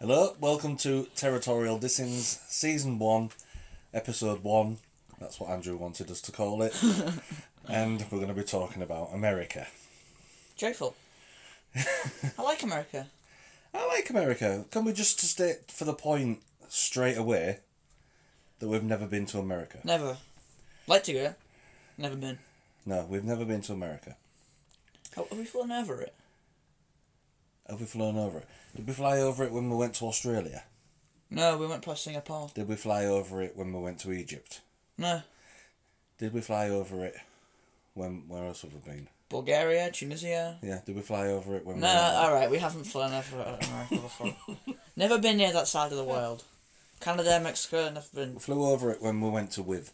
Hello, welcome to Territorial Dissings, Season 1, Episode 1. That's what Andrew wanted us to call it. and we're going to be talking about America. Joyful. I like America. I like America. Can we just state for the point straight away that we've never been to America? Never. Like to go. Never been. No, we've never been to America. Have have we flown over it? Have we flown over it? Did we fly over it when we went to Australia? No, we went past Singapore. Did we fly over it when we went to Egypt? No. Did we fly over it when where else have we been? Bulgaria, Tunisia. Yeah, did we fly over it when No, we went alright, we haven't flown over America before. never been near that side of the world. Canada, Mexico, never been. We flew over it when we went to with.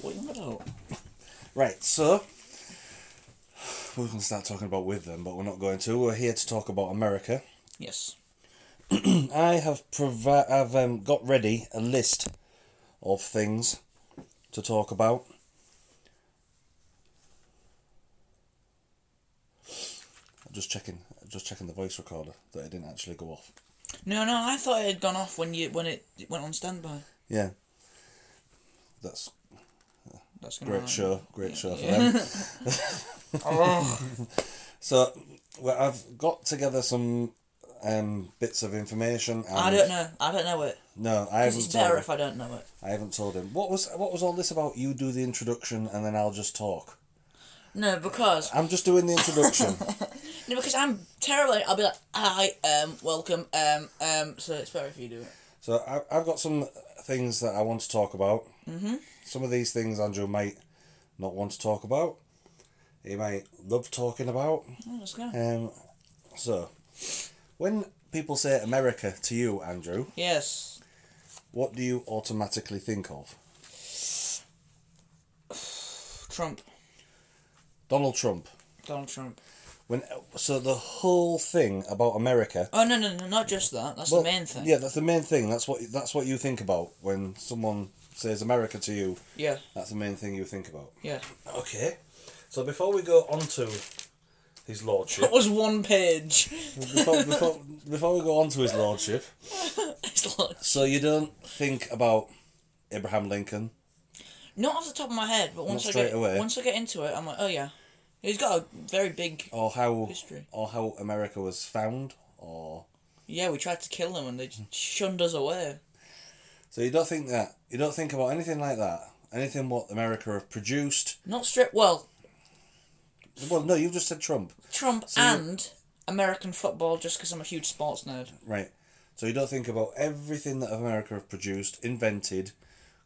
What you want about? Right, so we can start talking about with them, but we're not going to. We're here to talk about America. Yes. I have provi- I've um, got ready a list of things to talk about. I'm just checking, just checking the voice recorder that it didn't actually go off. No, no, I thought it had gone off when you when it it went on standby. Yeah, that's That's gonna great happen. show, great show for Oh, yeah. them. Oh, So, well, I've got together some um, bits of information. And I don't know. I don't know it. No, I 'Cause haven't. It's told better him. if I don't know it. I haven't told him. What was what was all this about? You do the introduction and then I'll just talk. No, because I'm just doing the introduction. No, because I'm terrible. at it. I'll be like, hi, um, welcome, um, um. So it's better if you do it. so I, I've got some things that I want to talk about. Mm-hmm. Some of these things Andrew might not want to talk about. He might love talking about. Oh, let's go. Um, so when people say America to you, Andrew, Yes. what do you automatically think of? Trump. Donald Trump. Donald Trump. When so the whole thing about America Oh, no, no, no, not just that. That's Well, the main thing. Yeah, that's the main thing. That's what that's what you think about when someone says America to you. Yeah, That's the main thing you think about. yeah. Okay. So before we go on to his lordship, That was one page. before, before, before we go on to his lordship, It's like, so you don't think about Abraham Lincoln. not off the top of my head, but once I straight get away. once I get into it, I'm like, oh yeah, he's got a very big. Or how History. or how America was found or Yeah, we tried to kill him and they just shunned us away. so you don't think that you don't think about anything like that. Anything what America have produced. Not straight. Well, Well, no, you've just said Trump. Trump So you- and American football, just because I'm a huge sports nerd. Right. So you don't think about everything that America have produced, invented,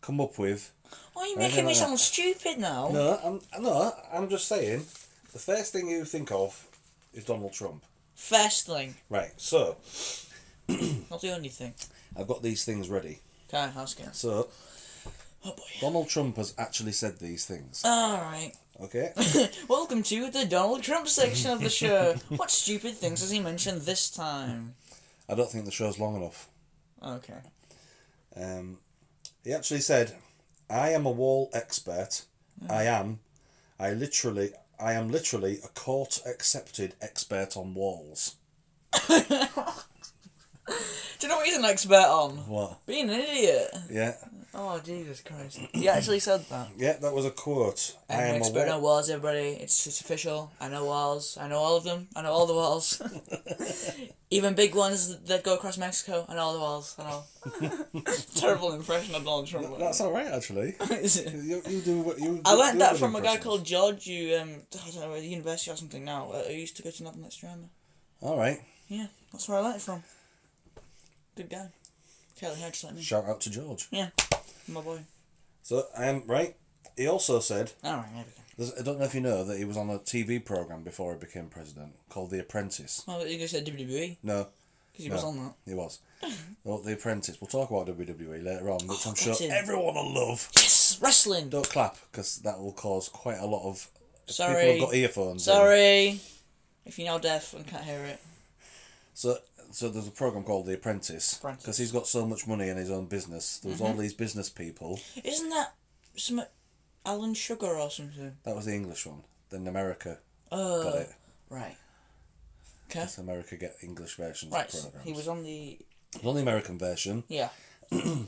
come up with. Oh, you're Anything making me like that. sound stupid now. No, I'm no, I'm just saying. The first thing you think of is Donald Trump. First thing, Right. So not the only thing. I've got these things ready. Okay, ask it. So Oh boy. Donald Trump has actually said these things. Alright. Okay. Welcome to the Donald Trump section of the show. what stupid things has he mentioned this time? I don't think the show's long enough. Okay. Um, he actually said, "I am a wall expert. I am. I literally." I am literally a court accepted expert on walls. Do you know what he's an expert on? What? Being an idiot. Yeah. Oh, Jesus Christ. He actually said that. Yeah, that was a quote. I'm I an am a expert wa- on walls, everybody. It's, it's official. I know walls. I know all of them. I know all the walls. Even big ones that go across Mexico. I know all the walls. I know. Terrible impression of Donald Trump. That's all right, actually. Is it? You, you do what you. I you learned do that good from a guy impressions. called George, who um, I don't know, at the university or something now, uh, who used to go to Northern Lights Drama. All right, Yeah, that's where I learned it from. Good guy. Kelly Hedge, like me. shout out to George. Yeah, my boy. So I am right. He also said, Alright, there we go. there's- I don't know if you know that he was on a TV program before he became president called The Apprentice. Oh, you just said WWE, No, because he was No. on that. he was. Well, The Apprentice. We'll talk about WWE later on, which I'm Oh, sure get in. everyone will love. Yes! Wrestling! Don't clap because that will cause quite a lot of. People Sorry. have got earphones. in. Sorry! If you're now deaf and can't hear it. So, so there's a program called The Apprentice Apprentice. Mm-hmm. because he's got so much money in his own business. There was all these business people. Isn't that some Alan Sugar or something? Uh, That was the English one. Then America Oh, got it. right. Okay. Does America get English versions Right. of so programs? He was on the. There's only American version. Yeah.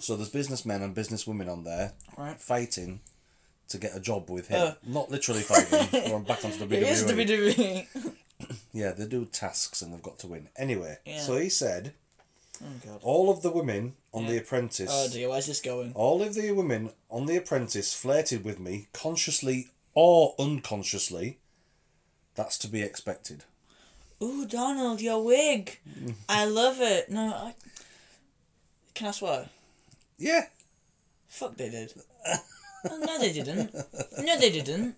So there's businessmen and businesswomen on there Right. fighting to get a job with him. Oh. Not literally fighting. or back onto WWE. It is E. WWE. Yeah, they do tasks and they've got to win. Anyway, Yeah. so he said oh god. all of the women on The Apprentice. Oh dear, where's this going? All of the women on The Apprentice flirted with me, consciously or unconsciously. That's to be expected. Ooh, Donald, your wig. I love it. No, I. Can I swear? Yeah, Fuck, they did. Oh, no, they didn't. No, they didn't.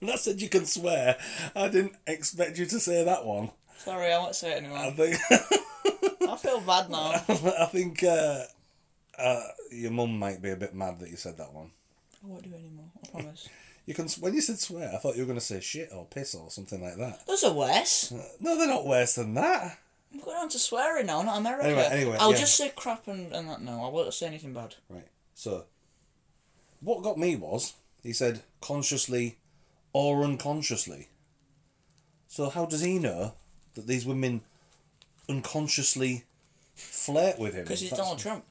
when I said you can swear, I didn't expect you to say that one. Sorry, I won't say it I anymore. think, I feel bad now. I think uh, uh, your mum might be a bit mad that you said that one. I won't do it anymore. I promise. You can when you said swear, I thought you were going to say shit or piss or something like that. Those are worse. No, they're not worse than that. I'm going on to swearing now, not America. Anyway, anyway, I'll yeah. just say crap and, and that. No, I won't say anything bad. Right. So, what got me was he said consciously or unconsciously. So how does he know that these women unconsciously flirt with him? Because he's That's- Donald Trump.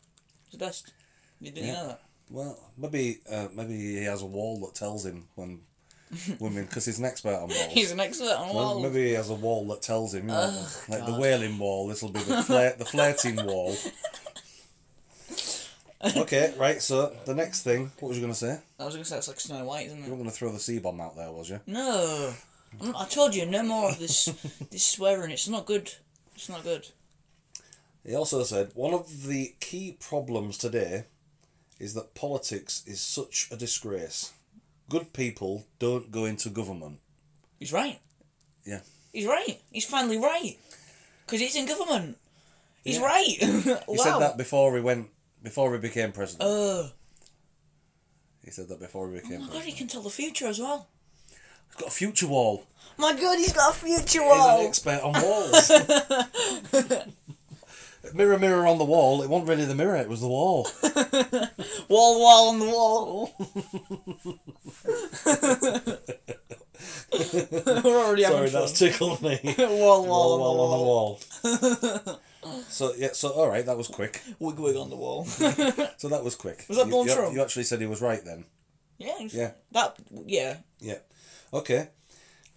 He's the best. You didn't know that. Well, maybe uh, maybe he has a wall that tells him when women because he's an expert on walls. He's an expert on Well, walls. maybe he has a wall that tells him, you know, like the wailing wall. This will be the flir- the flirting wall. okay, right. So the next thing, what was you going to say? I was going to say it's like Snow White, isn't You it? weren't going to throw the C bomb out there, was you? No. I'm not- I told you, no more of this this swearing. It's not good. It's not good. He also said one of the key problems today is that politics is such a disgrace. Good people don't go into government. He's right. Yeah. He's right. He's finally right. Because he's in government. He's Yeah. right. wow. He said that before he went, before he became president. Oh. he said that before he became my god, president. he can tell the future as well. He's got a future wall. My god, he's got a future He's an wall. expert on walls. mirror, mirror on the wall. It wasn't really the mirror, it was the wall. Wall, wall on the wall. We're already Sorry, having fun. that's tickled me. Wall, wall, wall, on, wall the on wall. the wall. so, yeah, so, alright, that was quick. Wig, wig on the wall. So that was quick. Was that you, Donald you, Trump? You actually said he was right then. yeah. he's- Yeah. That. Yeah. Yeah. Okay.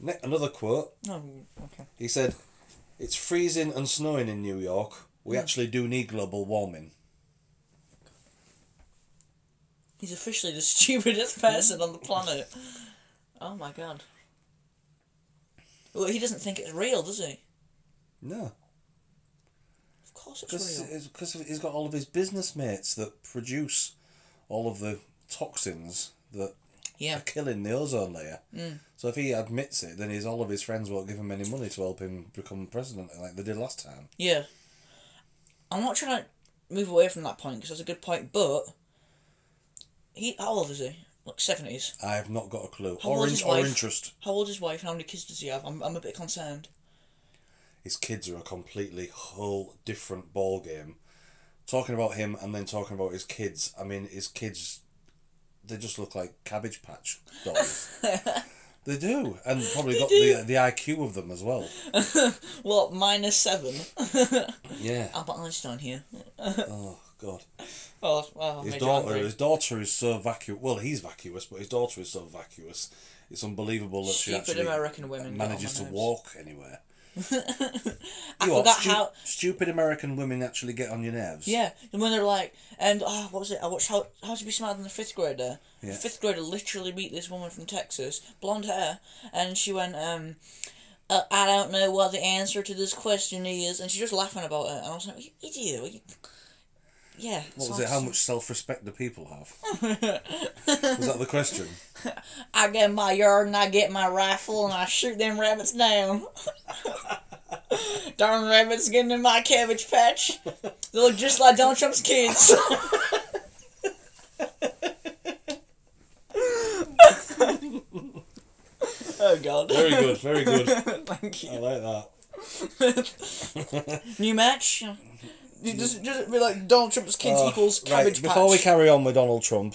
Ne- another quote. No. Okay. He said, "It's freezing and snowing in New York. We Hmm. actually do need global warming." He's officially the stupidest person on the planet. Oh my god. Well, he doesn't think it's real, does he? No, Of course it's real. because he's got all of his business mates that produce all of the toxins that Yeah. Hmm. are killing the ozone layer. Mm. So if he admits it, then his all of his friends won't give him any money to help him become president, like they did last time. Yeah. I'm not trying to move away from that point because that's a good point, but he how old is he? Like seventies. I have not got a clue, How or, old in- is or wife? interest. How old is his wife? and How many kids does he have? I'm, I'm a bit concerned. his kids are a completely whole different ball game. Talking about him and then talking about his kids. I mean, his kids, they just look like cabbage patch dolls. they do, and probably got the the IQ of them as well. Well, minus seven. Yeah. Albert Einstein here. Oh God. Oh, well, I His made you daughter, angry. his daughter is so vacuous. Well, he's vacuous, but his daughter is so vacuous. It's unbelievable that Stupid she actually American women get on manages my to nerves. walk anywhere. I You are forgot stu- how. stupid American women actually get on your nerves. Yeah, and when they're like, and oh, what was it? I watched how how to be smarter than a fifth grader. Yeah. Fifth grader literally beat this woman from Texas, blonde hair, and she went, um, uh, I don't know what the answer to this question is, and she's just laughing about it, and I was like, you idiot. what you-" Yeah. What so was I it? How much self respect do people have? was that the question? I get in my yard and I get my rifle and I shoot them rabbits down. Darn rabbits getting in my cabbage patch. They look just like Donald Trump's kids. oh god. Very good, very good. I Thank you. like that. New match. You Just, just be like Donald Trump's kids equals Oh, right, cabbage patch. before we carry on with Donald Trump,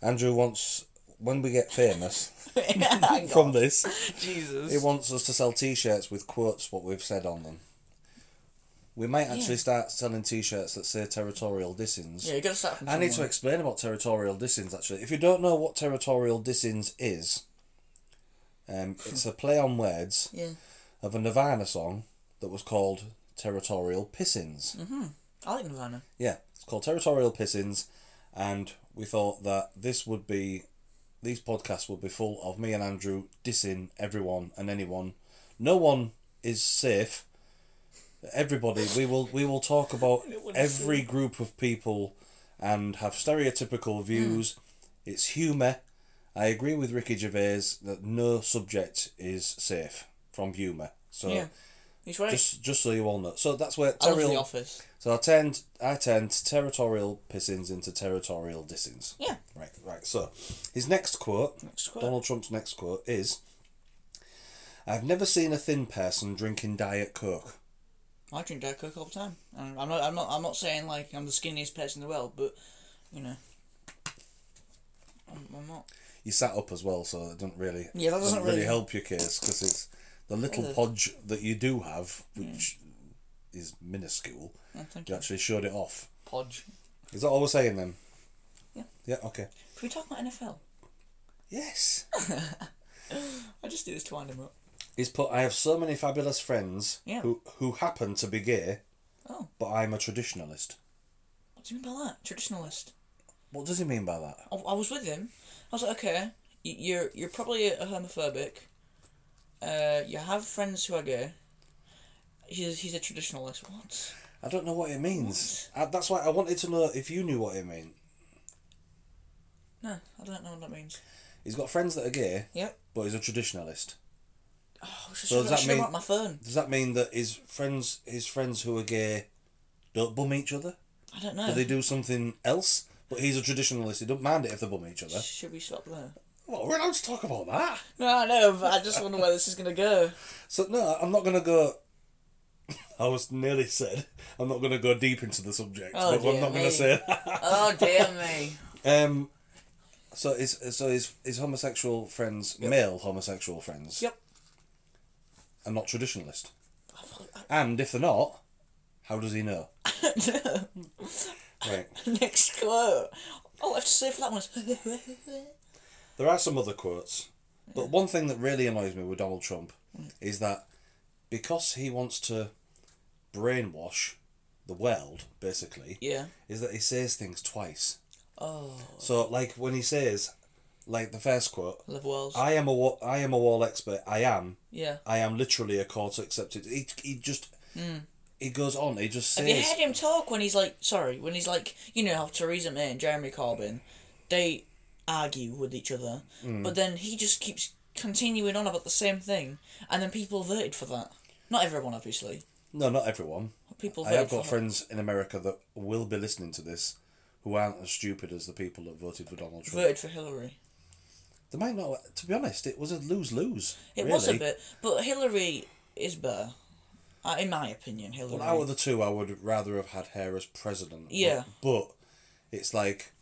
Andrew wants when we get famous Hang on. from this, Jesus. he wants us to sell T-shirts with quotes what we've said on them. We might actually start selling T-shirts that say territorial dissings. yeah, you gotta start from I need to somewhere. explain about territorial dissins actually. If you don't know what territorial dissins is, um, it's a play on words Yeah, of a Nirvana song that was called Territorial Pissins. I like Nirvana. Yeah, it's called Territorial Pissins, and we thought that this would be, these podcasts would be full of me and Andrew dissing everyone and anyone. No one is safe. Everybody, we will we will talk about every group of people, and have stereotypical views. Hmm. It's humour. I agree with Ricky Gervais that no subject is safe from humour. So yeah, he's right. just just so you all know, so that's where I love The territorial- Office. so I turned I turned territorial pissings into territorial dissings. Yeah. Right, right. So his next quote, Next quote. Donald Trump's next quote is I've never seen a thin person drinking Diet Coke. I drink Diet Coke all the time. And I'm not. I'm not. I'm not saying like I'm the skinniest person in the world, but you know, I'm, I'm not. You sat up as well, so it doesn't really Yeah, that doesn't really- help your case because it's the little Uh. podge that you do have, Hmm. which is minuscule. I think You actually showed it off. podge. Is that all we're saying then? Yeah. Yeah. Okay. Can we talk about NFL? Yes. I just do this to wind him up. He's put, I have so many fabulous friends Yeah. who, who happen to be gay, Oh, but I'm a traditionalist. what do you mean by that? Traditionalist. What does he mean by that? I, I was with him. I was like, okay, y- you're you're probably a homophobic. Uh, you have friends who are gay. He's he's a traditionalist. What? I don't know what it means. I, that's why I wanted to know if you knew what it meant. No, I don't know what that means. He's got friends that are gay, Yep. but he's a traditionalist. Oh, I So should does have that mean- brought my phone. Does that mean that his friends his friends who are gay don't bum each other? I don't know. Do they do something else? But he's a traditionalist. He don't mind it if they bum each other. Should we stop there? Well, we're allowed to talk about that. No, I know, but I just wonder where this is going to go. So no, I'm not gonna go. I was nearly said I'm not gonna go deep into the subject, Oh, but I'm dear not gonna me. say that. Oh, dear me. Um, so his so his his homosexual friends, male homosexual friends, Yep. are not traditionalist. And if they're not, how does he know? right. Next quote. All I have to say for that one is. There are some other quotes, but one thing that really annoys me with Donald Trump is that because he wants to brainwash the world, basically, yeah. is that he says things twice. Oh, So like when he says, like the first quote, I love Wells. "I am a wa- I am a wall expert. I am." yeah. I am literally a court accepted. He, he just he goes on. He just Hmm. Have you says heard him talk when he's like, sorry, when he's like, you know how Theresa May and Jeremy Corbyn, they argue with each other, but then he just keeps continuing on about the same thing, and then people voted for that. Not everyone, obviously. no, not everyone. People I voted have for got that. friends in America that will be listening to this, who aren't as stupid as the people that voted for Donald Trump. voted for Hillary. They might not. To be honest, it was a lose lose. It was a bit, but Hillary is better, Uh, in my opinion. Hillary. Out of the two, I would rather have had her as president. but- Yeah. But, it's like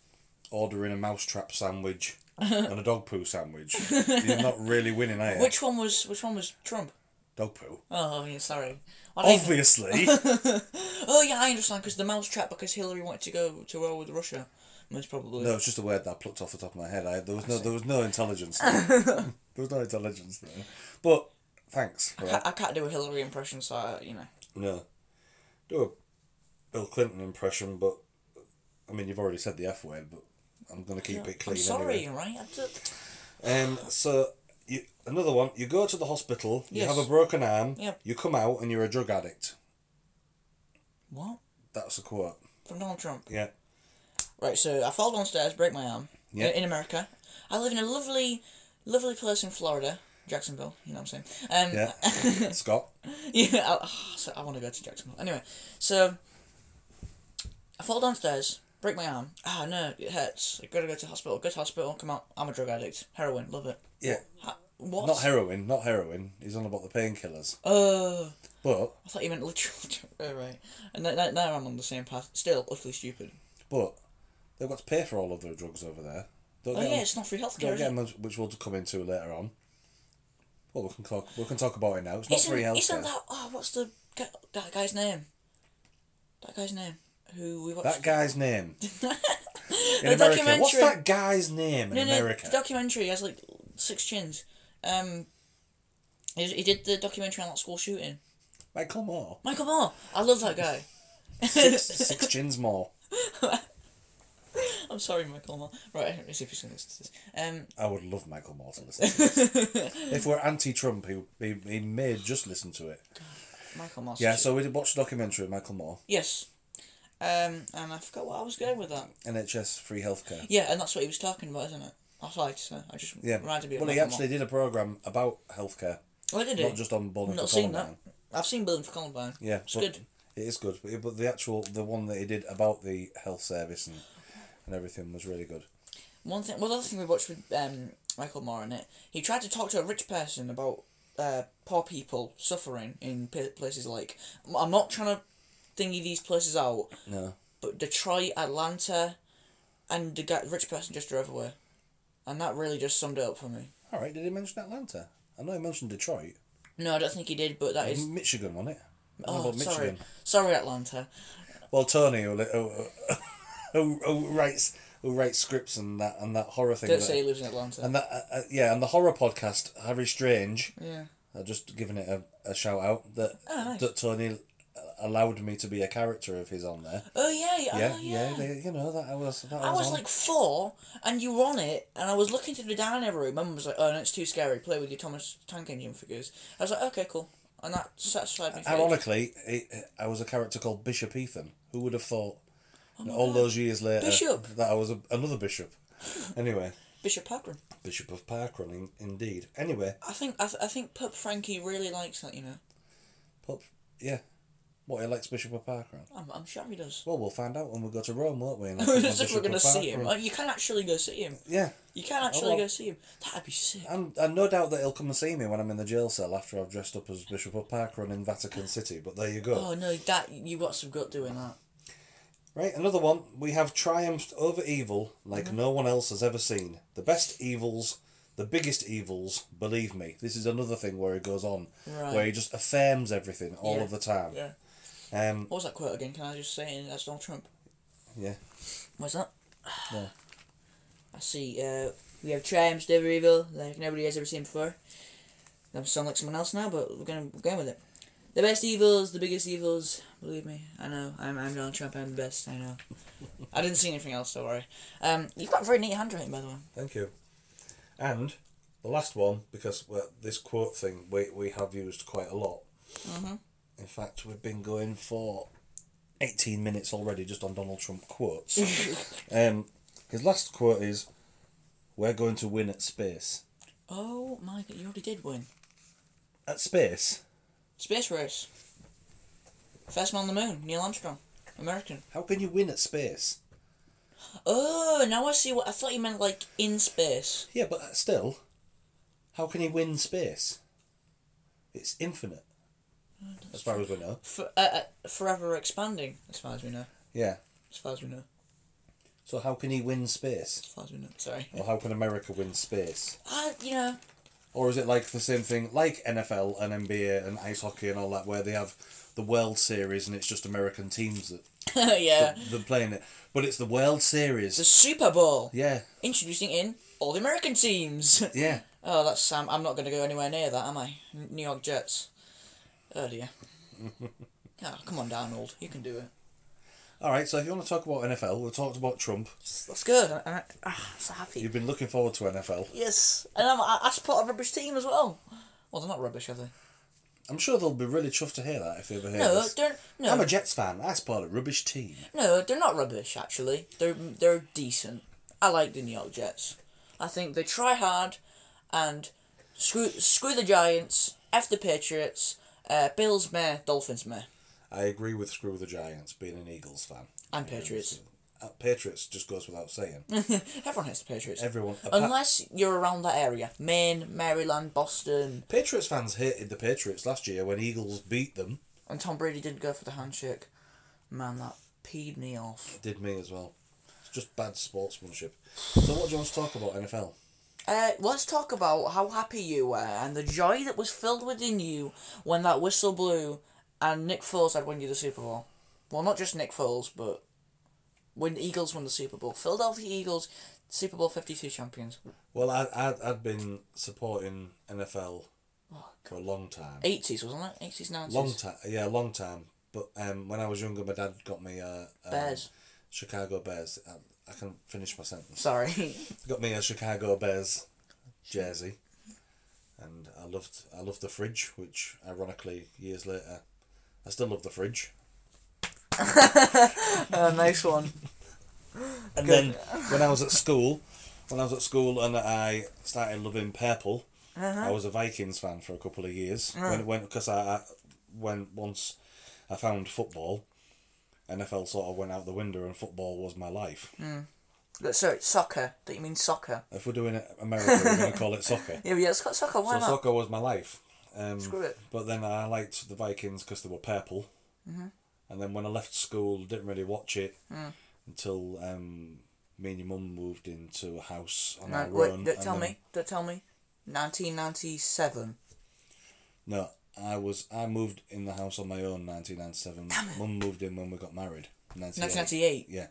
ordering a mousetrap sandwich and a dog poo sandwich. You're not really winning, are you? which one was which one was Trump? dog poo? Oh yeah, sorry. I don't even- Obviously. oh yeah, I understand because the mousetrap because Hillary wanted to go to war with Russia, most probably. No, it's just a word that I plucked off the top of my head. I, there was no, there was no intelligence. There. there was no intelligence there. But thanks. for that. I, I can't do a Hillary impression, so I, you know. No, do a Bill Clinton impression, but I mean you've already said the F word, but I'm gonna keep it clean. I'm sorry, Anyway. right? I don't- Um. So you another one. You go to the hospital. You Yes. have a broken arm. Yep. You come out and you're a drug addict. What? That's a quote. From Donald Trump. Yeah. Right, so I fall downstairs, break my arm. Yeah. In, in America. I live in a lovely, lovely place in Florida, Jacksonville, you know what I'm saying? Um, Yeah. Scott. yeah, I, ah, so I want to go to Jacksonville. Anyway, so I fall downstairs, break my arm. Ah, no, it hurts. I gotta go to hospital. Go to hospital. Come out. I'm a drug addict. Heroin. Love it. Yeah. Ha- What? Not heroin. Not heroin. He's on about the painkillers. Oh, But I thought you meant literal. drug- Oh, right. And now, now- now I'm on the same path. Still utterly stupid. but they've got to pay for all of their drugs over there. Don't Oh get yeah, them- it's not free healthcare. don't Is it? get them, which we'll come into later on. Well, we can talk. We can talk about it now. It's not Isn't, free isn't healthcare. that oh what's the gu- that guy's name? That guy's name who we watched. That guy's name. In The America. What's documentary- that guy's name in no, no, America? the documentary has like six chins. Um, he, he did the documentary on that school shooting. Michael Moore. Michael Moore, I love that guy. Six, six chins more. I'm sorry, Michael Moore. Right, let's see if he's gonna listen to this. Um, I would love Michael Moore to listen to this. if we're anti Trump, he, he, he may just listen to it. Michael Moore. Yeah, so we did watch the documentary of Michael Moore, Yes. Um, and I forgot what I was going with that. NHS Free Healthcare. Yeah, and that's what he was talking about, isn't it? That's right. So I just Yeah. reminded me of well, he Michael actually did a programme about healthcare, Moore. Oh, did he? not just on Bowling I've not for seen Columbine. that. I've seen Building for Columbine. Yeah, it's but- good. It is good, but, but the actual the one that he did about the health service and and everything was really good. One thing, well, the other thing we watched with um, Michael Moore in it, he tried to talk to a rich person about uh, poor people suffering in pa- places like. I'm not trying to thingy these places out, No, but Detroit, Atlanta, and the guy, rich person just drove away. And that really just summed it up for me. all right. Did he mention Atlanta? I know he mentioned Detroit, No, I don't think he did, but that is. Michigan, wasn't it? How Oh, about sorry. Sorry, Atlanta. Well, Tony, who, li- who, who, who writes who writes scripts and that and that horror thing. Don't that- say he lives in Atlanta. and that uh, uh, yeah, and the horror podcast Harry Strange. yeah. i just giving it a, a shout out that Oh, nice. that Tony allowed me to be a character of his on there. Oh, yeah. yeah. Yeah, oh, yeah, yeah. they, you know that I was. That I was on. like four, and you were on it, and I was looking through the dining room. Mum was like, "Oh, no, it's too scary. Play with your Thomas Tank Engine figures." I was like, "Okay, cool," and that satisfied me. for ages. Ironically, it, I was a character called Bishop Ethan. Who would have thought? all those years later, Oh Bishop. that I was a, another bishop. anyway, Bishop Parkrun. Bishop of Parkrun, in, indeed. Anyway, I think I, th- I think Pup Frankie really likes that. You know, Pope, yeah, what he likes Bishop of Parkrun. I'm, I'm sure he does. Well, we'll find out when we go to Rome, won't we? And As Bishop if we're of gonna see him. Parkrun. Like, You can actually go see him. Yeah, You can actually well. go see him. That'd be sick. and and no doubt that he'll come and see me when I'm in the jail cell after I've dressed up as Bishop of Parkrun in Vatican City. But there you go. Oh no, that you got some gut doing that. Right, another one. We have triumphed over evil like Mhm. no one else has ever seen. The best evils, the biggest evils, believe me. This is another thing where it goes on, Right. where he just affirms everything all Yeah. of the time. Yeah. Um, What was that quote again? Can I just say it? That's Donald Trump. yeah. What's that? No. I see. Uh, we have triumphs over evil like nobody has ever seen before. I'm sound like someone else now, but we're gonna we're going with it. The best evils, the biggest evils. Believe me, I know. I'm, I'm Donald Trump. I'm the best. I know. I didn't see anything else. Don't worry. Um, you've got very neat handwriting, by the way. Thank you. And the last one, because well, this quote thing we, we have used quite a lot. Mm-hmm. In fact, we've been going for 18 minutes already just on Donald Trump quotes. um, his last quote is We're going to win at space. Oh my god! You already did win. At space? Space race. First man on the moon, Neil Armstrong, American. How can you win at space? Oh, now I see what I thought you meant. Like in space. Yeah, but still, how can he win space? It's infinite. As far as we know. For, uh, uh, forever expanding, as far as we know. Yeah. As far as we know. So how can he win space? As far as we know. Sorry. Or how can America win space? Uh, you know, Or is it like the same thing, like NFL and NBA and ice hockey and all that, where they have the World Series and it's just American teams that yeah. that- that are playing it, but it's the World The Series. Super Bowl. Yeah, Introducing in all the American teams. yeah. oh, that's Sam. I'm not going to go anywhere near that, am I? N- New York Jets. Oh, dear. oh, come on, Donald. You can do it. All right. So if you want to talk about NFL, we've talked about Trump. That's good. I, I, ah, so happy. You've been looking forward to NFL. Yes. And I'm, I, I support a rubbish team as well. Well, they're not rubbish, are they? I'm sure they'll be really chuffed to hear that if they ever hear No, this. they're, no, I'm a Jets fan. I support a rubbish team. no, they're not rubbish, actually. They're, they're decent. I like the New York Jets. I think they try hard and screw, screw the Giants, F the Patriots, uh, Bills may, Dolphins may. I agree with Screw the Giants being an Eagles fan. And Patriots. Mm. Uh, Patriots just goes without saying. Everyone hates the Patriots. Everyone. a pa- Unless you're around that area. Maine, Maryland, Boston. Patriots fans hated the Patriots last year when Eagles beat them. And Tom Brady didn't go for the handshake. Man, that peed me off. Did me as well. It's just bad sportsmanship. So what do you want to talk about NFL? Uh, let's talk about how happy you were and the joy that was filled within you when that whistle blew and Nick Foles had won you the Super Bowl. Well, not just Nick Foles, but when the Eagles won the Super Bowl. Philadelphia Eagles, Super Bowl 52 champions. Well, I I'd, I'd been supporting NFL Oh, for a long time. 80s, wasn't it? 80s, 90s. Long time, yeah, long time. But um, when I was younger, my dad got me a, a Bears. Chicago Bears. Um, I, I can finish my sentence. Sorry. Got me a Chicago Bears jersey, and I loved I loved the fridge, which ironically years later, I still love the fridge. uh, nice one. And then when I was at school, when I was at school and I started loving purple, I was a Vikings fan for a couple of years. When when because I, I when once I found football, NFL sort of went out the window and football was my life. Uh, Sorry, soccer. That you mean soccer? If we're doing it America, we're going to call it soccer. Yeah, but yeah, it's got soccer. Why So not? soccer was my life. Um, Screw it. But then I liked the Vikings because they were purple. Mm-hmm. And then when I left school, didn't really watch it Mm. until um, me and your mum moved into a house on No, our own. wait, don't and tell then- me. Don't tell me. 1997. No, I was I moved in the house on my own. Nineteen ninety seven. Mum moved in when we got married. 98. 1998. Yeah.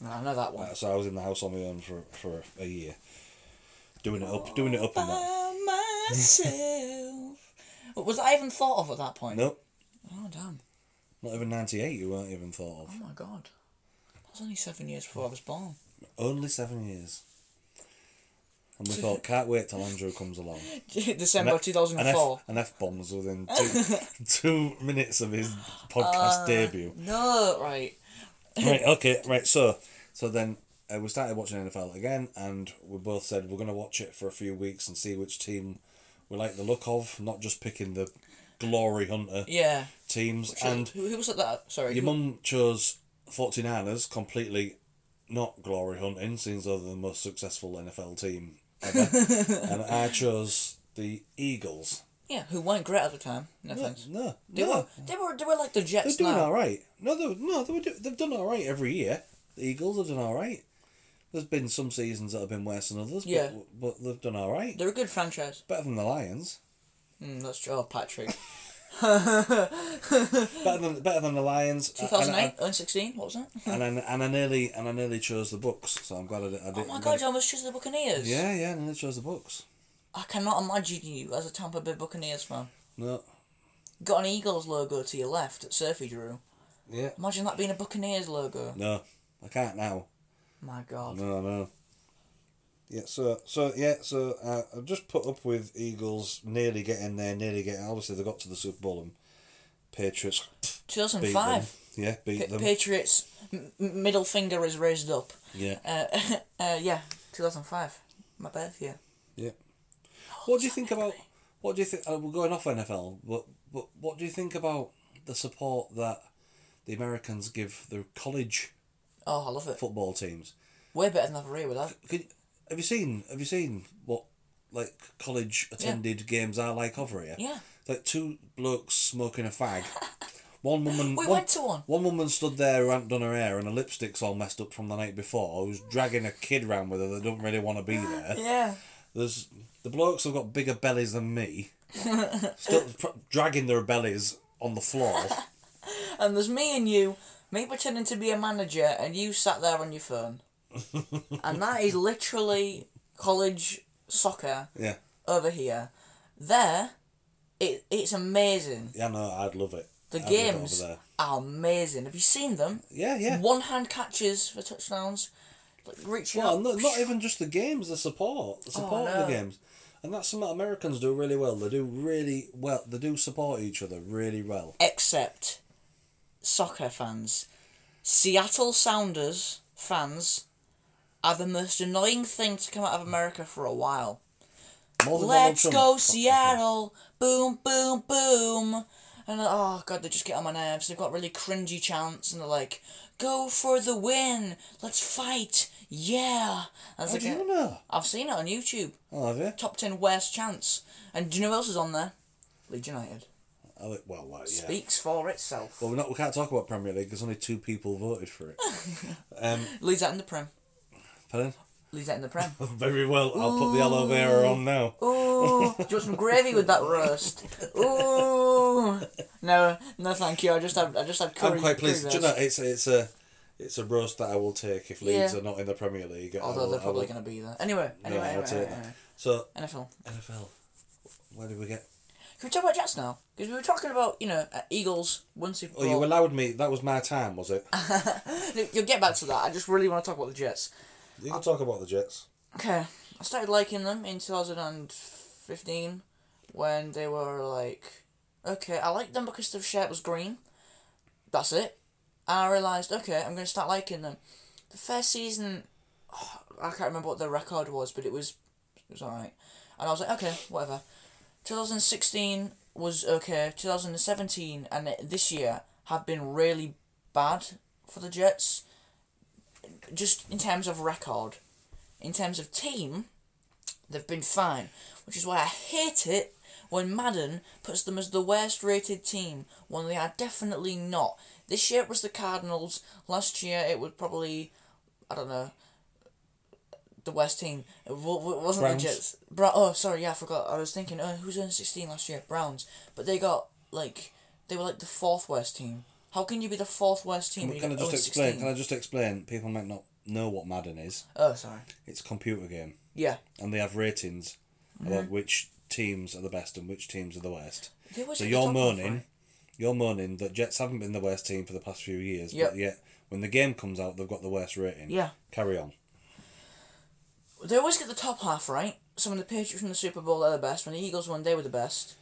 No, I know that one. Uh, So I was in the house on my own for for a year, doing it up, doing it up and that. By myself. Was I even thought of at that point? Nope. Oh, damn. Not even ninety eight. You weren't even thought Oh, of. my God. That was only seven years before I was born. Only seven years. And we thought, can't wait till Andrew comes along. December An F, 2004. an F bombs within two, two minutes of his podcast debut. No, right. right, okay, right. So, so then uh, we started watching NFL again, and we both said we're going to watch it for a few weeks and see which team we like the look of, not just picking the glory hunter Yeah. teams. Sure. And who, who was at that? Sorry. your who- mum chose 49ers, completely not glory hunting, since they're the most successful NFL team ever. and I chose the Eagles. yeah, who weren't great at the time. No No, thanks. no, They no. were, they were, they were like the Jets They're doing now. all right. No, they no, they were do, they've done all right every year. The Eagles have done all right. There's been some seasons that have been worse than others. Yeah. But, but they've done all right. They're a good franchise. Better than the Lions. Hmm, that's true. Oh, Patrick. Better than better than the Lions. And- 2008, 2016, what was that? And I, and I, and I nearly and I nearly chose the books. So I'm glad I, did- I did. Oh my god, you almost chose the Buccaneers. Yeah, yeah, I nearly chose the books. I cannot imagine you as a Tampa Bay Buccaneers fan. No. Got an Eagles logo to your left at Surfy Drew. Yeah. Imagine that being a Buccaneers logo. No, I can't now. My god. No, no. Yeah, so so yeah, so uh, I've just put up with Eagles nearly getting there, nearly getting. Obviously, they got to the Super Bowl and Patriots beat 2005. them. Yeah, beat Pa- them. Patriots, m- m- middle finger is raised up. yeah, Uh, uh, yeah, 2005. My birth year. yeah. What do you think about? What do you think? Uh, we're going off NFL, but but what do you think about the support that the Americans give the college Oh, I love it. football teams? Way better than I've with that. Could, have you seen? Have you seen what like college attended games are like over here? Yeah. It's like two blokes smoking a fag. One woman. We one, went to one. One woman stood there who hadn't done her hair and her lipstick's all messed up from the night before. Who's dragging a kid round with her that don't really want to be there. Yeah. There's the blokes have got bigger bellies than me. still pr- dragging their bellies on the floor. And there's me and you, me pretending to be a manager, and you sat there on your phone. and that is literally college soccer Yeah. over here. There, it it's amazing. Yeah. No, I'd love it. The I'd love it games over there. are amazing. Have you seen them? Yeah, yeah. One hand catches for touchdowns, like reaching Well, out. not, not even just the games, the support, the support of Oh, no. the games, and that's something Americans do really well. They do really well. They do support each other really well. Except soccer fans. Seattle Sounders fans are the most annoying thing to come out of America for a while. More than Donald Let's Trump. go Seattle! Boom, boom, boom! And uh, oh god, they just get on my nerves. They've got really cringy chants, and they're like, "Go for the win! Let's fight! Yeah!" And it's How like, do you know? I've seen it on YouTube. Oh, have you? Top ten worst chants. And do you know who else is on there? Leeds United. I think, well, like, yeah. Speaks for itself. Well, we're not, we can't talk about Premier League because only two people voted for it. um, Leaves out in the Prem. pardon? Leaves out in the Prem. Very well, I'll put the aloe vera on now. Ooh, do you want some gravy with that roast? Ooh, no, no, thank you. I just have, I just have curry. I'm quite pleased. curry Do you know, roast. it's, it's a... It's a roast that I will take if Leeds Yeah. are not in the Premier League. I Although will- they're I probably will- going to be there. Anyway, anyway, I'll anyway, take anyway, that. So NFL. NFL. Where did we get? Can we talk about Jets now? Because we were talking about, you know, uh, Eagles, one Super Oh, Bowl. you allowed me. That was my time, was it? Uh, No, You'll get back to that. I just really want to talk about the Jets. You can talk about the Jets. Okay, I started liking them in 2015 when they were like, okay, I liked them because their shirt was green. That's it. And I realised, okay, I'm going to start liking them. The first season, I can't remember what their record was, but it was, it was alright. And I was like, okay, whatever. 2016 was okay. 2017 and th- this year have been really bad for the Jets. Just in terms of record, in terms of team, they've been fine, which is why I hate it when Madden puts them as the worst rated team when they are definitely not. This year it was the Cardinals. Last year it was probably, I don't know, the worst team. It wa- wa- wasn't Browns. the Jets. Bra- oh, sorry, yeah, I forgot. I was thinking, oh, who's in 16 last year? Browns. But they got, like, they were like the fourth worst team. How can you be the fourth worst team? when Can I you just got explain? 0-16? Can I just explain? People might not know what Madden is. Oh, sorry. It's a computer game, Yeah. and they have ratings about Mm-hmm. which teams are the best and which teams are the worst. They always So get the you're top half, moaning, right? you're moaning that Jets haven't been the worst team for the past few years, Yep. but yet when the game comes out, they've got the worst rating. Yeah. Carry on. They always get the top half right. So when the Patriots won the Super Bowl, they're the best. When the Eagles won, they were the best.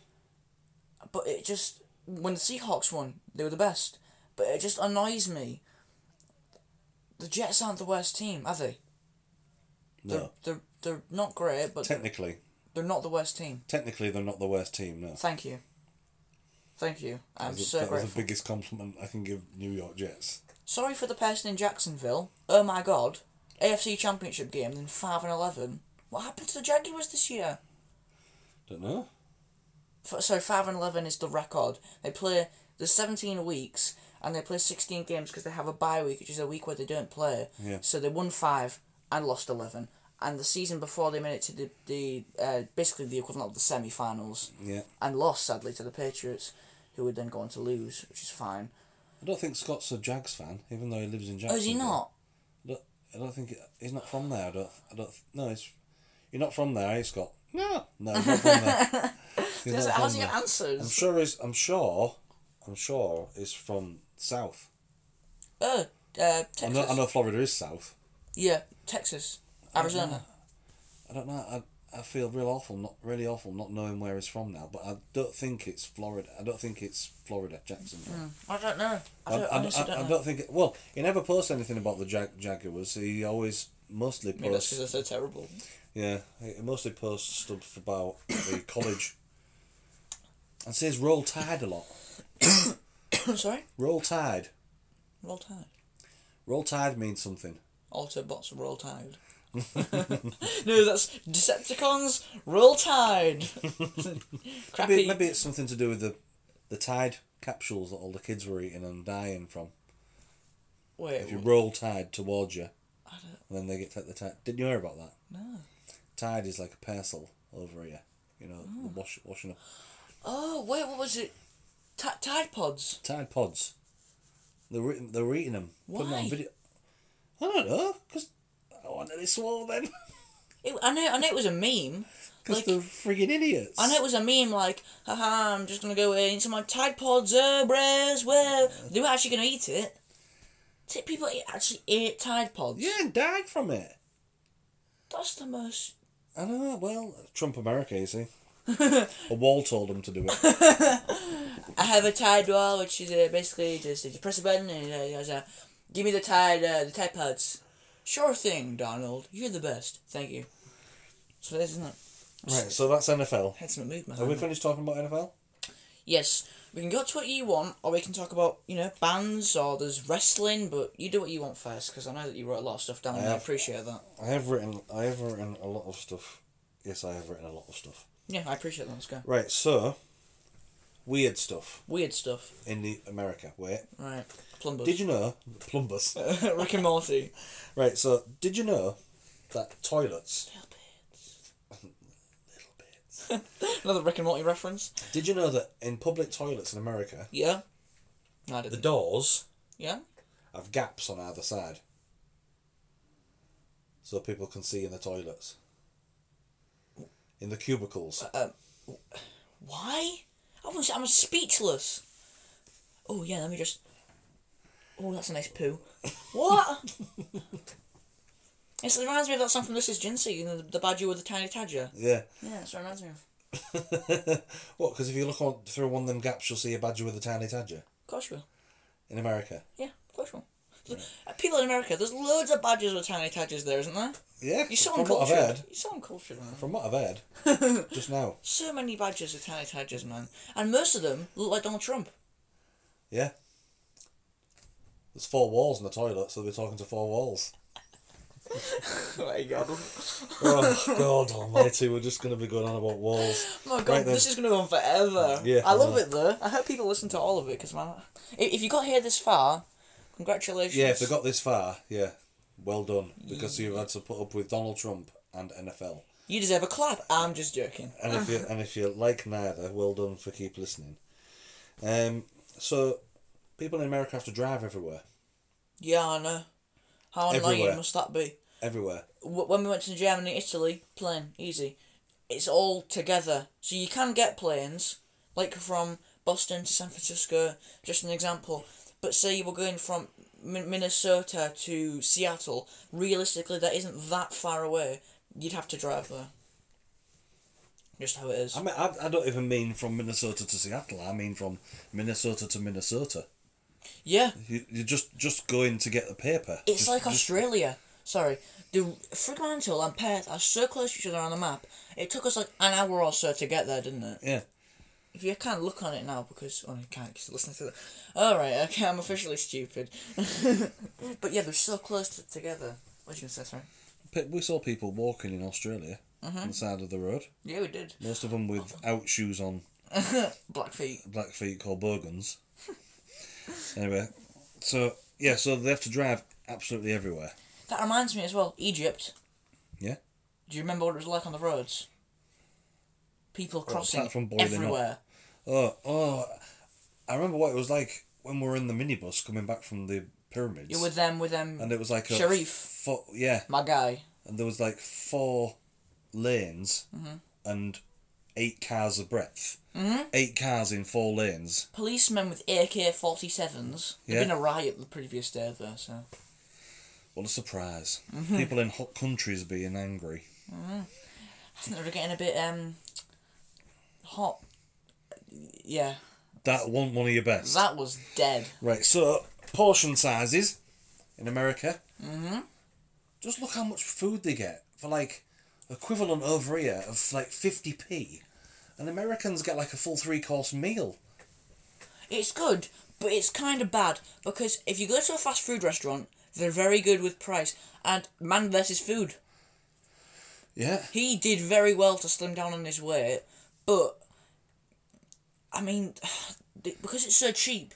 But it just when the Seahawks won, they were the best. But it just annoys me. The Jets aren't the worst team, are they? No. They're they're, they're not great, but Technically, they're not the worst team. technically they're not the worst team. No. Thank you. Thank you. I'm That was- so that was grateful. the biggest compliment I can give New York Jets. Sorry for the person in Jacksonville. Oh my god. AFC Championship game, then 5 and 11. What happened to the Jaguars this year? Don't know. F- So 5 and 11 is the record. They play, there's 17 weeks, and they play 16 games because they have a bye week, which is a week where they don't play. Yeah. So they won 5 and lost 11. And the season before, they made it to the, the uh, basically the equivalent of the semi finals Yeah. and lost, sadly, to the Patriots, who would then go on to lose, which is fine. I don't think Scott's a Jags fan, even though he lives in Oh, Jacksonville. is he not? I don't, I don't think he's not from there. I don't. I don't. No, he's you're not from there, are you, Scott? No. No, he's not from there. He's Does not it- from How's he there. get answers? I'm sure he's. I'm sure. I'm sure he's from south. Oh, uh, Texas. I know. I know Florida is south. Yeah, Texas, Arizona. I don't know. I. I feel real awful, not really awful, not knowing where he's from now. But I don't think it's Florida. I don't think it's Florida, Jacksonville. I don't know. Mm, I I, don't, I, honestly I, don't I know. don't think. Well, he never posts anything about the Jag- Jaguars. He always mostly Maybe that's posts. because they're so terrible. Yeah, it mostly posts stuff about the college. And says roll tide a lot. I'm sorry. Roll tide. Roll Tide. Roll tide means something. Autobots, Roll Tide. no, that's Decepticons, Roll Tide. Crappy. Maybe, maybe it's something to do with the, the tide capsules that all the kids were eating and dying from. Wait, If you roll tide towards you, I don't and then they get to the tide. Didn't you hear about that? know. Tide is like a parcel over here. You know, the wash, washing up. Oh, wait, what was it? Ta Tide Pods. Tide pods. They were, eating- they were eating them. Putting it on Why? video. I don't know, because I wanted to swallow them. It, I know. I know it was a meme. Because Like- they're friggin' idiots. I know it was a meme like, haha, I'm just gonna go into my Tide Pods, uh, bros, where? They were actually gonna eat it. Ti- People ate- actually ate Tide Pods. Yeah, and died from it. That's the most. I know. Well, Trump America, you see. a wall told him to do it. I have a Tide wall, which is uh, basically just you press a button and uh, it goes, uh, give me the Tide, uh, the Tide Pods. Sure thing, Donald. You're the best. Thank you. So this isn't. Right, so that's NFL. Had some movement. Have we finished talking about NFL? Yes, we can go to what you want, or we can talk about you know bands or there's wrestling, but you do what you want first because I know that you wrote a lot of stuff down, and I have- appreciate that. I have written. I have written a lot of stuff. Yes, I have written a lot of stuff. Yeah, I appreciate that. Let's go. Right, so Weird stuff Weird stuff. in the America. Wait, Right. Plumbers. did you know plumbers? Rick and Morty. right. So did you know that toilets? Little bits. Another Rick and Morty reference. Did you know that in public toilets in America, Yeah. No, I the didn't. doors yeah. have gaps on either side, so people can see in the toilets, in the cubicles. Why? I was I'm speechless. Oh yeah, let me just. Oh, that's a nice poo. What? It's- it reminds me of that song from This Is Jinsey, you know, the, the badger with the tiny tadger. yeah. Yeah, that's what it reminds me of. Of What? Because if you look on through one of them gaps, you'll see a badger with a tiny tadger course you will. in America. Yeah, of course you will. Uh, People in America, there's loads of badgers with tiny tadgers there, isn't there? Yeah. You're so from what I've uncultured. heard. You're so uncultured, man. From what I've heard, just now. So many badgers with tiny tadgers, man. And most of them look like Donald Trump. Yeah. There's four walls in the toilet, so they'll be talking to four walls. Oh my god. Oh God Almighty, we're just gonna be going on about walls. Oh my god, Right then. this is going to go on forever. Yeah, I I love know. it though. I hope people listen to all of it because, man, if, if you got here this far, congratulations. Yeah, if they got this far, yeah, well done because you've had to put up with Donald Trump and NFL. You deserve a clap. I'm just joking. And if you and if you like neither, well done for keep listening. Um, so people in America have to drive everywhere, Yeah, I know. How annoying Everywhere. must that be? everywhere. W- When we went to Germany, Italy, plane, easy. It's all together. So you can get planes, like from Boston to San Francisco, just an example. But say you were going from Min- Minnesota to Seattle, realistically, that isn't that far away. You'd have to drive there. Just how it is. I mean, I, I don't even mean from Minnesota to Seattle. I mean from Minnesota to Minnesota. yeah, You, you're just just going to get the paper. it's Just- like just- Australia. Sorry. The Fremantle and Perth are so close to each other on the map. It took us like an hour or so to get there, didn't it? yeah. If you can't look on it now because oh, you can't because listening to that. All right, okay, I'm officially stupid. but yeah, they're so close to, together. What you gonna say, sorry? Pe- We saw people walking in Australia Mm-hmm. on the side of the road. Yeah, we did. Most of them with out shoes on, Black feet. black feet called bogans. anyway, so yeah, so they have to drive absolutely everywhere. That reminds me as well. Egypt. Yeah. Do you remember what it was like on the roads? People crossing apart from boiling up. everywhere. Oh, oh, I remember what it was like when we were in the minibus coming back from the pyramids. You're with them, with them. and it was like a Sharif. Four, yeah, my guy. and there was like four lanes and eight cars of breadth. Mm-hmm. Eight cars in four lanes. Policemen with AK 47s. There'd Yeah. been a riot the previous day, though, so. What a surprise. People in hot countries being angry. I think they were getting a bit um, hot. Yeah. That wasn't one of your best. That was dead. Right, so portion sizes in America. Mm-hmm. Just look how much food they get for like equivalent over here of like 50p. And Americans get like a full three course meal. It's good, but it's kind of bad because if you go to a fast food restaurant, they're very good with price. And man versus food, Yeah. he did very well to slim down on his weight, but I mean, they- because it's so cheap,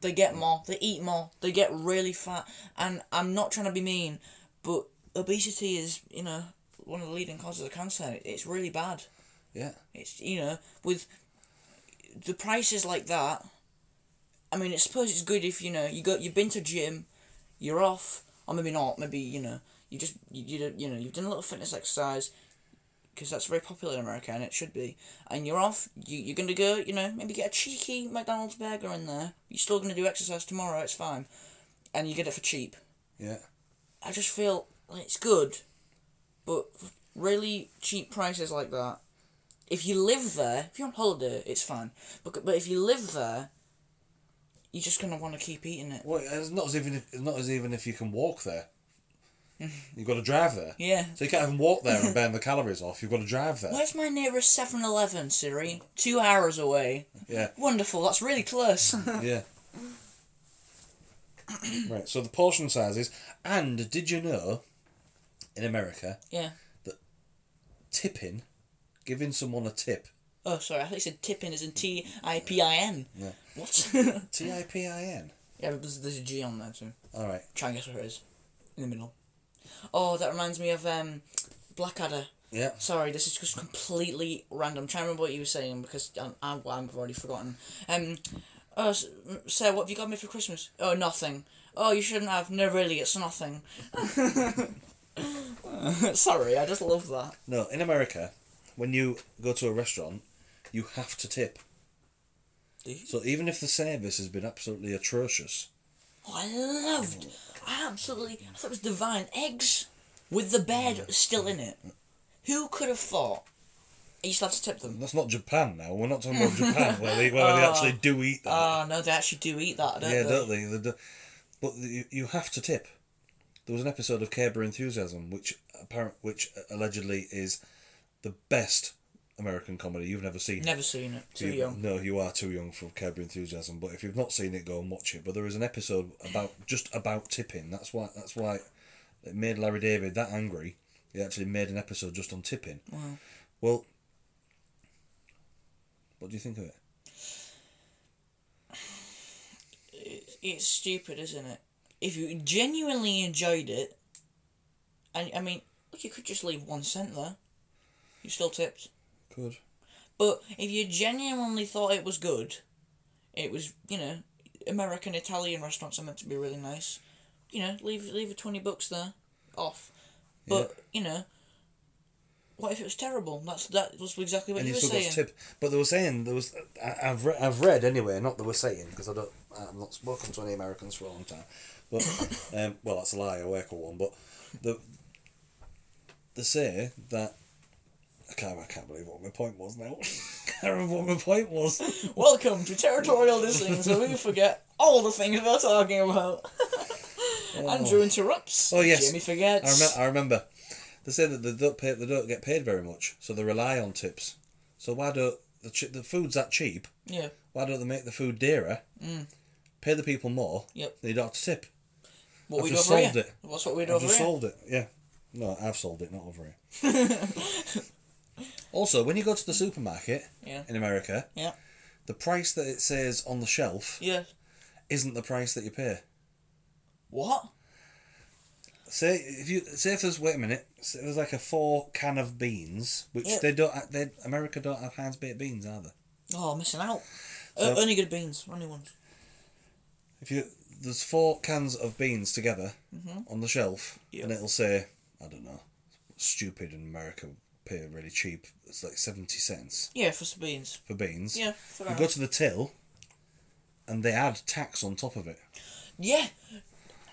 they get more, they eat more, they get really fat. And I'm not trying to be mean, but obesity is you know one of the leading causes of cancer. It's really bad. Yeah. It's you know with the prices like that. I mean, I suppose it's good if you know you got you've been to gym, you're off, or maybe not. Maybe you know you just you you, don't- you know you've done a little fitness exercise, because that's very popular in America and it should be. And you're off. You you're gonna go. You know maybe get a cheeky McDonald's burger in there. You're still gonna do exercise tomorrow. It's fine, and you get it for cheap. Yeah. I just feel like it's good, but f- really cheap prices like that. If you live there, if you're on holiday, it's fine. But but if you live there, you're just gonna want to keep eating it. Well, it's not as even if, it's not as even if you can walk there. You've got to drive there. Yeah. So you can't even walk there and burn the calories off. You've got to drive there. Where's my nearest Seven Eleven, Siri? Two hours away. Yeah. Wonderful. That's really close. Yeah. right, so the portion sizes. And did you know in America yeah. tipping, giving someone a tip Oh, sorry, I think it said Tippin is in T I P I N. Yeah. What? yeah, T I P I N. but there's, there's a G on there too. All right. Try and guess where it is. In the middle. Oh, that reminds me of um, Blackadder. Yeah. Sorry, this is just completely random. I'm trying to remember what you were saying because I'm, I'm, well, I've already forgotten. Um, oh, S- Sarah, what have you got me for Christmas? Oh, nothing. Oh, you shouldn't have. No, really, it's nothing. Sorry, I just love that. No, in America, when you go to a restaurant, you have to tip. Do you? So even if the service has been absolutely atrocious, Oh, I loved. I absolutely. I thought it was divine. Eggs with the bed still in it. Who could have thought? You still have to tip them. that's not Japan now. We're not talking about Japan where they, where they actually do eat that. Oh no, they actually do eat that, don't yeah, they? don't they? They do- But you, you have to tip. There was an episode of Caber Enthusiasm, which apparent, which allegedly is the best American comedy you've never seen. Never seen it. Too You- young. No, you are too young for Caber Enthusiasm. But if you've not seen it, go and watch it. But there is an episode about just about tipping. That's why. That's why it made Larry David that angry. He actually made an episode just on tipping. Wow. Well, what do you think of it? It's, it's stupid, isn't it? If you genuinely enjoyed it, and I mean, look, you could just leave one cent there. You still tipped. Good. But if you genuinely thought it was good, it was you know, American Italian restaurants are meant to be really nice. You know, leave leave a twenty bucks there, off. But you know, what if it was terrible? That's that was exactly what and you you were still got saying. to tip. But they were saying there was. I, I've re- I've read anyway. Not they were saying because I don't. I'm not spoken to any Americans for a long time. But um, well, that's a lie. I work with one. But the they say that. I can't, I can't believe what my point was now. can't remember what my point was. Welcome to territorial listening, so we forget all the things we're talking about. Andrew interrupts. Oh, yes. Jamie forgets. I, rem- I remember. They say that they don't pay, they don't get paid very much, so they rely on tips. So why don't the ch- the food's that cheap? yeah. Why don't they make the food dearer? Pay the people more. Mm. Yep. They don't have to tip. What I've we do just over here. solved it. What's what we do I've over just here. sold it. Yeah. No, I've sold it, not over here. also, when you go to the supermarket Yeah. in America, Yeah. the price that it says on the shelf Yeah. isn't the price that you pay. What? Say if you say if there's wait a minute, say there's like a four can of beans, which Yeah. they don't. ha- They America don't have Heinz baked beans either. Oh, missing out. So- uh, only good beans. Only ones. If you there's four cans of beans together on the shelf, Mm-hmm. Yeah. and it'll say I don't know, stupid in America pay really cheap. It's like seventy cents Yeah, for some beans. for beans. Yeah. Fair You enough. go to the till, and they add tax on top of it. Yeah.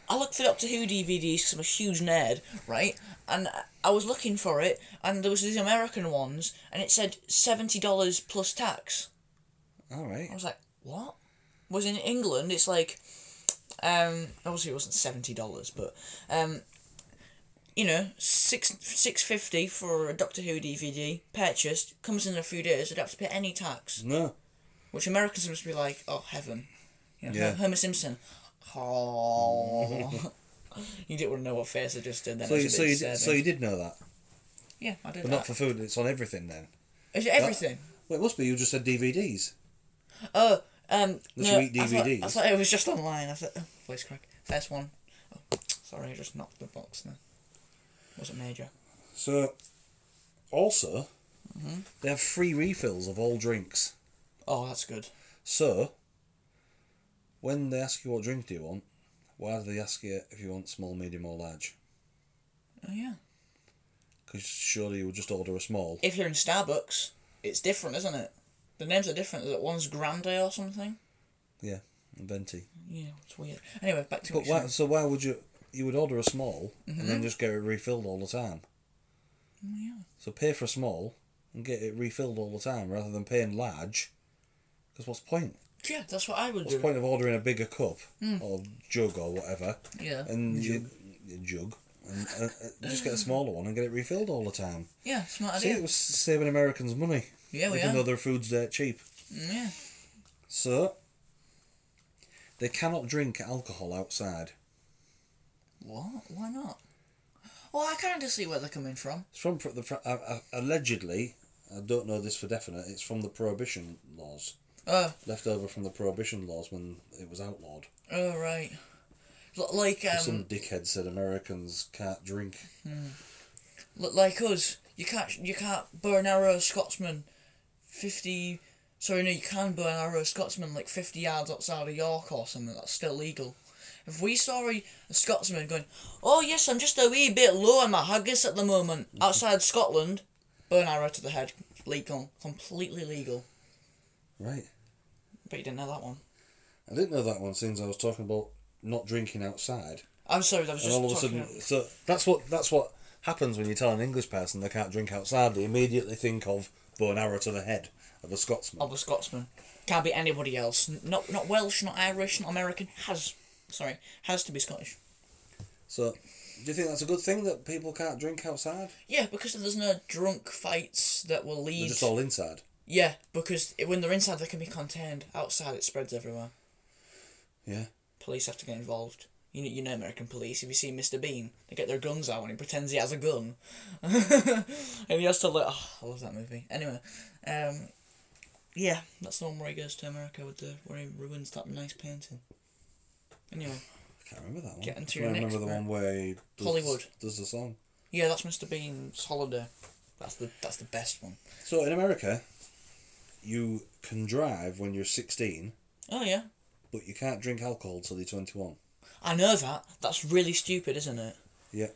I looked for Doctor Who DVDs because I'm a huge nerd, right? And I- I was looking for it, and there was these American ones, and it said seventy dollars plus tax. All right. I was like, what? Was in England, it's like, um, obviously it wasn't seventy dollars, but um, you know, six six fifty for a Doctor Who DVD purchased comes in a few days. I'd have to pay any tax, No. which Americans must be like, oh heaven, you know, Yeah. Homer Simpson. Oh, you didn't want to know what face I just did. Then So It you, was a so bit you did, so disturbing. you did know that, yeah, I did but that. not for food. It's on everything then. Is it everything? Well, it must be. You just said DVDs. Oh, um, Unless no, you eat I thought- I DVDs. thought, it was just online. I thought oh, voice crack. First one. Oh, sorry, I just knocked the box. There wasn't major. So, also, Mm-hmm. they have free refills of all drinks. Oh, that's good. So, when they ask you what drink do you want, why do they ask you if you want small, medium, or large? Oh yeah. Because surely you would just order a small. If you're in Starbucks, it's different, isn't it? The names are different. Is it one's Grande or something? Yeah, and venti. Yeah, it's weird. Anyway, back to But what why? So why would you? You would order a small and Mm-hmm. then just get it refilled all the time. yeah. So pay for a small and get it refilled all the time rather than paying large. Because what's the point? Yeah, that's what I would What's do. the point of ordering a bigger cup or jug or whatever? Mm. Yeah. And jug. You, jug. And, uh, uh, just get a smaller one and get it refilled all the time. Oh, Yeah, smart See, idea. it was saving Americans money. Yeah, we even are. Mm, though their food's dirt cheap. Yeah. So they cannot drink alcohol outside. What? Why not? Well, I kind of see where they're coming from. It's from pr- the fr- uh, uh, allegedly, I don't know this for definite. It's from the prohibition laws, Oh, left over from the prohibition laws when it was outlawed. oh right. L- like um, Some dickhead said Americans can't drink. L- like us, you can't you can't bow and arrow a Scotsman, fifty. Sorry, no, you can bow and arrow a Scotsman like fifty yards outside of York or something. That's still legal. If we saw a, a Scotsman going, oh yes, I'm just a wee bit low on my haggis at the moment outside Scotland, bow and arrow to the head, legal, completely legal. Right. But you didn't know that one. I didn't know that one since I was talking about not drinking outside. I'm sorry, that was And just all of a talking. sudden, so that's what that's what happens when you tell an English person they can't drink outside. They immediately think of bow and arrow to the head of a Scotsman. of a Scotsman. Can't be anybody else. N- Not not Welsh, not Irish, not American. Has sorry, has to be Scottish. So, do you think that's a good thing that people can't drink outside? Yeah, because there's no drunk fights that will They're lead. just all inside. Yeah, because it, when they're inside, they can be contained. Outside, it spreads everywhere. Yeah. Police have to get involved. You know, you know American police. If you see Mr. Bean, they get their guns out and he pretends he has a gun, and he has to like. Oh, I love that movie. Anyway, um, yeah, that's the one where he goes to America with the where he ruins that nice painting. Anyway, I can't remember that one. Get into I your remember next the one. one where he does, Hollywood. does the song. yeah, that's Mr. Bean's holiday. That's the that's the best one. So in America, you can drive when you're 16, Oh yeah, but you can't drink alcohol till you're 21. I know that. That's really stupid, isn't it? Yeah.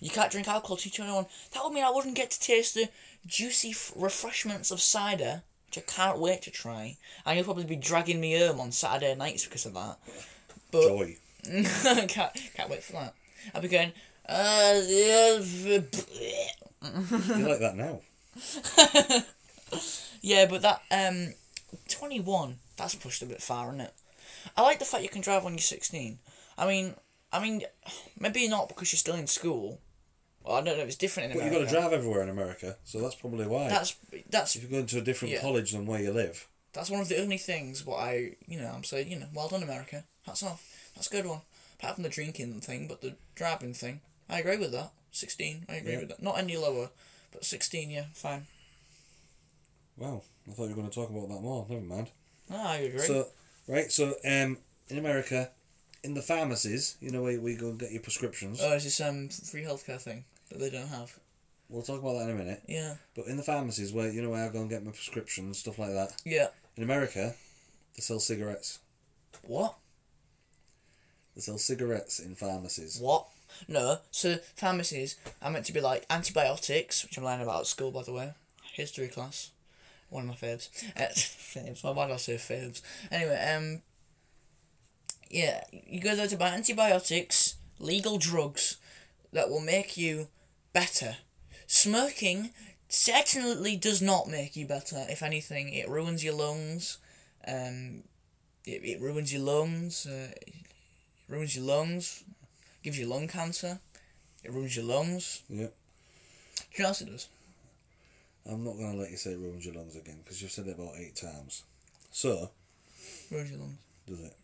You can't drink alcohol till you're 21. That would mean I wouldn't get to taste the juicy f- refreshments of cider, which I can't wait to try. And you'll probably be dragging me home on Saturday nights because of that. But Joy. can't can't wait for that. I'll be going. Uh, yeah, v- bleh." you like that now? yeah, but that um, twenty one. That's pushed a bit far, isn't it? I like the fact you can drive when you're sixteen. I mean, I mean, maybe not because you're still in school. Well, I don't know. if It's different in But you've America. got to drive everywhere in America, so that's probably why. That's that's if you're going to a different Yeah. college than where you live, that's one of the only things what I you know I'm saying you know well done America hats off that's a good one apart from the drinking thing but the driving thing I agree with that sixteen I agree Yeah. with that not any lower but sixteen yeah fine wow, I thought you were going to talk about that more. Never mind. no Ah, I agree So, right, so um, in America, in the pharmacies, you know where we go and get your prescriptions. oh is this um free healthcare thing that they don't have we'll talk about that in a minute. yeah But in the pharmacies where you know where I go and get my prescriptions, stuff like that. yeah In America, they sell cigarettes. what They sell cigarettes in pharmacies. What? No. So pharmacies are meant to be like antibiotics, which I'm learning about at school, by the way. History class, one of my faves. Uh, faves. Why did I say faves? Anyway, um, yeah, you go there to buy antibiotics, legal drugs that will make you better. Smoking certainly does not make you better. If anything, it ruins your lungs. Um, it, it ruins your lungs. Uh, it ruins your lungs gives you lung cancer. It ruins your lungs. Yep. Do you know what else it does? I'm not going to let you say it ruins your lungs again because you've said it about eight times. So, Ruins your lungs. does it?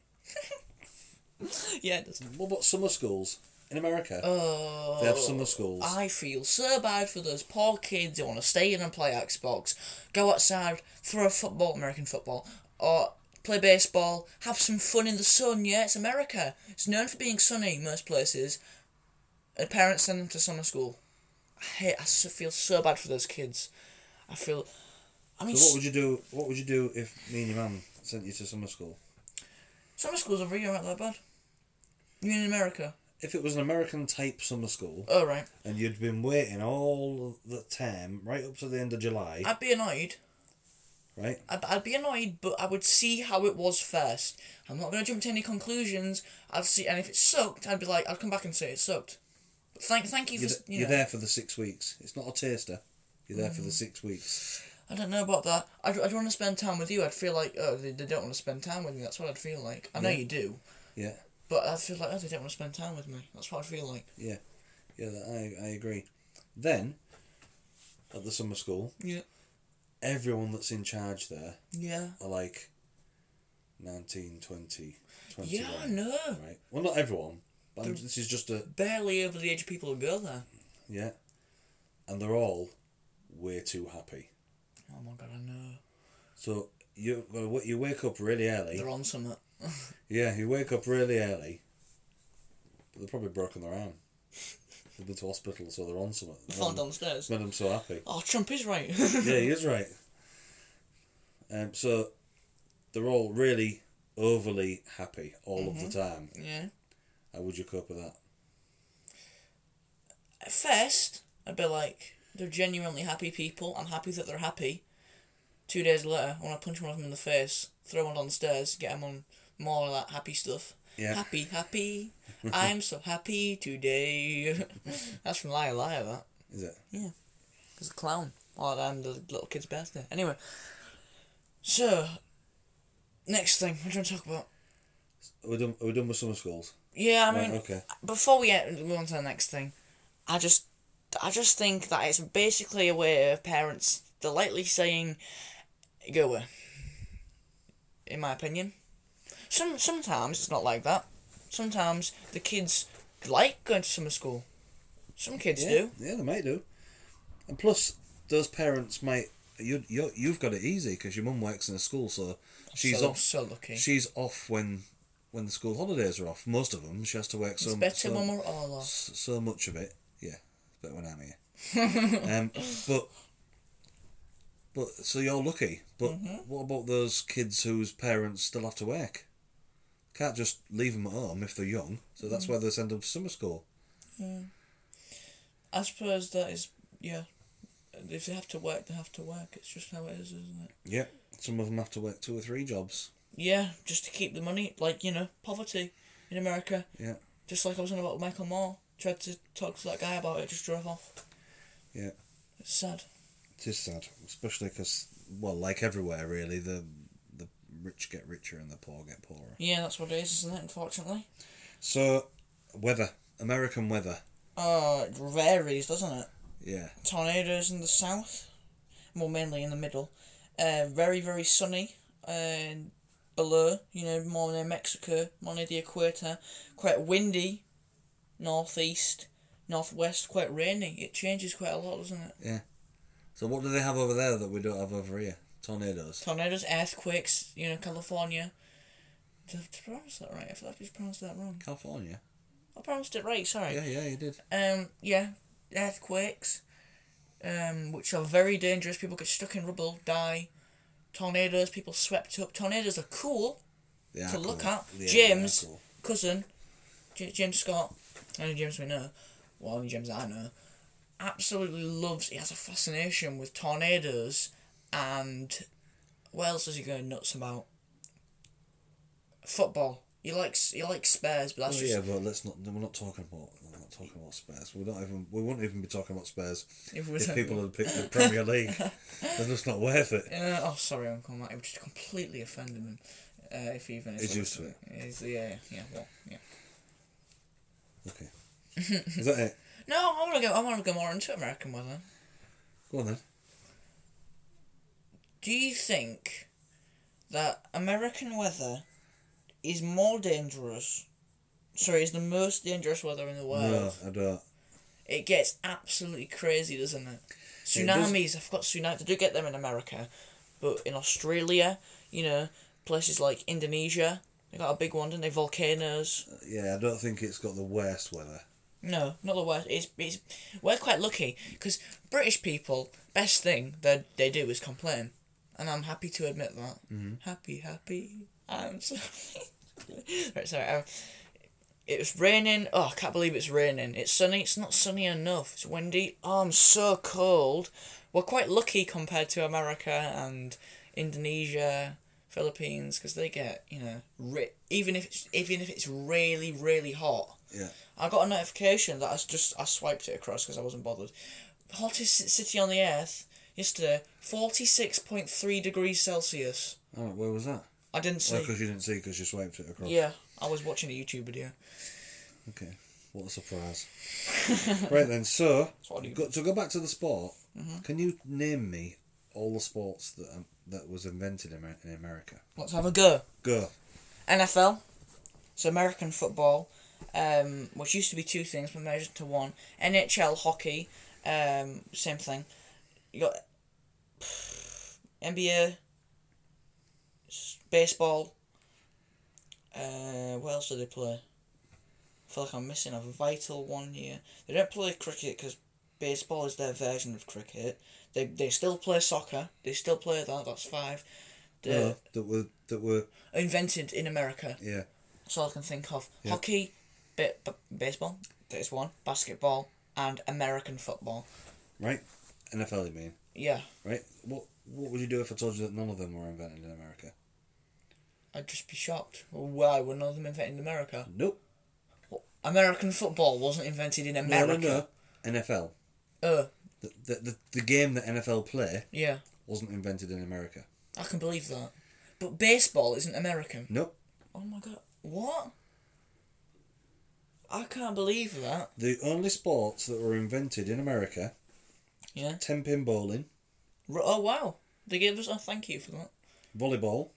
Yeah, it does. What about summer schools? In America, Oh, they have summer schools. I feel so bad for those poor kids who want to stay in and play Xbox, go outside, throw a football, American football, or play baseball, have some fun in the sun. Yeah, it's America. It's known for being sunny most places. And parents send them to summer school. I hate. I so- feel so bad for those kids. I feel. I mean, so what would you do? What would you do if me and your mum sent you to summer school? summer schools over here aren't that bad. You mean in America? If it was an American type summer school Oh right. and you'd been waiting all the time, right up to the end of July, I'd be annoyed. right? I'd, I'd be annoyed, but I would see how it was first. I'm not going to jump to any conclusions. I'd see, and if it sucked, I'd be like, I'd come back and say it sucked. But thank, thank you for You're, s- you you're know. there for the six weeks. It's not a taster. You're there for Mm-hmm. the six weeks. I don't know about that. I'd, I'd want to spend time with you. I'd feel like, oh, they, they don't want to spend time with me. That's what I'd feel like. I know you do, Yeah, but I'd feel like, oh, they don't want to spend time with me. That's what I'd feel like. yeah, yeah. that- I I agree. Then, at the summer school, Yeah. everyone that's in charge there Yeah. are like 19, 20, 21. Yeah, I know. Right. Well, not everyone. But I'm- this is just a Barely over the age of people who go there. yeah, and they're all way too happy. Oh my god, I know. So you well, what- you wake up really early. They're on something. Yeah, you wake up really early. But they're probably broken their arm. They've been to hospital, so they're on something. Falling Made down the stairs. them so happy. Oh, Trump is right. yeah, he is right. Um, so they're all really overly happy all of Mm-hmm. the time. yeah. How would you cope with that? At first, I'd be like, they're genuinely happy people. I'm happy that they're happy. Two days later, I want to punch one of them in the face, throw one downstairs, get him on more of that happy stuff. Yeah. Happy, happy. I'm so happy today. That's from Liar Liar, that. Is it? He's a clown. Oh, I'm the little kid's birthday. Anyway. So, next thing, what do you want to talk about? Are we done, are we done with summer schools? Yeah, I Right, mean, okay. before we end- move on to the next thing, I just, I just think that it's basically a way of parents delightfully saying, "Go away." In my opinion, some sometimes it's not like that. Sometimes the kids like going to summer school. Some kids yeah, do. Yeah, they might do. And plus, those parents might. You you you've got it easy because your mum works in a school, so she's so, off. so lucky. She's off when when the school holidays are off. Most of them, she has to work so it's better so, when we're all off. s- so much of it. Yeah, it's better when I'm here. um, but but so you're lucky. But Mm-hmm. what about those kids whose parents still have to work? Can't just leave them at home if they're young. So Mm-hmm. that's why they send them to summer school. I suppose that is yeah. If they have to work, they have to work. It's just how it is, isn't it? Yep. Some of them have to work two or three jobs. Yeah, just to keep the money. Like you know, poverty in America. Yeah. Just like I was on about with Michael Moore. Tried to talk to that guy about it, just drove off. Yeah. It's sad. It is sad, especially because well, like everywhere really, the the rich get richer and the poor get poorer. Yeah, that's what it is, isn't it? Unfortunately. So, weather, American weather. Oh, it varies, doesn't it? Yeah. Tornadoes in the south, well, mainly in the middle. Uh, very very sunny. And below, you know, more near Mexico, more near the equator. Quite windy, northeast, northwest. Quite rainy. It changes quite a lot, doesn't it? So what do they have over there that we don't have over here? Tornadoes. tornadoes, earthquakes, you know, California. Did I pronounce that right? I feel like I just pronounced that wrong. California. I pronounced it right, sorry. Yeah, yeah, you did. Um, yeah, earthquakes, um, which are very dangerous. People get stuck in rubble, die. Tornadoes, people swept up. Tornadoes are cool. They are To look cool. at. Yeah, James. they are cool. Cousin, J- James Scott, only James we know, well, only James I know, absolutely loves, he has a fascination with tornadoes and what else does he go nuts about? Football. He likes he likes Spurs, but that's Oh, just yeah, but let's not. We're not talking about. We're not talking about Spurs. We don't even. We wouldn't even be talking about Spurs if we're if talking- people had picked the Premier League. They're just not worth it. Uh, oh, sorry, Uncle Matt. It just completely offended him. Uh, if he even is He's used to it. He's- yeah, yeah, well, yeah. Okay. Is that it? No, I want to go. I want to go more into American weather. Go on then. Do you think that American weather is more dangerous? Sorry, is the most dangerous weather in the world. No, I don't. It gets absolutely crazy, doesn't it? It does. Tsunamis, I've got tsunamis. They do get them in America, but in Australia, you know, places like Indonesia, they got a big one, didn't they? Volcanoes. Yeah, I don't think it's got the worst weather. No, not the worst. It's, it's we're quite lucky because British people, best thing that they do is complain, and I'm happy to admit that. Happy, happy. I'm so. right, sorry. Um, it was raining. Oh, I can't believe it's raining. It's sunny. It's not sunny enough. It's windy. Oh, I'm so cold. We're quite lucky compared to America and Indonesia, Philippines, because they get you know, ri- even if it's, even if it's really really hot. Yeah. I got a notification that I s- just I swiped it across because I wasn't bothered. Hottest ci- city on the earth yesterday, forty six point three degrees Celsius. All right. Where was that? I didn't see. Oh, because you didn't see because you swiped it across. Yeah, I was watching a YouTube video. Okay. What a surprise. right then, so what I Mm-hmm. do. go, to go back to the sport, can you name me all the sports that um, that was invented in, Amer- in America? Let's have a go. Go. NFL, so American football, um, which used to be two things but merged into one. NHL hockey, um, same thing. You got NBA, s- baseball. Uh, what else do they play? I feel like I'm missing a vital one here. They don't play cricket because baseball is their version of cricket. They they still play soccer. They still play that. That's five. They're No, that were that were invented in America. yeah. That's all I can think of. Hockey, ba- ba- baseball. There's one. Basketball and American football. Right? NFL you mean, Yeah, right? What what would you do if I told you that none of them were invented in America? I'd just be shocked. Why were none of them invented in America? Nope. American football wasn't invented in No, no, America. no. NFL. Uh, The, the, the, the game that NFL play yeah, wasn't invented in America. I can believe that. But baseball isn't American. Nope. Oh my god, what? I can't believe that. The only sports that were invented in America, Yeah. ten pin bowling, R- oh wow, they gave us a thank you for that. volleyball,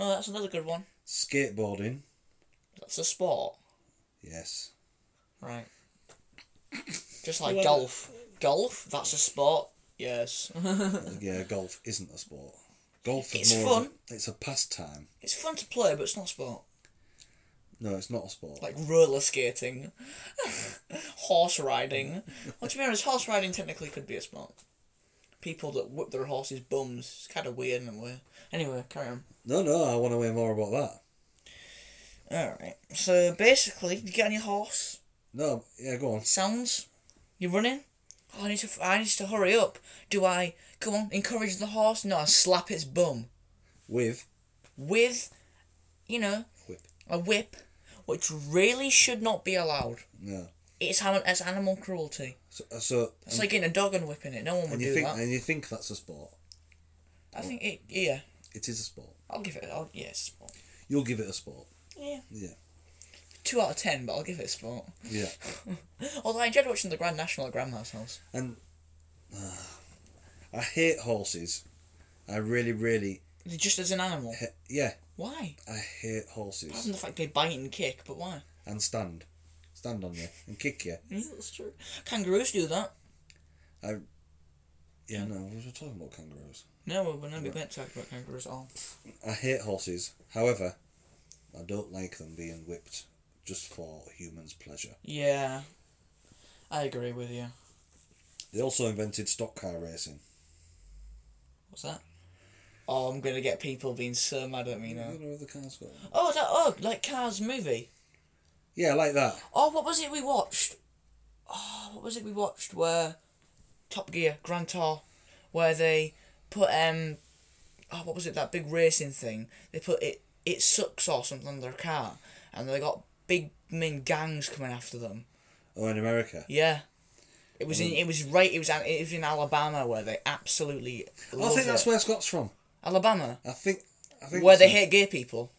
Oh, that's another good one. skateboarding. That's a sport, Yes. right? Just like Well, golf. Golf. That's a sport. Yes. Yeah, golf isn't a sport. Golf is It's more of a- fun. it's a pastime. it's fun to play, but it's not a sport. No, it's not a sport. Like roller skating, horse riding. Well, to be honest, horse riding technically could be a sport. People that whip their horses' bums. It's kind of weird in a way. Anyway, carry on. No, no, I want to hear more about that. Alright, so basically, you get on your horse, No, yeah, go on. sounds, you're running. Oh, I need to, I need to hurry up. Do I, come on, encourage the horse? No, I slap its bum With with, you know, Whip. a whip, which really should not be allowed. no. It's, an- it's animal cruelty. So, uh, so It's like getting a dog and whipping it. No one would and you do think that. and you think that's a sport. I think it. Yeah, It is a sport. I'll give it. I'll, yeah, it's a sport. You'll give it a sport. Yeah. Yeah. Two out of ten, but I'll give it a sport. Yeah. Although I enjoyed watching the Grand National at Grandma's house. And uh, I hate horses. I really, really, Just as an animal. he- yeah, Why? I hate Apart horses. from the fact they bite and kick, but why? And stand, stand on you and kick you. Yeah, that's true. Kangaroos do that. Yeah, no, we were talking about kangaroos. No, we're- we're not we meant to talk about kangaroos at all. I hate horses. However, I don't like them being whipped just for humans' pleasure. Yeah. I agree with you. They also invented stock car racing. What's that? Oh, I'm gonna get people being so mad at me now. You know, the cars got. Oh, that oh, like Cars movie. Yeah, like that. Oh, what was it we watched? Oh, what was it we watched where Top Gear, Grand Tour, where they put um, oh, what was it that big racing thing? They put it it sucks or something on their car, and they got big mean gangs coming after them. Oh, in America. Yeah. It was in. It was right. It was. an- It was in Alabama where they absolutely. I love think that's it. where Scott's from. Alabama, I think. I think. where they so. hate gay people.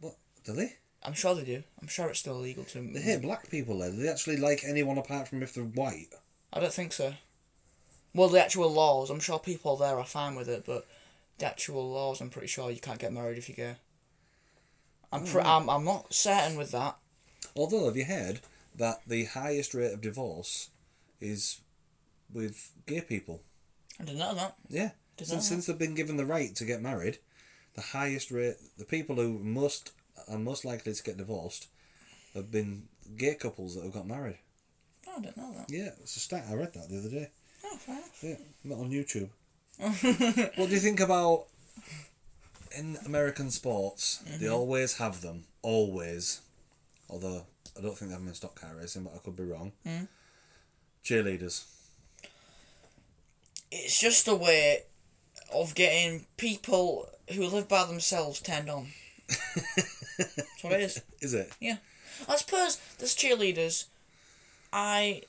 What do they? I'm sure they do. I'm sure it's still illegal to. They hate black people there. Do they actually like anyone apart from if they're white? I don't think so. Well, the actual laws, I'm sure people there are fine with it, but the actual laws, I'm pretty sure you can't get married if you go. I'm, pre- I'm, I'm not certain with that. Although, have you heard that the highest rate of divorce is with gay people? I didn't know that. Yeah. Did since, that- since they've been given the right to get married, the highest rate, the people who most are most likely to get divorced have been gay couples that have got married. No, I didn't know that. Yeah, it's a stat. I read that the other day. Oh, fair enough. Yeah, not on YouTube. what do you think about in American sports? They always have them, always. Although I don't think they have them in stock car racing, but I could be wrong. Cheerleaders. It's just a way of getting people who live by themselves turned on. That's what it is. Is it? Yeah. I suppose there's cheerleaders. I.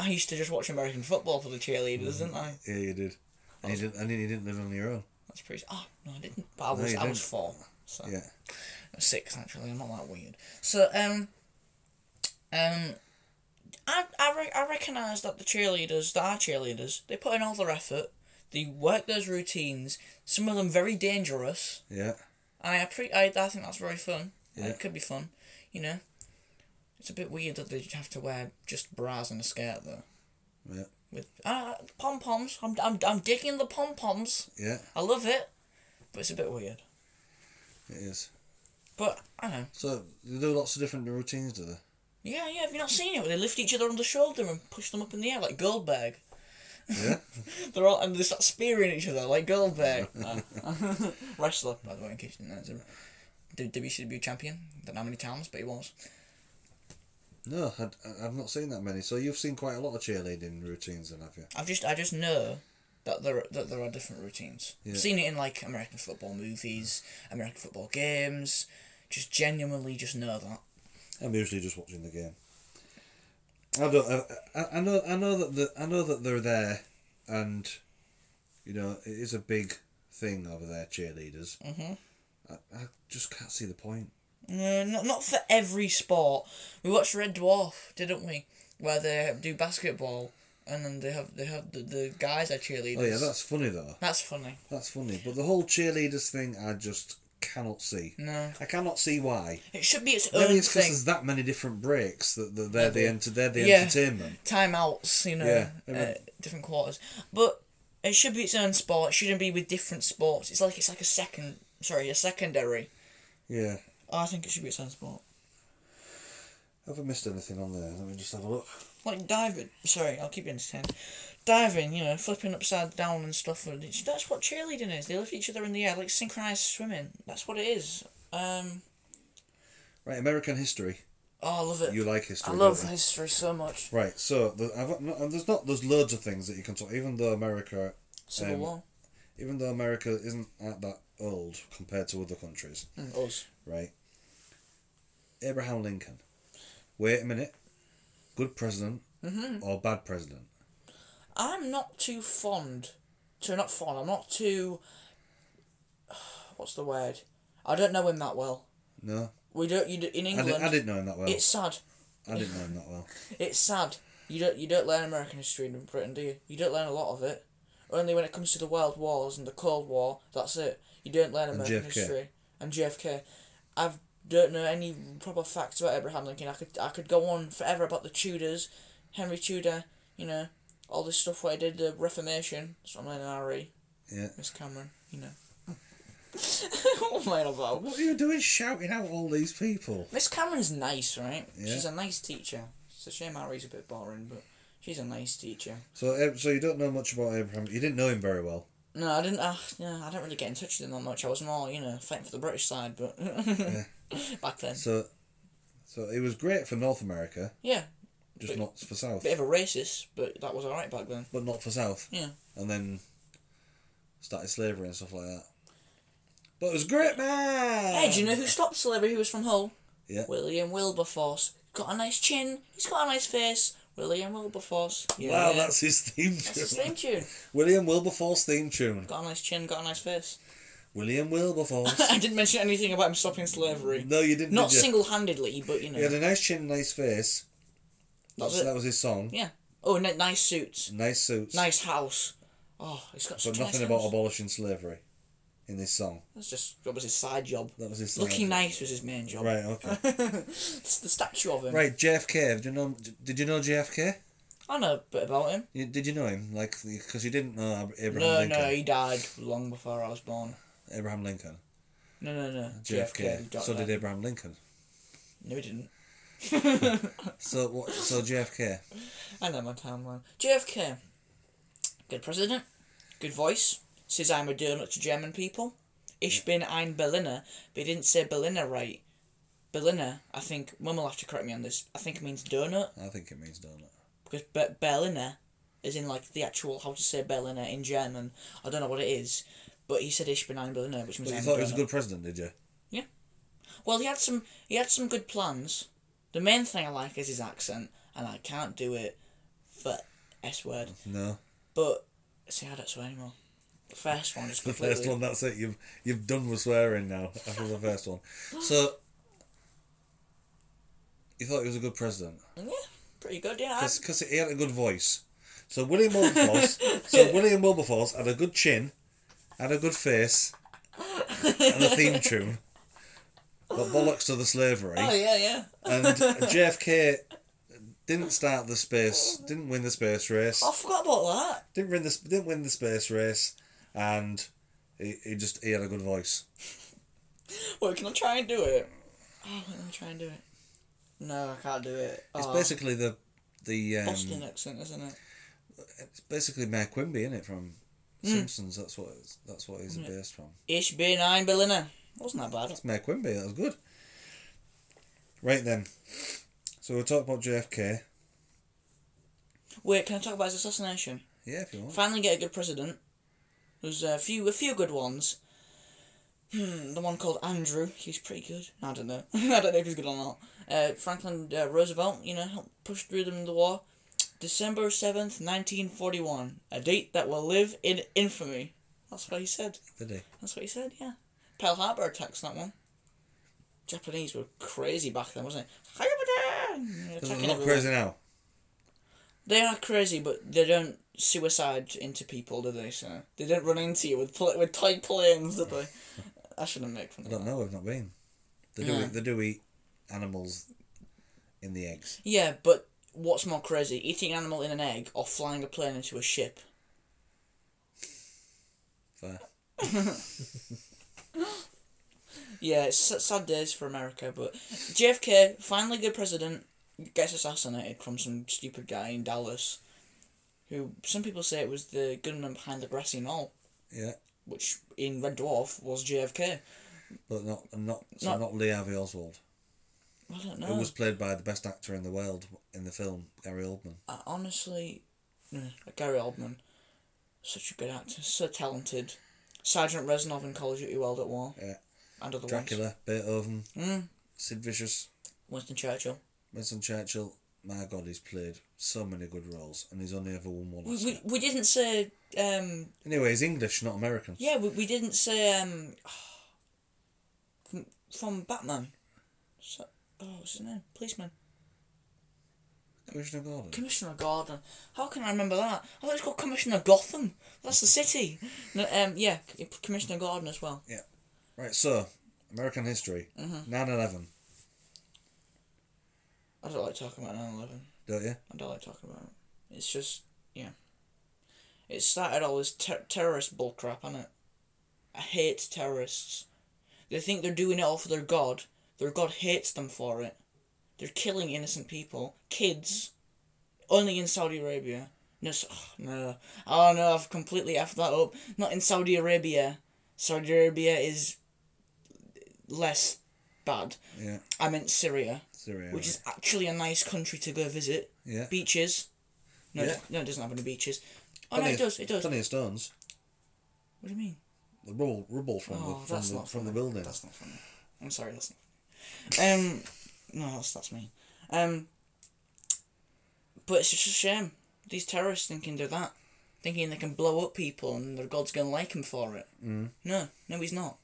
I used to just watch American football for the cheerleaders, didn't I? Yeah, you did. And you didn't. And you didn't live on your own. That's pretty. Oh no, I didn't. But I No, was. you I was didn't. four. So Yeah. six actually. I'm not that weird. So um, um, I I, re- I recognise that the cheerleaders, that are cheerleaders, they put in all their effort. They work those routines. Some of them very dangerous. Yeah. And I appre- I, I think that's very fun. and Yeah. It could be fun, you know. It's a bit weird that they have to wear just bras and a skirt though. Yeah. With ah pom poms. I'm, I'm I'm digging the pom poms. Yeah, I love it, but it's a bit weird. it is. But I don't know. So they do lots of different routines, do they? Yeah, yeah. Have you not seen it? Where they lift each other on the shoulder and push them up in the air like Goldberg. Yeah. They're all and they start spearing each other like Goldberg. Wrestler, by the way, in case you didn't know. He's a WCW champion. Don't know how many times, but he was. no, I, I- I've not seen that many. So you've seen quite a lot of cheerleading routines, then, have you? I've just I just know that there that there are different routines. I've Yeah. seen it in like American football movies, American football games. Just genuinely just know that. I'm usually just watching the game. I don't. I, I- I know. I know that the, I know that they're there, and you know it is a big thing over there. Cheerleaders. Mhm. I, I just can't see the point. No, Mm, not not for every sport. We watched Red Dwarf, didn't we? Where they do basketball and then they have they have the, the guys are cheerleaders. Oh yeah, that's funny though. that's funny. That's funny. But the whole cheerleaders thing, I just cannot see. No, I cannot see why. it should be its own Maybe it's because thing. there's that many different breaks that, that they're the enter, they're the Yeah. entertainment. timeouts, you know, Yeah, I uh, mean- different quarters. But it should be its own sport. It shouldn't be with different sports. It's like it's like a second, sorry, a secondary. Oh, Yeah. I think it should be its own sport. Have I missed anything on there? Let me just have a look. Like diving. Sorry, I'll keep you entertained. Diving, you know, flipping upside down and stuff. and it's- That's what cheerleading is. They lift each other in the air, like synchronized swimming. That's what it is. Um, Right, American history. oh, I love it. You like I history. love don't you? history so much. Right, so the, I've, no, and there's not there's loads of things that you can talk. Even though America, Civil Um, War. even though America isn't at that old compared to other countries, Us. right? Abraham Lincoln. Wait a minute, good president Mm-hmm. or bad president? I'm not too fond. So not fond. I'm not too. What's the word? I don't know him that well. No, We don't. You do, in I, England. di- I didn't know him that well. It's sad. I didn't know him that well. It's sad. You don't. You don't learn American history in Britain, do you? You don't learn a lot of it. Only when it comes to the World Wars and the Cold War. That's it. You don't learn American JFK. history and JFK. I don't know any proper facts about Abraham Lincoln. I could. I could go on forever about the Tudors, Henry Tudor. You know, all this stuff where he did the Reformation. That's what I'm learning already. Yeah. E. Miss Cameron, you know. what am I on about? What are you doing shouting out all these people? Miss Cameron's nice, right? Yeah. She's a nice teacher. It's a shame Harry's a bit boring, but she's a nice teacher. So, Ab- so you don't know much about Abraham. You didn't know him very well. No, I didn't. Uh, no, I didn't really get in touch with him that much. I was more, you know, fighting for the British side, but back then, So, so it was great for North America, yeah, just But- not for South. bit of a racist, but that was all right back then. But not for South. Yeah. And then started slavery and stuff like that. But it was great, man. Hey, do you know who stopped slavery? Who was from Hull? Um, Yeah. William Wilberforce. Got a nice chin. He's got a nice face. William Wilberforce. Yeah. Wow, that's his theme tune. That's his theme tune. William Wilberforce theme tune. Got a nice chin. Got a nice face. William Wilberforce. I didn't mention anything about him stopping slavery. no, you didn't. Not did you? single handedly, but you know. He had a nice chin, nice face. That's So it. that was his song. Yeah. Oh, n- nice suits. Nice suits. Nice house. Oh, he's got such But a nice nothing about house. abolishing slavery in this song. That's just that was his side job. That was his song. Looking nice was his main job. Right, okay. It's the statue of him. right, JFK. Did you know? Did you know JFK? I know a bit about him. You, did you know him? Like, because you didn't know Ab- Abraham No, Lincoln. no, he died long before I was born. Abraham Lincoln. No, no, no. JFK. JFK got so that. did Abraham Lincoln. No, he didn't. So what? So JFK. I know my timeline. JFK. Good president. Good voice. Says I'm a donut to German people. Ich bin ein Berliner, but he didn't say Berliner right. Berliner, I think, Mum will have to correct me on this, I think it means donut, I think it means donut. because Be- Berliner is in like the actual how to say Berliner in German. I don't know what it is, but he said Ich bin ein Berliner, which means But you I'm thought a he was a donut. good president, did you? Well, he had some he had some good plans. The main thing I like is his accent, and I can't do it for S word. No. But see, I don't swear anymore. The first one is The completely. first one. That's it. You've you've done with swearing now after the first one. So. You thought he was a good president Yeah, pretty good. Yeah, I, because he had a good voice. So William Wilberforce. so William Wilberforce had a good chin, had a good face, and a theme tune. But bollocks to the slavery. oh yeah, yeah. And JFK Didn't start the space. Didn't win the space race. I forgot about that. Didn't win the sp- didn't win the space race, and he, he just he had a good voice. Wait, can I try and do it? Oh, wait, let me try and do it. No, I can't do it. It's Oh, basically the the um, Boston accent, isn't it? It's basically Mayor Quimby, isn't it? From Simpsons. That's what it's, that's what he's based from. Ich bin ein Berliner. Wasn't that bad? That's Mayor Quimby. That was good. Right then. So we'll talk about JFK. Wait, can I talk about his assassination? Yeah, if you want. Finally, get a good president. There's a few, a few good ones. Hmm, the one called Andrew. He's pretty good. I don't know. I don't know if he's good or not. Uh, Franklin uh, Roosevelt, you know, helped push through them in the war. December seventh, nineteen forty-one, a date that will live in infamy. That's what he said. Did he? That's what he said. Yeah, Pearl Harbor attacks that one. Japanese were crazy back then, wasn't it? Hayabata! They're Attacking not everyone. crazy now. They are crazy, but they don't suicide into people, do they? So they don't run into you with pl- with toy planes, do they? I shouldn't make fun I of don't that. know. I've not been. They do. No. Eat, they do eat animals in the eggs. Yeah, but what's more crazy, eating an animal in an egg or flying a plane into a ship? Fair. Yeah, it's s- sad days for America, but JFK finally good president gets assassinated from some stupid guy in Dallas, who some people say it was the gunman behind the grassy knoll, Yeah, which in Red Dwarf was JFK. but not and not so Not- not, Lee Harvey Oswald, I don't know. who was played by the best actor in the world in the film Gary Oldman. I honestly, mm, Gary Oldman, such a good actor, so talented. Sergeant Reznov in Call of Duty World at War. Yeah. And other ones. Dracula, Beethoven, Mm. Sid Vicious, Winston Churchill. Winston Churchill. My God, he's played so many good roles, and he's only ever won one. We, Oscar. we, we didn't say, um, Anyway, he's English, not American. yeah, we, we didn't say, um, from, from Batman. So, oh, what's his name? Policeman. Commissioner Gordon. Commissioner Gordon. How can I remember that? I thought it's called Commissioner Gotham. That's the city. No, um, yeah, C- Commissioner Gordon as well. right, so American history, Mm-hmm. nine eleven, I don't like talking about 9 11. don't you? I don't like talking about it. It's just, yeah. It started all this ter- terrorist bullcrap, innit? I hate terrorists. They think they're doing it all for their god. Their god hates them for it. They're killing innocent people, kids, only in Saudi Arabia. No, s- oh, no. Oh no, I've completely effed that up. Not in Saudi Arabia. Saudi Arabia is less bad. Yeah, I meant Syria, Syria. which is actually a nice country to go visit yeah. beaches. No, Yeah. it, no, it doesn't have any beaches. Oh Plenty no, it of- does. It does. What Plenty of stones. do you mean? The rubble, rubble from Oh, the from that's the, not from the funny. building. That's not funny. I'm sorry, that's not. Funny. Um, no, that's that's me. Um, but it's just a shame. These terrorists thinking they're that, thinking they can blow up people and their God's gonna like him for it. Mm. No, no, he's not.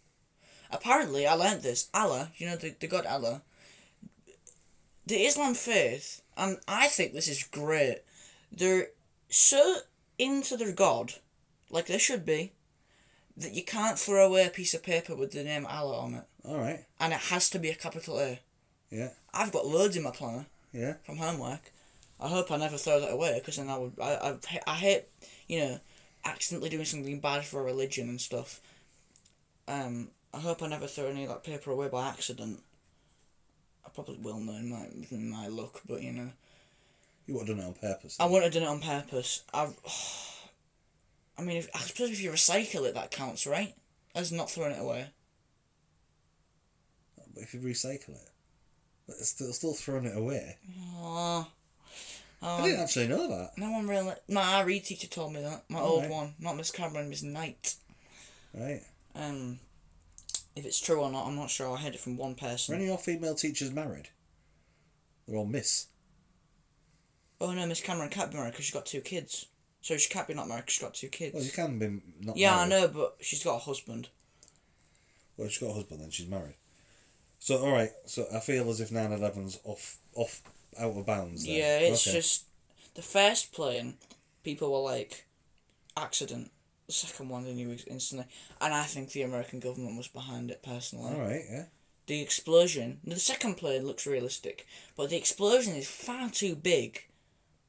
Apparently, I learnt this. Allah, you know the the God Allah. The Islam faith, and I think this is great. They're so into their God, like they should be, that you can't throw away a piece of paper with the name Allah on it, All right. and it has to be a capital A. Yeah. I've got loads in my planner Yeah. from homework. I hope I never throw that away because then I would I, I I hate you know accidentally doing something bad for a religion and stuff. Um, I hope I never throw any of that paper away by accident. I probably will know in my in my luck, but you know. You would have done it on purpose. I wouldn't have done it on purpose. I, I mean, if, I suppose if you recycle it, that counts, right? As not throwing it away. But if you recycle it, but it's still, still throwing it away. Aww. I didn't actually know that. Oh, No one really. My RE teacher told me that. My old Alright. one, not Miss Cameron, Miss Knight. Right. Um, if it's true or not, I'm not sure. I heard it from one Are person. any of your female teachers married? They're all miss. Oh no, Miss Cameron can't be married because she's got two kids. So she can't be not married 'cause she's got two kids. Well, you can be not yeah, married. I know, but she's got a husband. Well, she's got a husband then, she's married. So, all right, so I feel as if 9 11's off, off, out of bounds. Then. Yeah, it's Okay. just the first plane, people were like, accident. The second one, they knew instantly, and I think the American government was behind it personally. All right, yeah. the explosion. The second plane looks realistic, but the explosion is far too big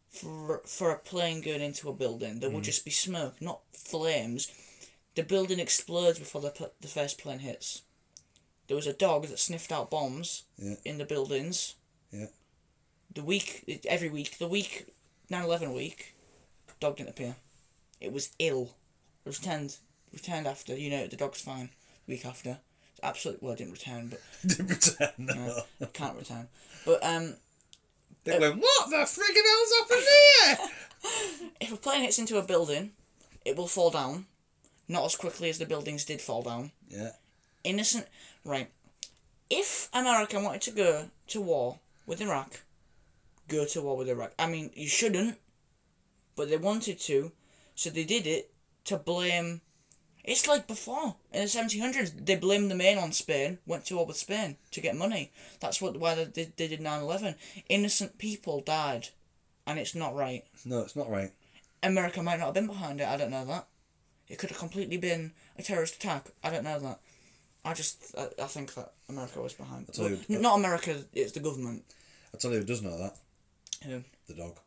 for for a plane going into a building. There would just be smoke, not flames. The building explodes before the pl- the first plane hits. There was a dog that sniffed out bombs Yeah. in the buildings. Yeah. The week every week the week 9-11 week, dog didn't appear. It was ill. It returned returned after. You know the dog's fine. Week after, it's absolute. Well, it didn't return, but Didn't return, no. it can't return. But um, They went, what the friggin' hell's happened here? if a plane hits into a building, it will fall down, not as quickly as the buildings did fall down. yeah. Innocent, right? If America wanted to go to war with Iraq, go to war with Iraq. I mean, you shouldn't, but they wanted to, so they did it to blame. It's like before in the seventeen hundreds, they blamed the main on Spain, went to war with Spain to get money. That's what why they did- they did 9-11. Innocent people died, and it's not right. No, it's not right. America might not have been behind it. I don't know that. It could have completely been a terrorist attack. I don't know that. I just I, I think that America was behind. tell you- Well, n- not America. It's the government. I tell you who does know that. Who The dog.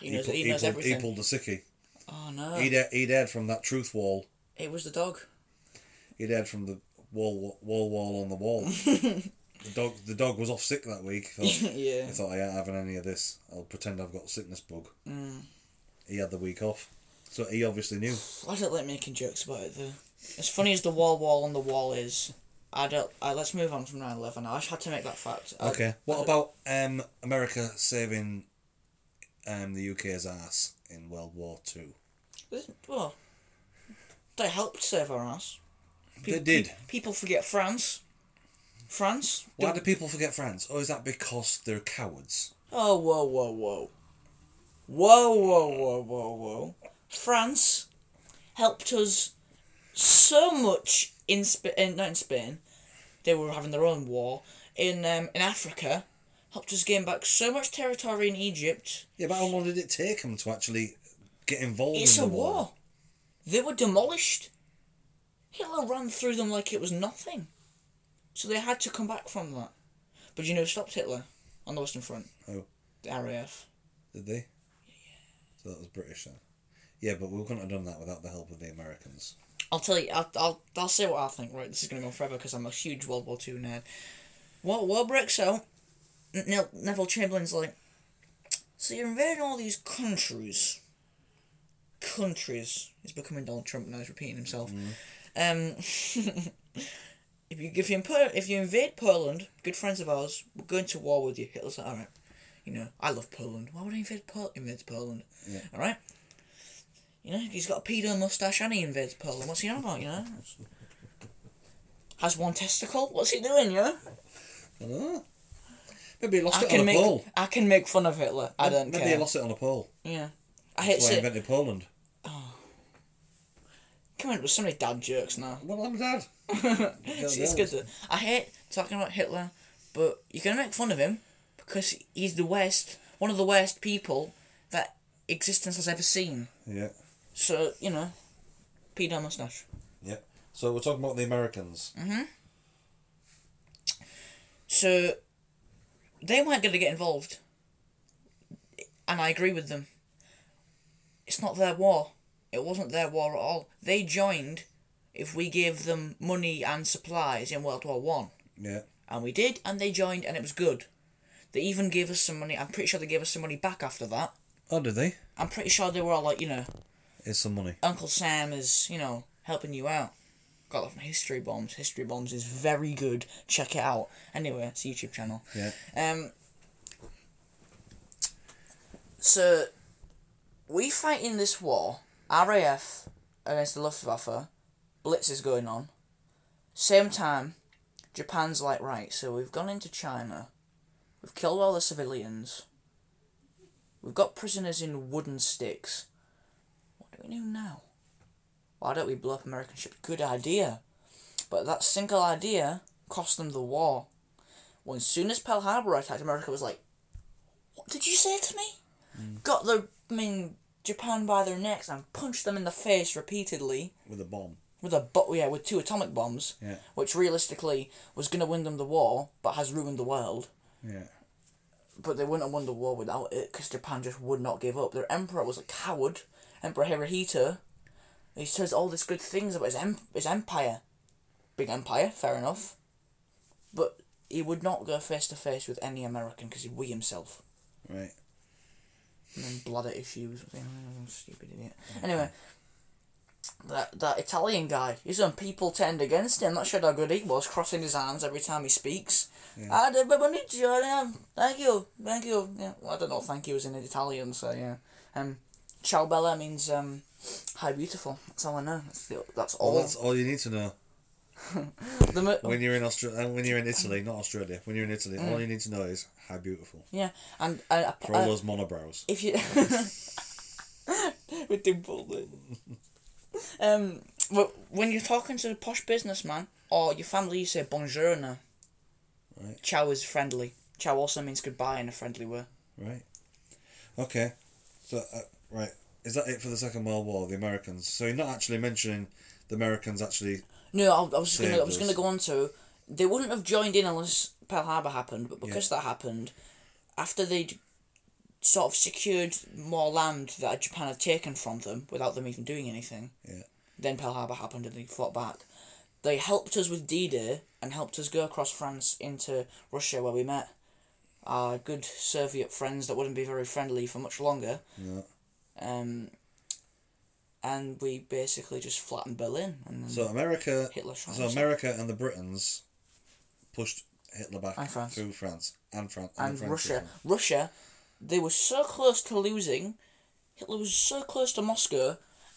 he knows? pulled- He knows pulled- everything. He pulled the sickie. oh no! He'd, he he'd aired from that truth wall. it was the dog. He'd aired from the wall wall wall on the wall. the dog the dog was off sick that week. He Thought, yeah. I thought I ain't having any of this. I'll pretend I've got a sickness bug. Mm. He had the week off, so he obviously knew. I don't like making jokes about it though. As funny as the wall wall on the wall is, I don't. I, let's move on from 9-11. I just had to make that fact. I- Okay, I what don't- about um America saving um the UK's ass in World War Two? Well, they helped save our ass. They did. People forget France. France. Why do people forget France? Or is that because they're cowards? Oh, whoa, whoa, whoa. Whoa, whoa, whoa, whoa, whoa. France helped us so much in Spain, not in Spain, they were having their own war, in, um, in Africa, helped us gain back so much territory in Egypt. Yeah, but how long did it take them to actually get involved It's in a the war. They were demolished. Hitler ran through them like it was nothing. So they had to come back from that. But you know who stopped Hitler on the Western Front? Who? The RAF. Did they? So that was British then. Yeah, but we couldn't have done that without the help of the Americans. I'll tell you. I'll, I'll, I'll say what I think. Right, this is gonna go on forever because I'm a huge World War Two nerd. What war breaks out? oh, N- Nev- Neville Chamberlain's like, so you're invading all these countries. Countries. He's becoming Donald Trump now. He's repeating himself. Um, if you if you impo- if you invade Poland, good friends of ours, we're going to war with you. Hitler's like, all right. You know, I love Poland. Why would I invade Pol- invade Poland? All right. You know, he's got a pedo mustache and he invades Poland. What's he on about, you know? Has one testicle? What's he doing, you know? I don't know. Maybe he lost I it on can a make pole. I can make fun of Hitler. I don't Maybe he care. lost it on a pole. Yeah. I That's hate why he it. invented Poland. Come on, there's so many dad jokes now. Well, I'm dad. It's, it's good though. I hate talking about Hitler, but you can make fun of him because he's the worst, one of the worst people that existence has ever seen. Yeah, So, you know, pedo mustache. yeah. So we're talking about the Americans. Mm. So they weren't going to get involved. And I agree with them. It's not their war. It wasn't their war at all. They joined if we gave them money and supplies in World War One. Yeah, And we did, and they joined, and it was good. They even gave us some money. I'm pretty sure they gave us some money back after that. oh, did they? I'm pretty sure they were all like, you know, Here's some money. Uncle Sam is, you know, helping you out. Got that from History Bombs. History Bombs is very good. Check it out. Anyway, it's a YouTube channel. Yeah, Um. So, we fight in this war. RAF against the Luftwaffe. Blitz is going on. Same time, Japan's like right. So we've gone into China. We've killed all the civilians. We've got prisoners in wooden sticks. What do we do now? Why don't we blow up American ships? Good idea. But that single idea cost them the war. When soon as Pearl Harbor attacked, America was like, "What did you say to me?" Got the I mean Japan by their necks and punched them in the face repeatedly with a bomb. with a but yeah with two atomic bombs, Yeah. which realistically was gonna win them the war, but has ruined the world. Yeah. But they wouldn't have won the war without it because Japan just would not give up. Their emperor was a coward, Emperor Hirohito. He says all these good things about his em- his empire, big empire, fair enough. But he would not go face to face with any American because he'd wee himself Right. and then bladder issues. or something. Oh, Stupid idiot. Anyway, that that Italian guy, his own people turned against him. Not sure how good he was, crossing his arms every time he speaks. Ah, de benvenuto, yeah, uh, Thank you, thank you. Yeah, well, I don't know. what Thank you is in Italian, so yeah. Um, ciao bella means um, hi beautiful. That's all I know. That's, the, that's all. Well, that's all you need to know the mo- when you're in Australia. When you're in Italy, not Australia. When you're in Italy, all you need to know is how beautiful yeah, and uh, ap- for all Mm. uh, those monobrows. if you with dimpled um but when you're talking to a posh businessman or your family you say buongiorno Right. ciao is friendly ciao also means goodbye in a friendly way Right. Okay. So uh, right, is that it for the Second World War? The Americans. So you're not actually mentioning the Americans actually. no I, I was just gonna I was Savers. gonna go on to they wouldn't have joined in unless Pearl Harbor happened but because that happened after they'd sort of secured more land that Japan had taken from them without them even doing anything Yeah. Then Pearl Harbor happened and they fought back. They helped us with D Day and helped us go across France into Russia where we met our good Soviet friends that wouldn't be very friendly for much longer. No. Um, and we basically just flattened Berlin and then So America. Hitler shot So himself. America and the Britons pushed Hitler back And France. through France and France and the French as Russia. well. Russia, they were so close to losing. Hitler was so close to Moscow,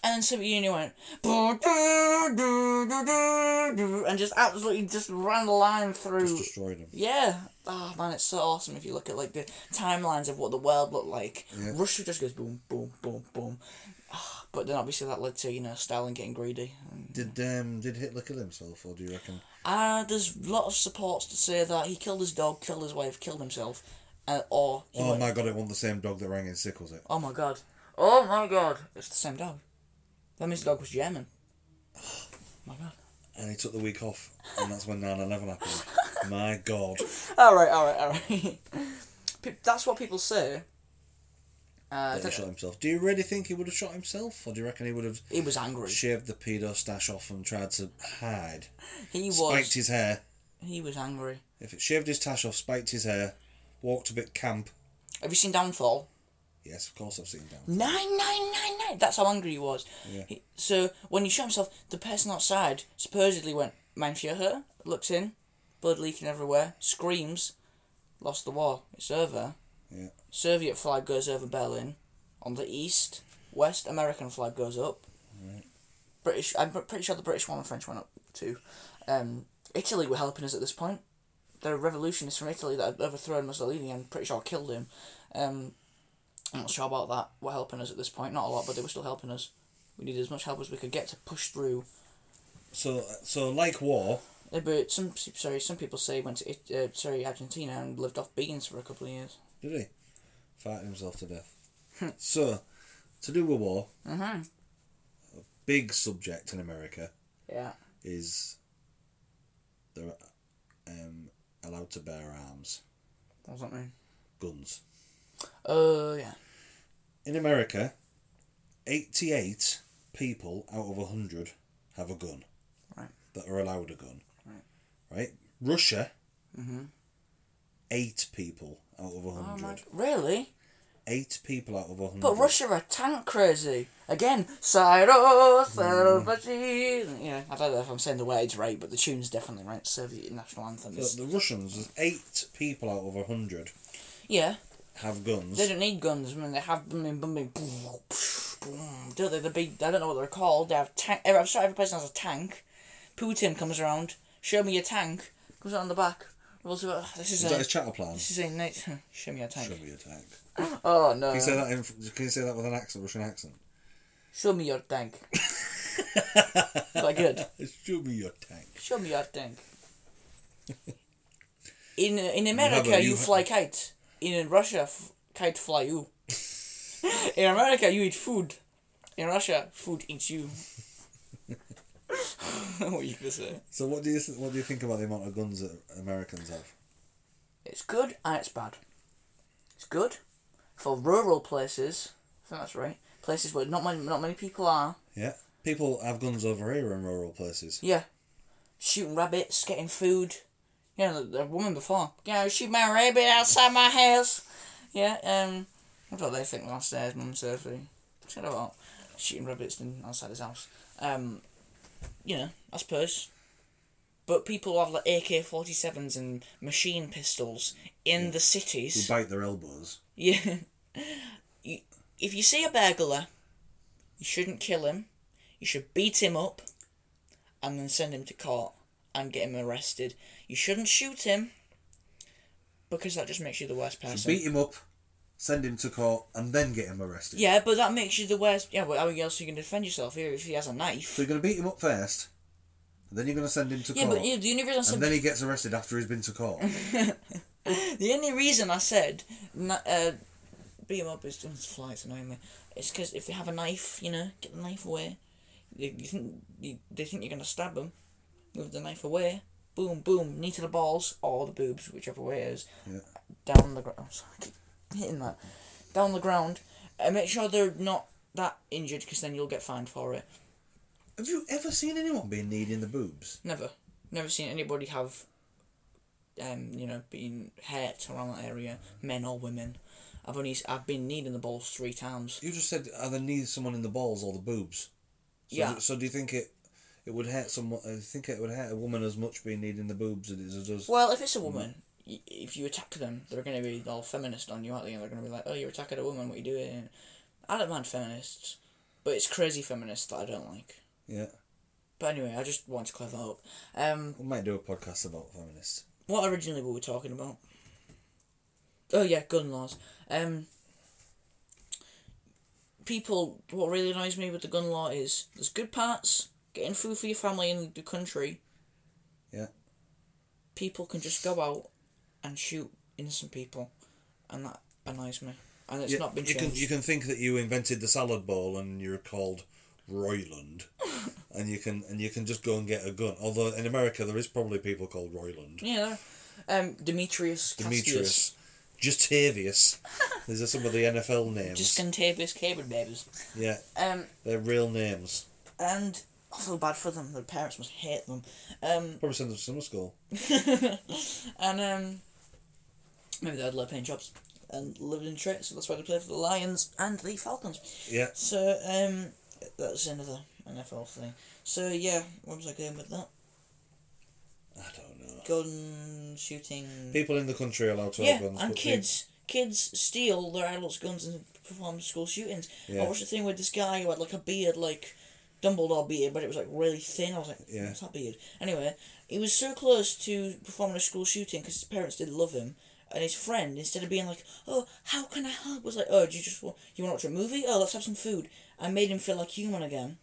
and then Soviet Union went and just absolutely just ran the line through. Just destroyed them. Yeah. Oh man, it's so awesome if you look at like the timelines of what the world looked like. Russia just goes boom, boom, boom, boom. Ah, But then obviously that led to you know Stalin getting greedy. And, Did um did Hitler kill himself or do you reckon? uh, there's a lot of supports to say that he killed his dog, killed his wife, killed himself, uh, or he Oh went- my god! It wasn't the same dog that rang in sick, was it? oh my god, oh my god, it's the same dog. That means the dog was German. my god. And he took the week off, and that's when 9-11 happened. my god! All right, all right, all right. Pe- That's what people say. Uh, That he shot himself. Do you really think he would have shot himself, or do you reckon he would have he was angry. shaved the pedo stash off and tried to hide? He Spiked was. his hair. He was angry. If it shaved his tash off, spiked his hair, walked a bit camp. Have you seen Downfall? Yes, of course I've seen down. Nine, nine, nine, nine. That's how angry he was. Yeah. He- so when he shot himself, the person outside supposedly went, "Mein Führer," looks in, blood leaking everywhere, screams, "Lost the war. It's over." Yeah. Soviet flag goes over Berlin. On the east, West American flag goes up. British. I'm pr- pretty sure the British one and French went up too. Um, Italy were helping us at this point. There were revolutionists from Italy that had overthrown Mussolini and pretty sure killed him. Um, I'm not sure about that. Were helping us at this point, not a lot, but they were still helping us. We needed as much help as we could get to push through. So, so like war, Uh, But some sorry, some people say he went to it, uh, sorry Argentina and lived off beans for a couple of years. did he? Fighting himself to death. Hmm. so, to do with war, Mm-hmm. big subject in America Yeah. is they're um, allowed to bear arms, What does that mean? guns. Oh yeah. In America, 88 people out of 100 have a gun. Right. That are allowed a gun. Right. Right? Russia, Mm-hmm. 8 people out of 100. Really? 8 people out of 100. But Russia are tank crazy. Again, Syro, Syro, Yeah, I don't know if I'm saying the words right, but the tune's definitely right. Soviet national anthem is. The, the Russians, there's 8 people out of 100 Yeah, have guns. they don't need guns. I mean, they have boom, boom, boom, boom, boom. Don't they? The big. I don't know what they're called. They have tank. Every, I'm sorry, every person has a tank. Putin comes around. Show me your tank. Comes out on the back. We'll see what- this is, Is that a. his chatter plan? This is a night. Show me your tank. Show me your tank. Oh no. Can you say that? In, can you say that with an accent, Russian accent? Show me your tank. Quite good. Show me your tank. Show me your tank. In in America, You have a- you, you ha- fly kite. In Russia, f- kite fly you. in America, you eat food. In Russia, food eats you. what you could say. So what do you th- what do you think about the amount of guns that Americans have? It's good and it's bad. It's good for rural places. I think that's right. Places where not many, not many people are. Yeah, people have guns over here in rural places. Yeah. Shooting rabbits, getting food. Yeah, the, the woman before. Yeah, I shoot my rabbit outside my house. Yeah, um, that's what they think last day, mum said. they Said about shooting rabbits than outside his house. Um, you know, I suppose. But people have like AK 47s and machine pistols in the They cities. bite their elbows. Yeah. you, if you see a burglar, you shouldn't kill him. You should beat him up and then send him to court and get him arrested. You shouldn't shoot him because that just makes you the worst person. Beat him up, send him to court, and then get him arrested. yeah, but that makes you the worst. Yeah, but how else are you going to defend yourself here if he has a knife? So you're gonna beat him up first, and then you're gonna send him to Yeah, court, but yeah, the only reason I said and then he gets arrested after he's been to court. The only reason I said na- uh, beat 'em up is just flies annoying me. It's because if they have a knife, you know, get the knife away. They, you think you, they think you're gonna stab them. Move the knife away. Boom, boom, knee to the balls or the boobs, whichever way it is. Yeah. Down the ground. Sorry, I keep hitting that. Down the ground. And make sure they're not that injured, because then you'll get fined for it. have you ever seen anyone being kneed in the boobs? Never, never seen anybody have, um, you know, been hurt around that area, men or women. I've only I've been kneed in the balls three times. You just said either knee someone in the balls or the boobs. So Yeah. Do, so do you think it? It would hurt someone. I think it would hurt a woman as much being kneed in the boobs as it does. Well, if it's a woman, y- if you attack them, they're gonna be all feminist on you, aren't they? And they're gonna be like, oh, you're attacking a woman. What you doing? I don't mind feminists, but it's crazy feminists that I don't like. Yeah. But anyway, I just want to clear that up. Um, We might do a podcast about feminists. what originally were we talking about? Oh yeah, gun laws. Um, people, what really annoys me with the gun law is there's good parts, getting food for your family in the country. Yeah. People can just go out and shoot innocent people, and that annoys me. And it's Yeah, not been you changed. can you can think that you invented the salad bowl and you're called Royland, and you can and you can just go and get a gun. Although in America there is probably people called Royland, Yeah. there- Um, Demetrius. Demetrius. Demetrius, Jatavius. These are some of the NFL names. Just can tape his cable babies. yeah, Um, they're real names. and I feel bad for them. Their parents must hate them. Um, Probably send them to summer school. And um, maybe they had low paying jobs and lived in tricks, so that's why they played for the Lions and the Falcons. Yeah, So um, that's another NFL thing. So yeah, where was I going with that? I don't know. Gun shooting. People in the country are allowed to yeah, have guns. and but they- kids. Kids steal their adults' guns and perform school shootings. Yeah. I watched a thing with this guy who had like a beard, like Dumbledore beard, but it was like really thin. I was like, Yeah. what's that beard? Anyway, he was so close to performing a school shooting because his parents didn't love him. And his friend, instead of being like, "Oh, how can I help?" was like, "Oh, do you just want you want to watch a movie? Oh, let's have some food." I made him feel like human again,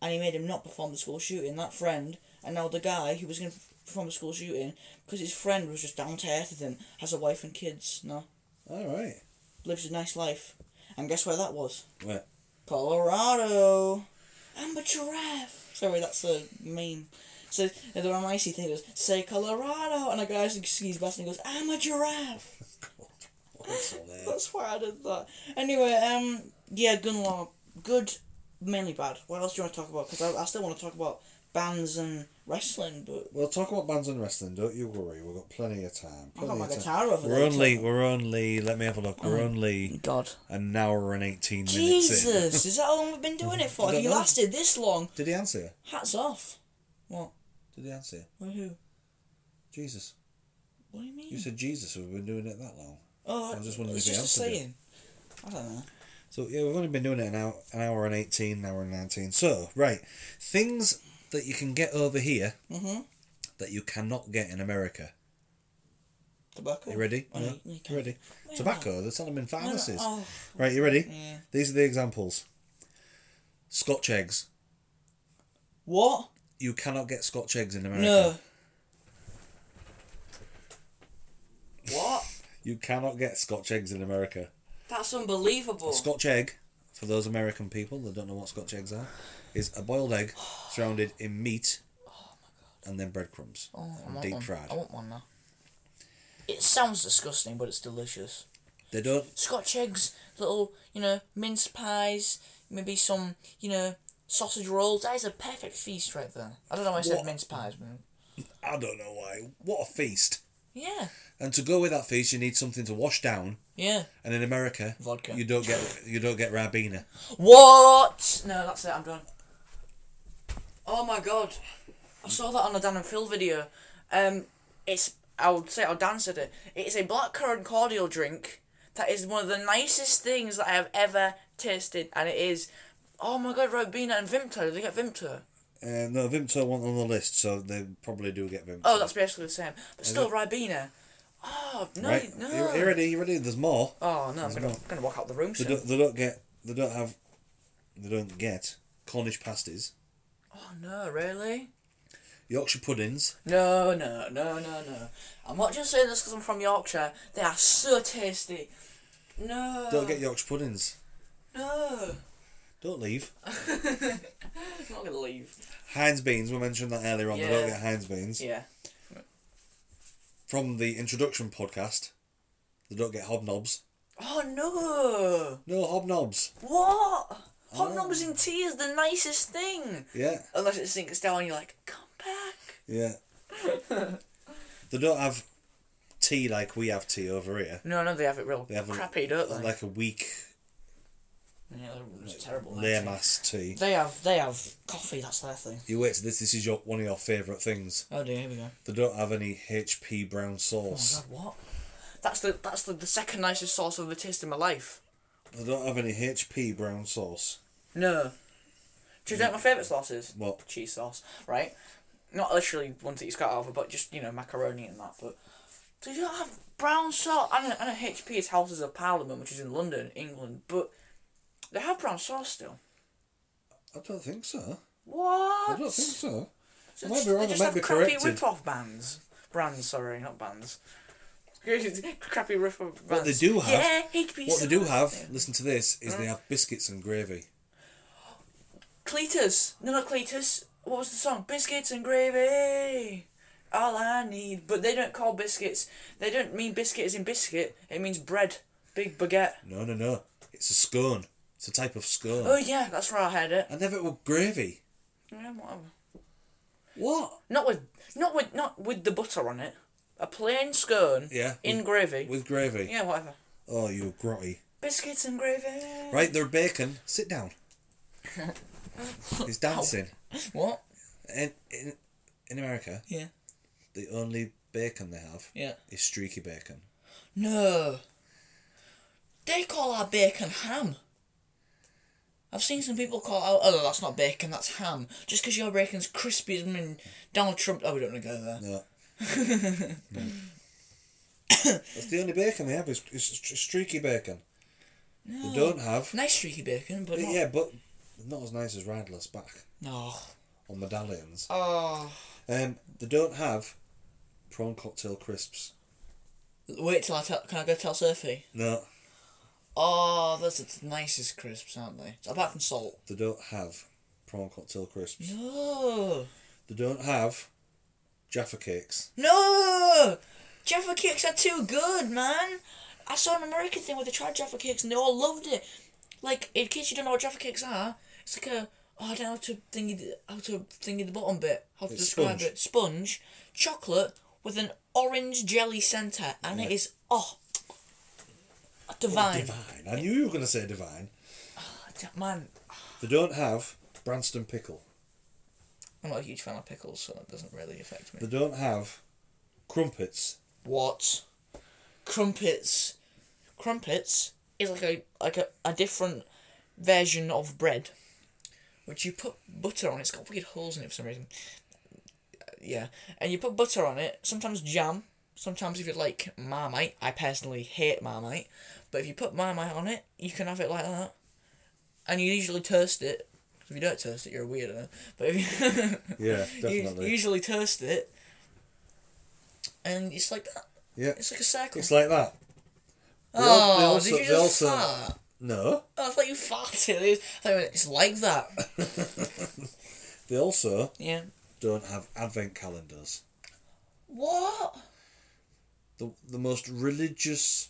and he made him not perform the school shooting. That friend, and now the guy who was going to perform the school shooting because his friend was just down to earth with him, has a wife and kids now, All right. lives a nice life, and guess where that was? Where? Colorado. I'm a giraffe. Sorry, that's a meme. So and the icy thing was say Colorado, and a guy skis past and he goes, "I'm a giraffe." What's all there? That's why I did that. Anyway, um, yeah, gun law, good, mainly bad. What else do you want to talk about? Because I, I still want to talk about bands and wrestling, but We'll talk about bands and wrestling. Don't you worry. We've got plenty of time. I've got plenty my of time. guitar over We're there. only, we're only, let me have a look, Oh. we're only God. an hour and 18 minutes in. Jesus, is that how long we've been doing it for? I If don't you know. lasted this long, Did he answer you? hats off. What? Did he answer you? Wait, who? Jesus. What do you mean? You said Jesus, we've been doing it that long. oh, I was just wondering it's if you just a answered it. saying. I don't know. So, yeah, we've only been doing it an hour, an hour and 18, an hour and 19. So, right, things that you can get over here Mhm. that you cannot get in America. Tobacco. You ready? Oh, No? you can- You ready? Wait, Tobacco, they sell them in no, no, pharmacies. Oh, Right, you ready? yeah. These are the examples Scotch eggs. What? You cannot get Scotch eggs in America. No. What? You cannot get Scotch eggs in America. That's unbelievable. Scotch egg, for those American people that don't know what Scotch eggs are, is a boiled egg surrounded in meat and then breadcrumbs Oh, I and want deep one. fried. I want one now. It sounds disgusting, but it's delicious. They don't. Scotch eggs, little, you know, mince pies, maybe some, you know, sausage rolls. That is a perfect feast right there. I don't know why What? I said mince pies, but I don't know why. What a feast! yeah, And to go with that feast, you need something to wash down. yeah. And in America, Vodka. You don't get you don't get Ribena. What? No, that's it. I'm done. Oh my god, I saw that on the Dan and Phil video. Um, it's I would say I'll dance at it. It is a blackcurrant cordial drink that is one of the nicest things that I have ever tasted, and it is. Oh my god, Robina and Vimto. Did they get Vimto? Uh, no, Vimto wasn't on the list, so they probably do get Vimto. Oh, that's basically the same. But still, Ribena. Oh no, right. no. You, you ready? You ready? There's more. oh no, I'm gonna, gonna walk out the room They soon. don't, they don't get. They don't have. They don't get Cornish pasties, Oh no, really? Yorkshire puddings. No, no, no, no, no. I'm not just saying this because I'm from Yorkshire. They are so tasty. No. Don't get Yorkshire puddings. No. Don't leave. I'm not going to leave. Heinz beans. We mentioned that earlier on. They don't Yeah. get Heinz beans Yeah. from the introduction podcast. They don't get hobnobs. Oh, no. No hobnobs. What? Oh. Hobnobs in tea is the nicest thing. Yeah, Unless it sinks down and you're like, come back. yeah. they don't have tea like we have tea over here. No, no, they have it real They have a- crappy, don't they? Like a weak yeah, they're just terrible. layer actually. mass tea. They have they have coffee, that's their thing. You wait till this. This is your one of your favourite things. Oh dear, here we go. They don't have any HP brown Oh my sauce. god, what? That's the that's the, the second nicest sauce I've ever tasted in my life. they don't have any HP brown sauce. No. Mm. Do you know what my favourite sauce is? What? Cheese sauce, right? Not literally ones that you scout over, but just, you know, macaroni and that. But do you not have brown sauce? I know, I know HP is Houses of Parliament, which is in London, England, but they have brown sauce still. I don't think so. What? I don't think so. So I they might be just- wrong. They I just might be have crappy corrected. rip-off bands. Brands, sorry, not bands. crappy rip-off bands. they do have- Yeah, HP What they do sauce. have, listen to this, is they have biscuits and gravy. Cletus. No, not Cletus. What was the song? Biscuits and gravy. All I need. But they don't call biscuits. They don't mean biscuit as in biscuit. It means bread. Big baguette. No, no, no. It's a scone. It's a type of scone. Oh, yeah, that's where I had it. I never with gravy. Yeah, whatever. What? Not with, not with, not with the butter on it. A plain scone. Yeah, In with- gravy. With gravy. yeah, whatever. Oh, you grotty. Biscuits and gravy. Right, they're bacon. Sit down. He's dancing. What? In, in, in America, Yeah. the only bacon they have Yeah. is streaky bacon. No. They call our bacon ham. I've seen some people call oh, oh that's not bacon, that's ham. Just because your bacon's crispy as mean Donald Trump. Oh, we don't want to go there. No. No. That's the only bacon they have is, is st- streaky bacon. Oh. They don't have. Nice streaky bacon, but not. Yeah, but not as nice as Radler's back No. or medallions. Oh. Um, they don't have prawn cocktail crisps. Wait till I tell. Can I go tell Sophie? No, Oh, those are the nicest crisps, aren't they? Apart from salt. they don't have prawn cocktail crisps. No. They don't have Jaffa cakes. No! Jaffa cakes are too good, man. I saw an American thing where they tried Jaffa cakes and they all loved it. Like, in case you don't know what Jaffa cakes are, it's like a oh, I don't know how to thingy the- how to thingy the bottom bit. How to It's describe sponge. it? Sponge, chocolate with an orange jelly centre, and it is oh, divine. Divine. I knew you were going to say divine. Man, They don't have Branston pickle. I'm not a huge fan of pickles, so that doesn't really affect me. They don't have crumpets. What? Crumpets. Crumpets is like a like a, a different version of bread, which you put butter on. It's got weird holes in it for some reason. Yeah, and you put butter on it. Sometimes jam. Sometimes if you like marmite. I personally hate marmite, but if you put marmite on it, you can have it like that, and you usually toast it. If you don't toast it, you're a weirdo. But if you Yeah, You definitely. usually toast it, and it's like that. Yeah, It's like a circle. it's like that. They al- they oh, also- did you they just also- fart? No. Oh, I thought you farted. It was- I thought it was- It's like that. They also Yeah. don't have advent calendars. What? The, the most religious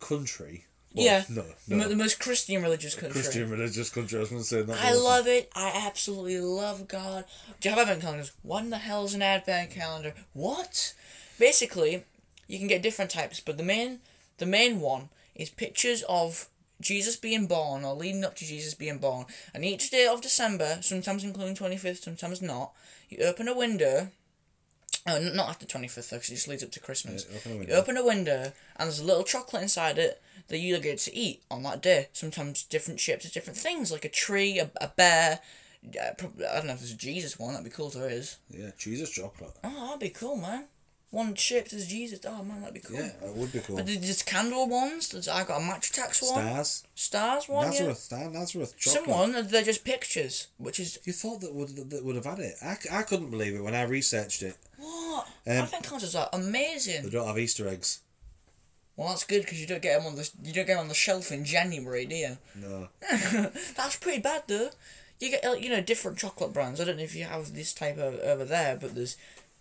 country. well, yeah. No, The no. mo- The most Christian religious country. Christian religious country. I was going to say that. I wasn't- love it. I absolutely love God. Do you have advent calendars? What in the hell is an advent calendar? What? Basically, you can get different types, but the main, the main one is pictures of Jesus being born or leading up to Jesus being born. And each day of December, sometimes including twenty fifth, sometimes not, you open a window. Oh, n- not after twenty fifth, because it just leads up to Christmas. Yeah, open a you window. open a window, and there's a little chocolate inside it that you get to eat on that day. Sometimes different shapes of different things, like a tree, a, a bear. Uh, probably, I don't know if there's a Jesus one. That'd be cool if there is. Yeah, Jesus chocolate. Oh, that'd be cool, man. One shaped as Jesus. Oh man, that'd be cool. Yeah, that would be cool. But there's just candle ones. There's I got a match tax one. Stars. Stars one. Yeah. Nazareth. Star Nazareth chocolate. Someone they're just pictures, which is You thought that would that would have had it. I, c- I couldn't believe it when I researched it. what Um, advent calendars are They amazing. don't have Easter eggs. Well, that's good because you don't get them on the you don't get 'em on the shelf in January, do you? No. That's pretty bad though. You get like, you know different chocolate brands. I don't know if you have this type over, over there, but there's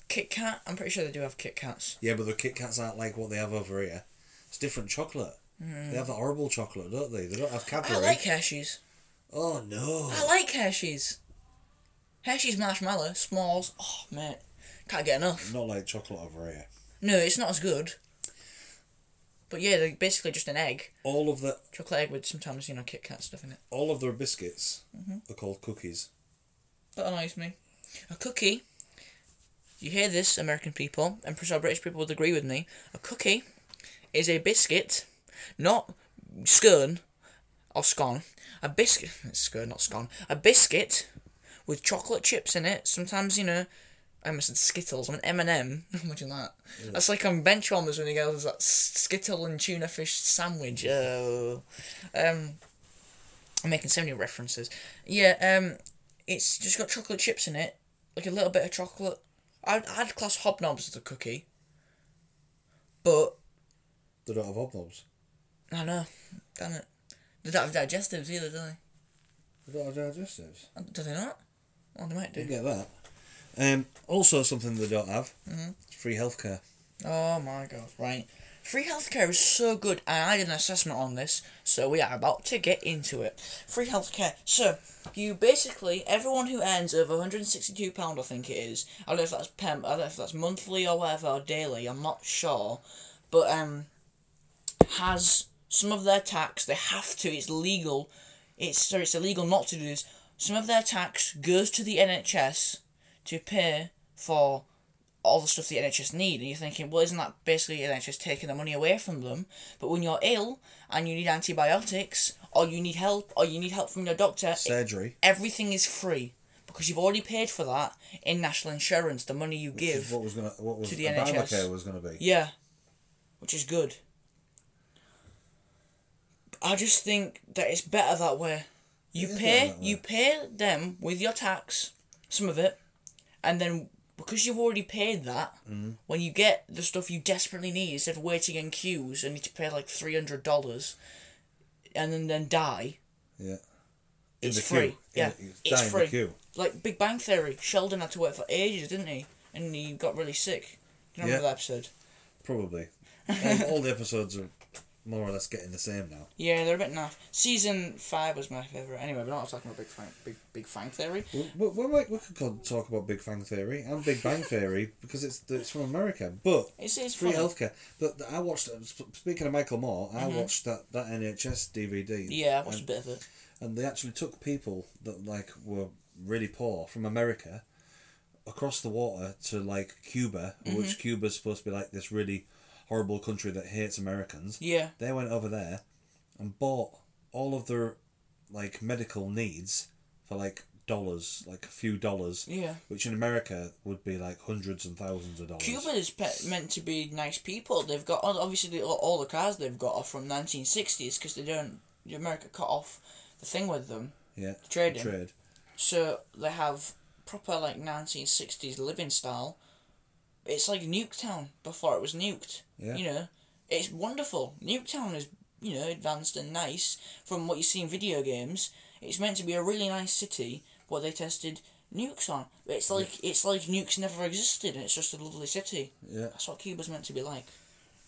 Kit Kat. I'm pretty sure they do have Kit Kats. Yeah, but the Kit Kats aren't like what they have over here. It's different chocolate. They have the horrible chocolate, don't they? They don't have Hmm. I Cadbury. like Hershey's. oh no. I like Hershey's. Hershey's marshmallow smalls. Oh mate, can't get enough. Not like chocolate over here. No, it's not as good. But yeah, they're basically just an egg, All of the chocolate egg with sometimes you know Kit Kat stuff in it. all of their biscuits Mm-hmm. are called cookies. That annoys me. A cookie. You hear this, American people, and perhaps our British people would agree with me. A cookie is a biscuit, not scone or scone. A biscuit, it's scone, not scone. A biscuit with chocolate chips in it. Sometimes you know, I almost said Skittles. I'm an M and M. Imagine that. That's like on Benchwarmers when he goes that Skittle and tuna fish sandwich. Oh, um, I'm making so many references. Yeah, um, it's just got chocolate chips in it, like a little bit of chocolate. I'd, I'd class hobnobs as a cookie, but They don't have hobnobs. I know, damn it, they don't have digestives either, do they? Uh, They don't have digestives. Do they not? Well, they might You do. get that. Um, also, something they don't have Mm-hmm. is free healthcare. Oh my god, right. Free healthcare is so good, and I did an assessment on this, so we are about to get into it. Free healthcare. So, you basically, everyone who earns over £162, I think it is, I don't know if that's pem, I don't know if that's monthly or whatever, or daily, I'm not sure, but um, has some of their tax, they have to, it's legal, it's, sorry, it's illegal not to do this, some of their tax goes to the NHS to pay for all the stuff the NHS need, and you're thinking, well, isn't that basically NHS taking the money away from them? But when you're ill and you need antibiotics, or you need help, or you need help from your doctor, Surgery. everything is free because you've already paid for that in national insurance, the money you Which is give. what was gonna what was to the Obamacare NHS. was gonna be. Yeah, which is good. I just think that it's better that way. You It is better pay, that way. you pay them with your tax, some of it, and then because you've already paid that, Mm-hmm. when you get the stuff you desperately need instead of waiting in queues and need to pay like three hundred dollars, and then then die, Yeah. In it's the free. queue. Yeah, In the- it's die in the free. queue. Like Big Bang Theory, Sheldon had to wait for ages, didn't he? And he got really sick. Do you remember Yeah. that episode? Probably. all, all the episodes are more or less getting the same now. Yeah, they're a bit naff. Season five was my favourite. Anyway, we're not talking about Big Fang, Big Big Fang Theory. We, we, we, might- we could go- talk about Big Bang Theory and Big Bang Theory because it's it's from America, but It's it's free funny. healthcare. But I watched. sp- Speaking of Michael Moore, I watched that, that NHS DVD. Mm-hmm. Yeah, I watched a and, bit of it. and they actually took people that like were really poor from America across the water to like Cuba, Mm-hmm. which Cuba's supposed to be like this really horrible country that hates Americans. Yeah, They went over there and bought all of their like medical needs for like dollars, like a few dollars. Yeah. Which in America would be like hundreds and thousands of dollars. Cuba is pe- meant to be nice people. They've got obviously the, all the cars they've got are from nineteen sixties because they don't. America cut off the thing with them, Yeah. Trading. Trade. so they have proper like nineteen sixties living style. It's like Nuketown before it was nuked. Yeah. You know, it's wonderful. Nuketown is you know, advanced and nice from what you see in video games. It's meant to be a really nice city, what they tested nukes on. It's like it's like nukes never existed and it's just a lovely city. Yeah. That's what Cuba's meant to be like.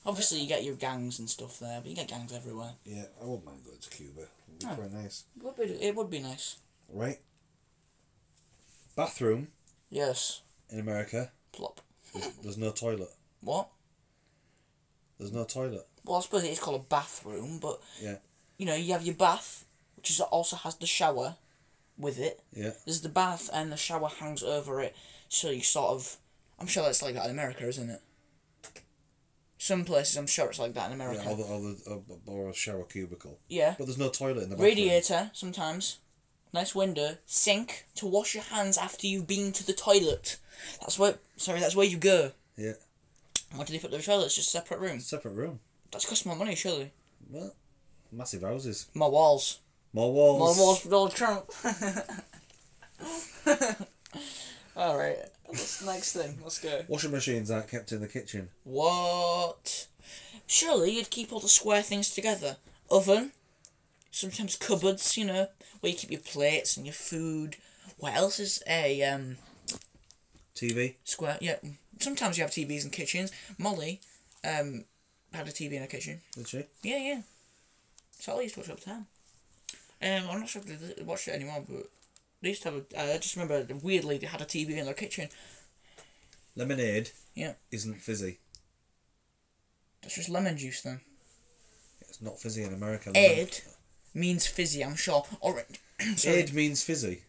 Obviously you get your gangs and stuff there, but you get gangs everywhere. Yeah, I wouldn't mind going to Cuba. It'd be Oh. quite nice. It would be, it would be nice. Right. Bathroom Yes. in America. Plop. There's, there's no toilet. What? The's no toilet. Well, I suppose it is called a bathroom, but Yeah. you know, you have your bath, which is also has the shower with it. Yeah. There's the bath and the shower hangs over it, so you sort of. I'm sure that's like that in America, isn't it? Some places, I'm sure it's like that in America. Yeah, or, the, or, the, or, or a shower cubicle. Yeah. But there's no toilet in the bathroom. Radiator sometimes. Nice window. Sink to wash your hands after you've been to the toilet. That's where. Sorry, that's where you go. Yeah. Why do they put the toilets? Just separate rooms. Separate room. That's cost more money, surely. Well, massive houses. More walls. More walls. More walls for Donald Trump. All right. What's the next thing? Let's go. Washing machines aren't kept in the kitchen. What? Surely you'd keep all the square things together. Oven, sometimes cupboards, you know, where you keep your plates and your food. What else is a um TV. square? Yeah, sometimes you have TVs in kitchens. Molly, um, had a TV in her kitchen. Did she? Yeah, yeah. So I used to watch all the time. Um, I'm not sure if they watch it anymore, but they used to have. A, uh, I just remember weirdly they had a TV in their kitchen. Lemonade Yeah, isn't fizzy. that's just lemon juice then. It's not fizzy in America. Aid means fizzy, I'm sure. Orange. sorry. Aid means fizzy.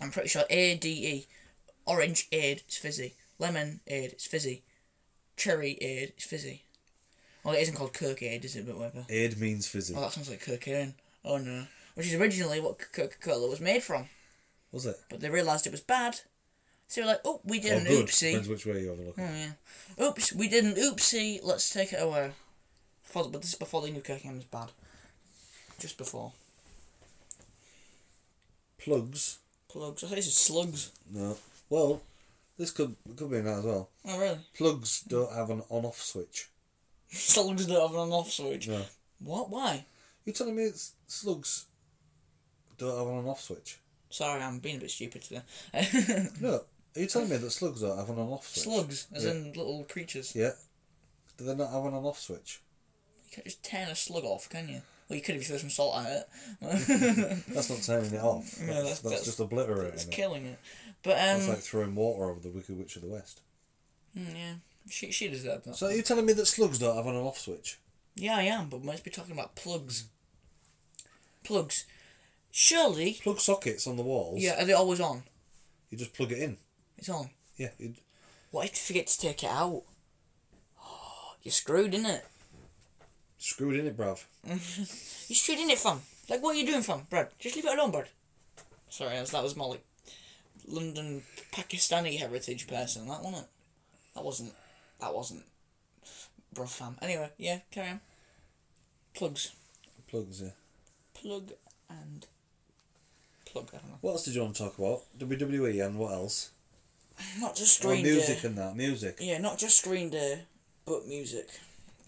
I'm pretty sure A D E. Orange aid is fizzy. Lemon aid is fizzy. Cherry aid is fizzy. Well, it isn't called Kirk aid, is it? But whatever. Aid means fizzy. Oh, that sounds like cocaine. Oh no. Which is originally what Coca Cola was made from, Was it? but they realised it was bad. So they were like, oh, we did Or an good. oopsie. Depends which way you have a look. Oh, yeah. Oops, we did an oopsie. Let's take it away. Before, but this is before they knew cocaine was bad. Just before. Plugs. Plugs. I thought this is slugs. No. Well, this could could be in that as well. Oh, really? Plugs don't have an on-off switch. Slugs don't have an on off switch. No. What? Why? You're telling me it's slugs don't have an on-off switch? Sorry, I'm being a bit stupid today. No. Are you telling me that slugs don't have an on-off switch? Slugs, as yeah. in little creatures. Yeah. Do they not have an on-off switch? You can't just tear a slug off, can you? Well, you could if you threw some salt at it. That's not turning it off. That's, that's- that's, that's- just obliterating It's it. killing it. But, um, That's like throwing water over the Wicked Witch of the West. mm, yeah, she, she deserved that. So you're telling me that slugs don't have an on-off switch? yeah, I am, but we must be talking about plugs. Plugs. Surely, Plug sockets on the walls. yeah, are they always on? You just plug it in. It's on. Yeah. You, What if you forget to take it out? You're screwed, innit? screwed in it, bruv. You're straight in it, fam. Like, what are you doing, fam, Brad? Just leave it alone, Brad. Sorry, that was, that was more like London Pakistani heritage person. That wasn't. That wasn't. That wasn't. Bruv, fam. Anyway, yeah, carry on. Plugs. Plugs, yeah. Plug and. Plug, I don't know. What else did you want to talk about? WWE and what else? Not just Well, Screen music Day. and that. Music. Yeah, not just Screen Day, but music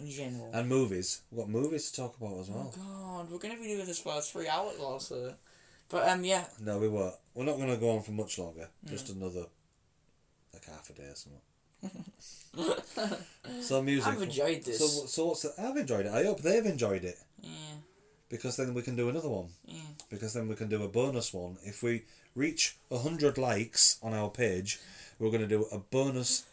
in general. And movies. We've got movies to talk about as well. God, we're going to be doing this for three hours or so. But, um, yeah, No, we won't. We're not going to go on for much longer. Just another, like half a day or something. so music. I've enjoyed this. So, so what's the, I've enjoyed it. I hope they've enjoyed it. yeah. because then we can do another one. Mm. Because then we can do a bonus one. If we reach 100 likes on our page, we're going to do a bonus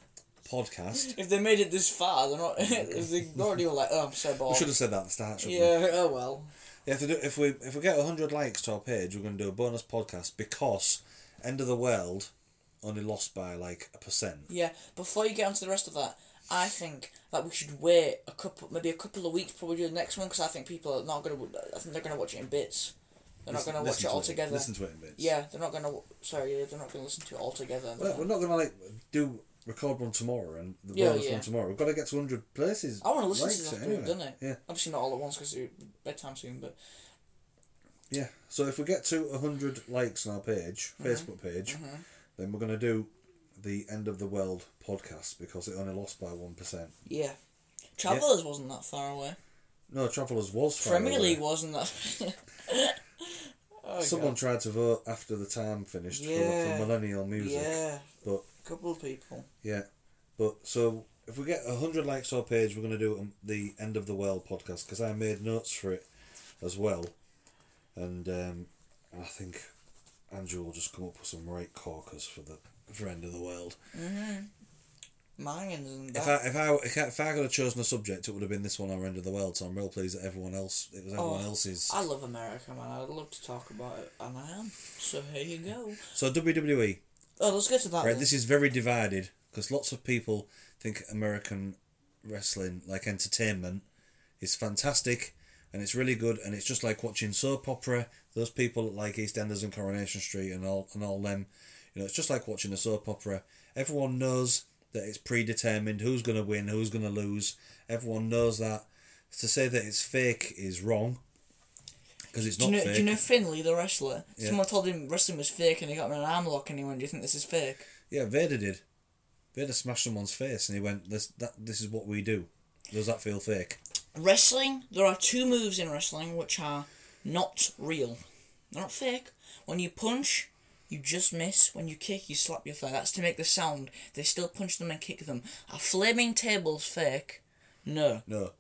podcast. If they made it this far, they're not. if they already were like, oh, I'm so We bored. should have said that at the start, shouldn't we? Yeah. Oh well. If, they do, if, we, if we get 100 likes to our page, we're going to do a bonus podcast because End of the World only lost by like a percent. Yeah. Before you get onto the rest of that, I think that we should wait a couple, maybe a couple of weeks before we do the next one, because I think people are not gonna. I think they're gonna watch it in bits. They're not gonna watch it all together. Listen to it in bits. Yeah, they're not gonna. Sorry, yeah, they're not gonna listen to it all together. Well, we're not going to like do record one tomorrow and the Yeah, bonus yeah. one tomorrow. We've got to get to 100 places. I want to listen likes to it this after we've anyway. done it. Yeah. Obviously not all at once because it's bedtime soon, but Yeah. So if we get to 100 likes on our page, Mm-hmm. Facebook page, then we're going to do the End of the World podcast because it only lost by 1%. yeah. Travelers wasn't that far away. No, Travelers was far Premier away. League wasn't that. oh, Someone God. tried to vote after the time finished Yeah. for, for millennial music. Yeah, But a couple of people. yeah, but so if we get hundred likes our page, we're gonna do um, the end of the world podcast because I made notes for it as well, and um, I think Andrew will just come up with some right corkers for the for end of the world. Mayans and If that. I if I if I, if I could have chosen a subject, it would have been this one or end of the world. So I'm real pleased that everyone else it was everyone Oh, else's. I love America, man. I'd love to talk about it, and I am. So here you go. So E. WWE. Oh, let's get to that. Right, then. this is very divided because lots of people think American wrestling, like entertainment, is fantastic and it's really good and it's just like watching soap opera. Those people that like EastEnders and Coronation Street and all and all them, you know, it's just like watching a soap opera. Everyone knows that it's predetermined who's going to win, who's going to lose. Everyone knows that. To say that it's fake is wrong because it's do not you, know, fake. do you know Finley, the wrestler? Someone told him wrestling was fake and he got him in an arm lock and he went, Do you think this is fake? Yeah, Vader did. Vader smashed someone's face, and he went, "This that this is what we do." Does that feel fake? Wrestling, there are two moves in wrestling which are not real. They're not fake. When you punch, you just miss. When you kick, you slap your thigh. That's to make the sound. They still punch them and kick them. Are flaming tables fake? No. No.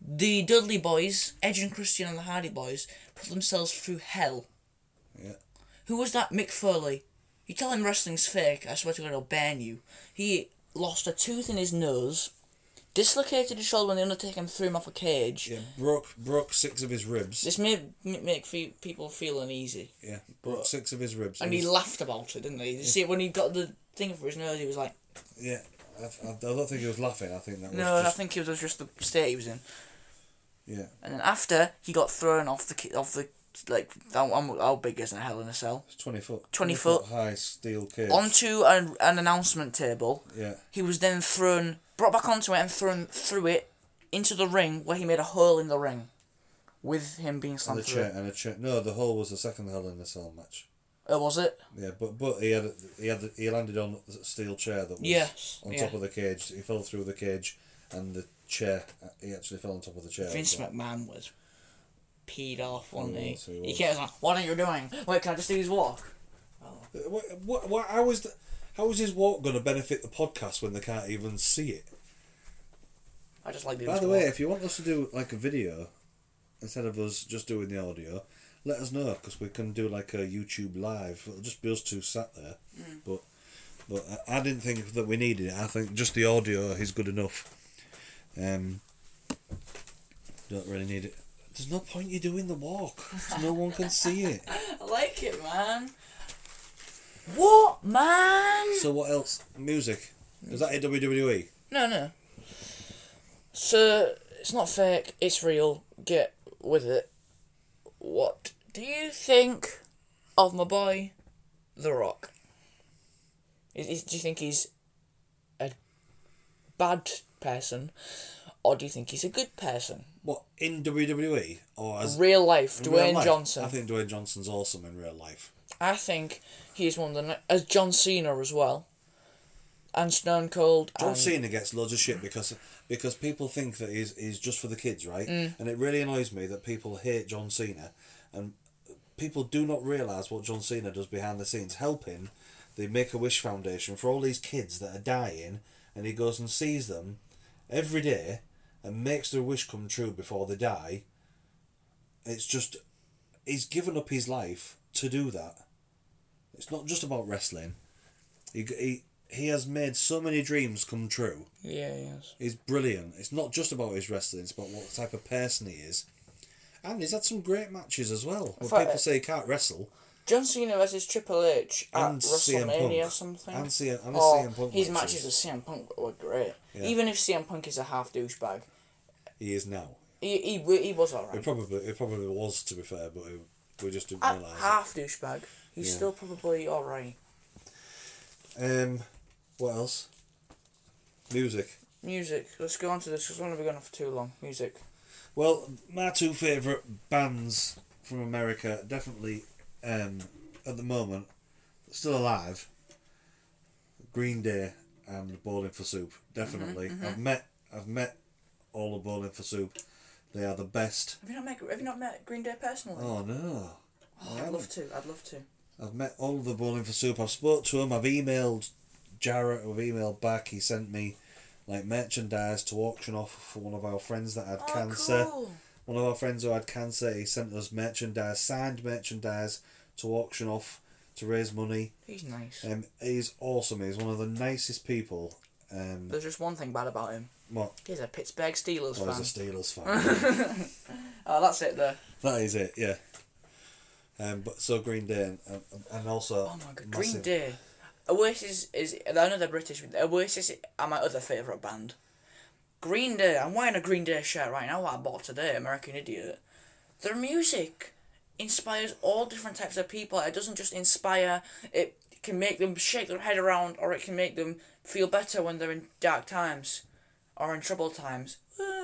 The Dudley Boys, Edge and Christian and the Hardy Boys, put themselves through hell. Yeah. Who was that Mick Foley? You tell him wrestling's fake, I swear to God, I'll ban you. He lost a tooth in his nose, dislocated his shoulder when The Undertaker threw him off a cage. Yeah. Broke broke six of his ribs. This may m- make fe- people feel uneasy. Yeah. Broke six of his ribs. And It he was- laughed about it, didn't he? You see, when he got the thing for his nose, he was like, yeah. I, I, I don't think he was laughing. I think that was. no, I just, think it was just the state he was in. Yeah. And then after, he got thrown off the, ki- off the, like, how, how big is a hell in a cell? It's twenty foot. 20 high steel cage. Onto an, an announcement table. Yeah. He was then thrown, brought back onto it and thrown through it into the ring where he made a hole in the ring with him being And slammed a through. chair It. and a chair. No, the hole was the second Hell in a Cell match. Oh, was it? Yeah, but but he had a, he had a, he landed on a steel chair that was Yes, on yeah. top of the cage. He fell through the cage, and the chair. He actually fell on top of the chair. Vince as well. McMahon was peed off, wasn't He he? was, he He was. kept like, what are you doing? Wait, can I just do his walk? What, what, what, how is the, how is his walk going to benefit the podcast when they can't even see it? I just like doing By his the walk. way, if you want us to do like a video instead of us just doing the audio, let us know because we can do like a YouTube live. It'll just be us two sat there. But but I, I didn't think that we needed it. I think just the audio is good enough. Um, don't really need it. There's no point you doing the walk. 'cause No one can see it. I like it, man. What, man? So what else? Music. Is that it? E? WWE. No, no. So it's not fake. It's real. Get with it. What do you think of my boy, The Rock? Is, is, do you think he's a bad person, or do you think he's a good person? What in WWE or as Real life, In real Mm. Dwayne life. Johnson. I think Dwayne Johnson's awesome in real life. I think he's one of the ne- as John Cena as well, and Stone Cold. John and, Cena gets loads of shit because because people think that he's, he's just for the kids, right? And it really annoys me that people hate John Cena, and people do not realize what John Cena does behind the scenes, helping the Make a Wish Foundation for all these kids that are dying, and he goes and sees them every day and makes their wish come true before they die. It's just he's given up his life to do that. It's not just about wrestling. He, he, he has made so many dreams come true. Yeah, yes. He's brilliant. It's not just about his wrestling, it's about what type of person he is. And he's had some great matches as well. When fact- people say he can't wrestle, John Cena versus Triple H at And CM WrestleMania Punk. or something. And C- and the Oh, CM Punk his matches matches. with CM Punk were great. Even if CM Punk is a half douchebag, he is now. he he, w- he was He alright. probably he probably was to be fair, but he, we just didn't A realise. half douchebag, he's Yeah. still probably alright. it. Um, what else? Music. Music. Let's go on to this because we're going on for too long. Music. Well, my two favourite bands from America, definitely um, at the moment, still alive Green Day and Bowling for Soup, definitely. I've met I've met all of Bowling for Soup. They are the best. Have you not met? Have you not met Green Day personally? Oh, Oh no. I I'd haven't. love to. I'd love to. I've met Oliver Bowling for Soup. I've spoke to him. I've emailed Jarrett. I've emailed back. He sent me like merchandise to auction off for one of our friends that had Oh, cancer. cool. One of our friends who had cancer. He sent us merchandise, signed merchandise to auction off to raise money. He's nice. Um, he's awesome. He's one of the nicest people. Um, There's just one thing bad about him. what? He's a Pittsburgh Steelers Oh, fan. he's a Steelers fan. Oh, that's it there. that is it. Yeah. Um, but so Green Day and, and- and also Oh my god, Green massive- Day. Oasis is. I know they're British. But Oasis are my other favourite band. Green Day. I'm wearing a Green Day shirt right now. What I bought today, American Idiot. Their music inspires all different types of people. It doesn't just inspire. It can make them shake their head around, or it can make them feel better when they're in dark times, or in troubled times.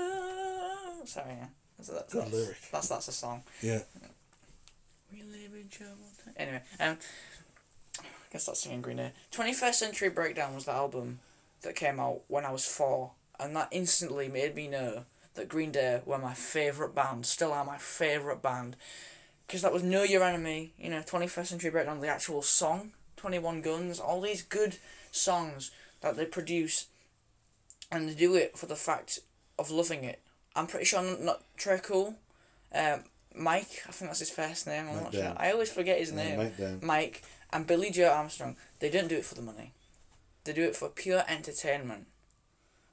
Ah, Sorry, yeah. That's, that's, Good lyric. That's that's a song. Yeah. We live in troubled times. Anyway, um, I guess that's singing Green Day. Twenty First Century Breakdown was the album that came out when I was four, and that instantly made me know that Green Day were my favourite band, still are my favourite band, because that was Know Your Enemy, you know, Twenty First Century Breakdown, the actual song, Twenty One Guns, all these good songs that they produce, and they do it for the fact of loving it. I'm pretty sure not, not Trey Cool, um, Mike, I think that's his first name. I'm Mike not sure. Down. I always forget his Yeah, name. Mike Down. Mike and Billy Joe Armstrong, they don't do it for the money. They do it for pure entertainment.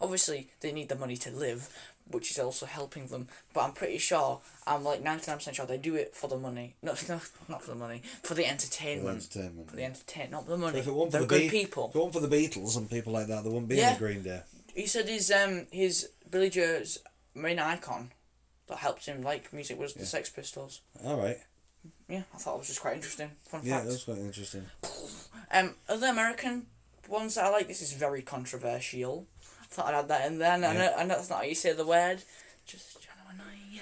Obviously, they need the money to live, which is also helping them. But I'm pretty sure, I'm like ninety nine percent sure they do it for the money. No, no, not for the money, for the entertainment. Entertainment. For the entertainment, not the money. If it weren't for the They're good Be- If people. it weren't for the Beatles and people like that, there wouldn't be Yeah. any Green Day. He said his um his Billy Joe's main icon that helped him like music was the Sex Pistols. All right. Yeah, I thought it was just quite interesting. Fun Yeah, fact. that's quite interesting. Um, other American ones that I like. This is very controversial. I thought I'd add that in there. And I, know, I know that's not how you say the word. Just trying to annoy you.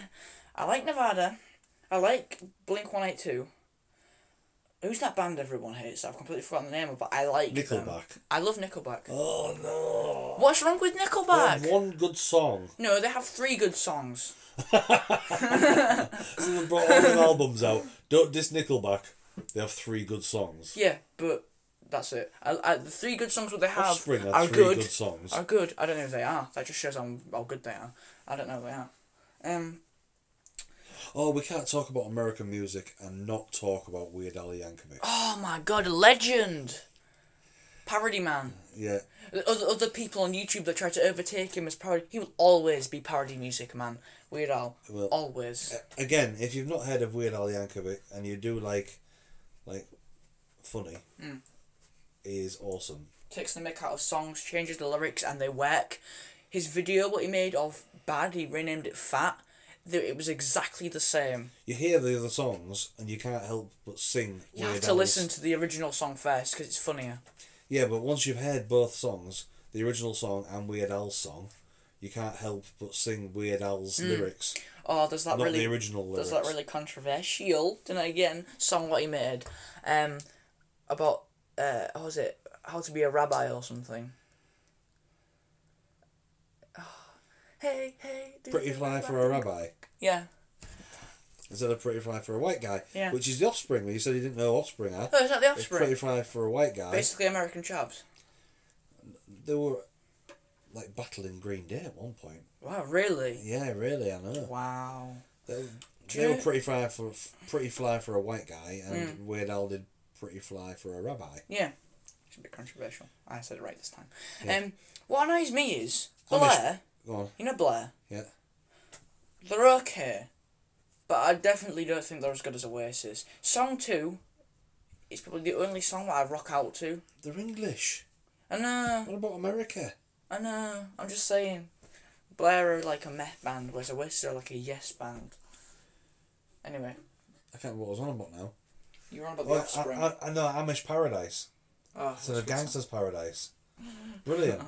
I like Nevada. I like Blink One Eight Two. Who's that band everyone hates? I've completely forgotten the name of. But I like them. Nickelback. I love Nickelback. Oh no! What's wrong with Nickelback? They had one good song. No, they have three good songs. So they brought all their albums out. Don't diss Nickelback. They have three good songs. Yeah, but that's it. I, I, the three good songs that they have Offspring are had three good. good, songs. are good. I don't know if they are. That just shows how, how good they are. I don't know if they are. Um, Oh, we can't talk about American music and not talk about Weird Al Yankovic. oh my god, a legend! Parody man. Yeah, Other, other people on YouTube that try to overtake him as parody. He will always be parody music man. Weird Al. Well- always. again, if you've not heard of Weird Al Yankovic and you do like, like, funny, Hmm. he is awesome. Takes the mick out of songs, changes the lyrics, and they work. His video, what he made of Bad, he renamed it Fat. Th- It was exactly the same. You hear the other songs and you can't help but sing. You Weird have to Al's- listen to the original song first because it's funnier. Yeah, but once you've heard both songs, the original song and Weird Al's song, you can't help but sing Weird Al's Hmm. lyrics, Oh, there's that not really. the original lyrics. There's that really controversial, then again, song what he made, um, about uh, how was it? How to be a rabbi or something. Hey, hey. do Pretty you fly remember? for a rabbi Yeah. instead of pretty fly for a white guy, Yeah. which is the offspring. You said you didn't know offspring. Huh? Oh, is that the It's offspring? pretty fly for a white guy. Basically, American Chaps. They were like battling Green Day at one point. Wow, really? Yeah, really, I know. Wow. They, Do they you- were pretty fly for pretty fly for a white guy, and Weird Al did pretty fly for a rabbi. Yeah. It's a bit controversial. I said it right this time. Um, what annoys me is I'm Blair. Go on. You know Blair. Yeah. They're okay, but I definitely don't think they're as good as Oasis. Song two is probably the only song that I rock out to. They're English. I know, What about America? I know. I'm just saying, Blair are like a meth band, whereas Oasis are like a yes band. Anyway, I can't remember what I was on about now. you were on about the Well, Offspring. I, I, I know Amish Paradise. oh, It's a that's what's gangster's paradise. Brilliant.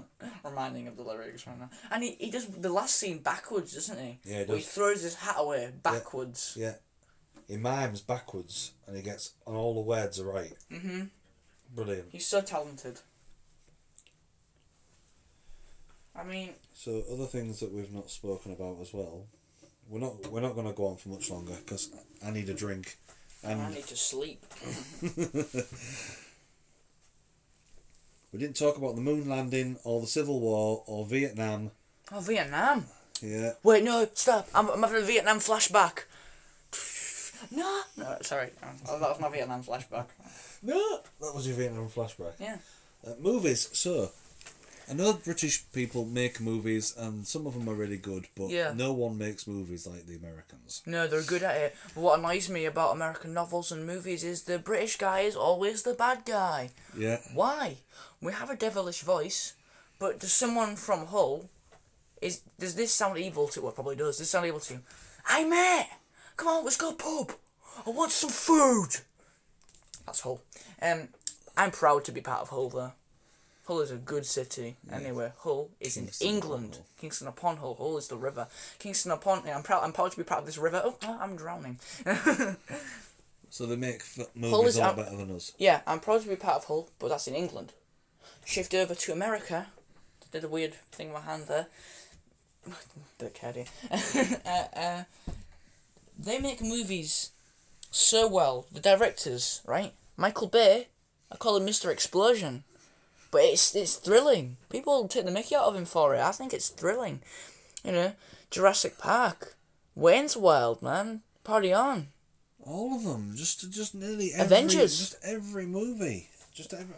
reminding of the lyrics right now. And he, he does the last scene backwards, doesn't he? Yeah, he Where he does. throws his hat away backwards. Yeah. He mimes backwards and he gets and all the words are right. Mm-hmm. Brilliant. He's so talented. I mean, So other things that we've not spoken about as well. We're not we're not going to go on for much longer because I need a drink. I And need to sleep. we didn't talk about the moon landing or the Civil War or Vietnam. Oh, Vietnam. Yeah. Wait, no, stop. I'm, I'm having a Vietnam flashback. No. No, sorry. Oh, that was my Vietnam flashback. No. That was your Vietnam flashback. Yeah. Uh, movies, so I know British people make movies and some of them are really good, but Yeah. no one makes movies like the Americans. No, they're good at it. But what annoys me about American novels and movies is the British guy is always the bad guy. Yeah. Why? We have a devilish voice, but does someone from Hull is does this sound evil to? Well, it probably does. Does this sound evil to? you? Hey mate, come on, let's go pub. I want some food. That's Hull. Um, I'm proud to be part of Hull though. Hull is a good city. Anyway, Hull is Kingston upon in England. Hull. Kingston upon Hull. Hull is the river. Kingston upon. I'm proud. I'm proud to be part of this river. Oh, I'm drowning. So they make f- is movies all up- better than us. Yeah, I'm proud to be part of Hull, but that's in England. Shift over to America. Did a weird thing with my hand there. Don't care, do you? uh, uh, they make movies so well. The directors, right? Michael Bay. I call him Mr. Explosion. But it's it's thrilling. People take the mickey out of him for it. I think it's thrilling. You know, Jurassic Park, Wayne's World, man. Party on. All of them, just just nearly every, Avengers. just every movie, just every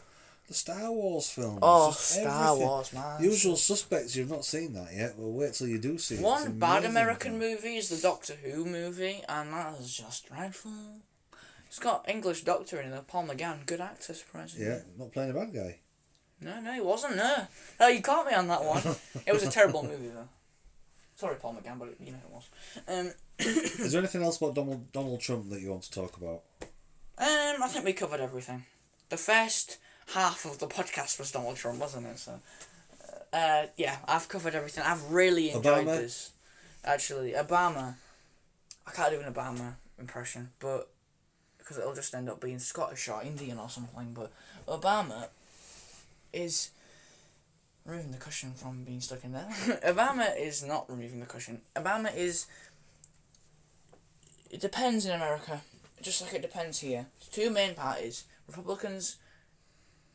the Star Wars films. Oh, just Star everything. Wars, man. Usual suspects. You've not seen that yet. Well, wait till you do see it. It's One bad amazing. American movie is the Doctor Who movie, and that is just dreadful. It's got English Doctor in it, Paul McGann, good actor, surprisingly. Yeah, not playing a bad guy. No, no, he wasn't, no. No, you caught me on that one. it was a terrible movie, though. Sorry, Paul McGann, but you know it was. Um, Is there anything else about Donald Donald Trump that you want to talk about? um, I think we covered everything. The first half of the podcast was Donald Trump, wasn't it? So, uh, yeah, I've covered everything. I've really enjoyed Obama? this. Actually, Obama. I can't do an Obama impression, but because it'll just end up being Scottish or Indian or something. But Obama is removing the cushion from being stuck in there. Obama is not removing the cushion. Obama is. It depends in America, just like it depends here. Two main parties: Republicans.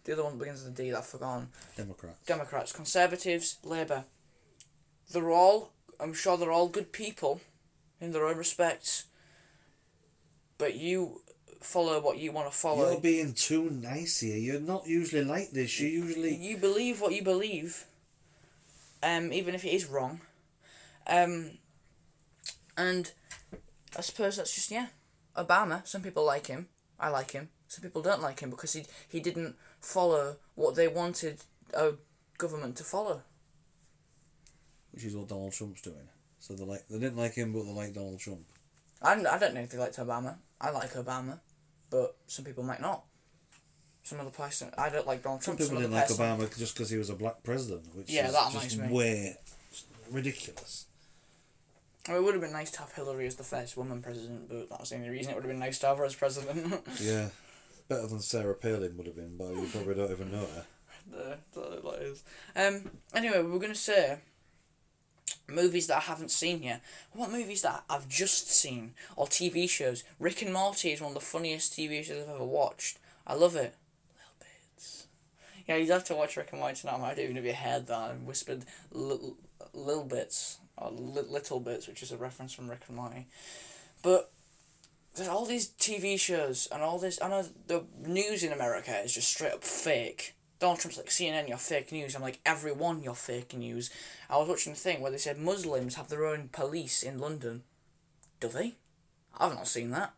The other one begins with a D that I've forgotten. Democrat. Democrats, Conservatives, Labour. They're all, I'm sure they're all good people in their own respects. But you follow what you want to follow. You're being too nice here. You're not usually like this. You usually You believe what you believe, um, even if it is wrong. Um, and I suppose that's just, yeah. Obama, some people like him. I like him. Some people don't like him because he, he didn't follow what they wanted a government to follow. which is what Donald Trump's doing. So they like they didn't like him, but they like Donald Trump. I don't, I don't know if they liked Obama. I like Obama, but some people might not. Some other person, I don't like Donald Some Trump. people other didn't like person- Obama just because he was a black president, which Yeah, is that just annoys me. way ridiculous. Well, it would have been nice to have Hillary as the first woman president, but that was the only reason it would have been nice to have her as president. Yeah, better than Sarah Palin would have been, but you probably don't even know her. the, the, that is. Um. Anyway, we we're gonna say movies that I haven't seen yet. What movies that I've just seen or TV shows? Rick and Morty is one of the funniest TV shows I've ever watched. I love it. Little bits. Yeah, you'd have to watch Rick and Morty tonight. I might even have your head that I whispered little little bits or li- little bits, which is a reference from Rick and Morty. But there's all these TV shows and all this. I know the news in America is just straight up fake. Donald Trump's like CNN, you're fake news. I'm like everyone, you're fake news. I was watching a thing where they said Muslims have their own police in London. Do they? I've not seen that.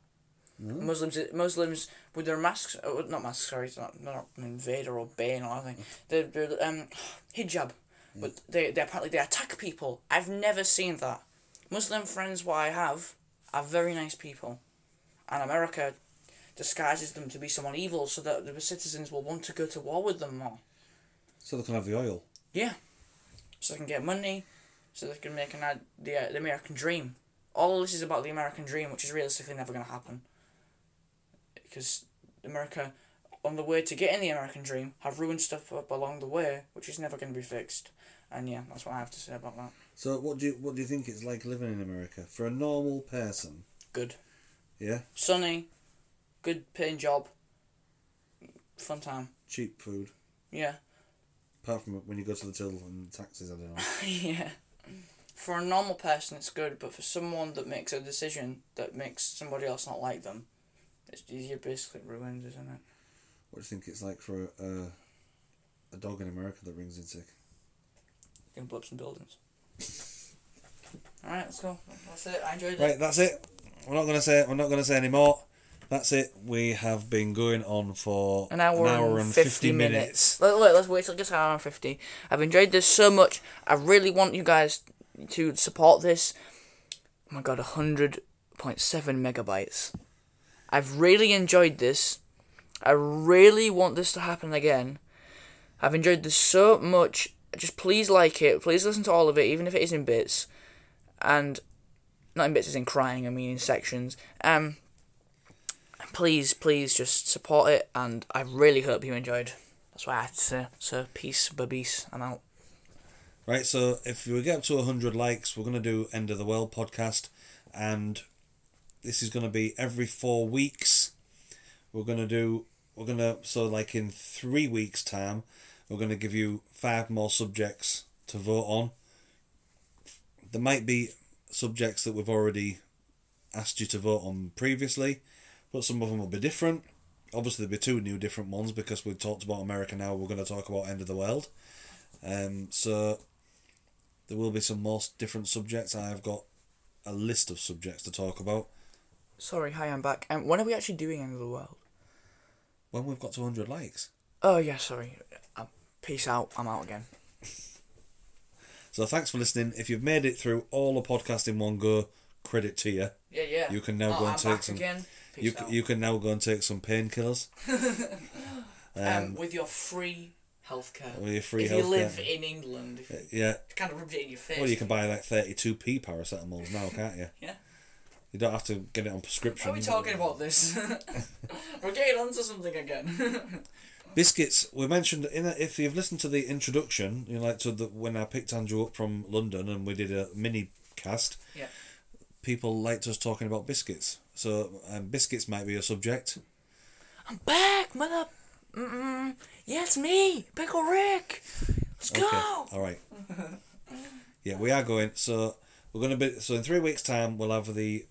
Muslims, Muslims with their masks, oh, not masks, sorry, it's not, not Invader or Bane or anything. They're, they're um, hijab, but they, they apparently they attack people. I've never seen that. Muslim friends, what I have, are very nice people and America disguises them to be someone evil so that the citizens will want to go to war with them more. So they can have the oil. Yeah. So they can get money, so they can make an ad- the, uh, the American dream. All this is about the American dream, which is realistically never going to happen. Because America, on the way to getting the American dream, have ruined stuff up along the way, which is never going to be fixed. And yeah, that's what I have to say about that. So what do you what do you think it's like living in America for a normal person? Good. Yeah, Sunny. Good paying job. Fun time. cheap food. Yeah. Apart from when you go to the till and taxes, I don't know. yeah. For a normal person, it's good, but for someone that makes a decision that makes somebody else not like them, it's you're basically ruined, isn't it? What do you think it's like for a, a, a dog in America that rings in sick? You can blow up some buildings. All right, let's go. That's it. I enjoyed it. Right, that's it. We're not gonna say we're not gonna say any more. That's it. We have been going on for An hour, and, 50, minutes. Look, look, let's wait till it gets an hour and 50. I've enjoyed this so much. I really want you guys to support this. Oh my god, 100.7 megabytes. I've really enjoyed this. I really want this to happen again. I've enjoyed this so much. Just please like it. Please listen to all of it, even if it is in bits. And not in bits, it's in crying, I mean in sections. Um, please, please just support it, and I really hope you enjoyed. That's what I have to say. So, peace, babies. I'm out. Right, so if we get up to 100 likes, we're going to do End of the World podcast. And this is going to be every four weeks. We're going to do, we're going to, so like in three weeks' time, we're going to give you five more subjects to vote on. There might be subjects that we've already asked you to vote on previously, but some of them will be different. Obviously, there'll be two new different ones because we've talked about America now, we're going to talk about End of the World. Um, so there will be some more s- different subjects. I have got a list of subjects to talk about. Sorry, hi, I'm back. Um, when are we actually doing End of the World? When we've got to 100 likes. Oh, yeah, sorry. Um, peace out. I'm out again. So thanks for listening. If you've made it through all the podcast in one go, credit to you. Yeah, yeah. Oh, You can now go and take some. again. Peace You, c- you can now go and take some painkillers. um, with your free healthcare. With your free if you live healthcare. in England, if you Uh, Yeah. kind of rubbed it in your face. Well, you can buy like 32p paracetamols now, can't you? Yeah. You don't have to get it on prescription. Why are we talking about this? We're getting onto something again. Biscuits, we mentioned in a, if you've listened to the introduction, you know, like to the when I picked Andrew up from London and we did a mini cast. Yeah. People liked us talking about biscuits, so um, biscuits might be a subject. I'm back, mother. Mm-mm. Yeah, it's me, Pickle Rick. Let's go. All right. yeah, we are going. So we're going to be. So in three weeks' time, we'll have the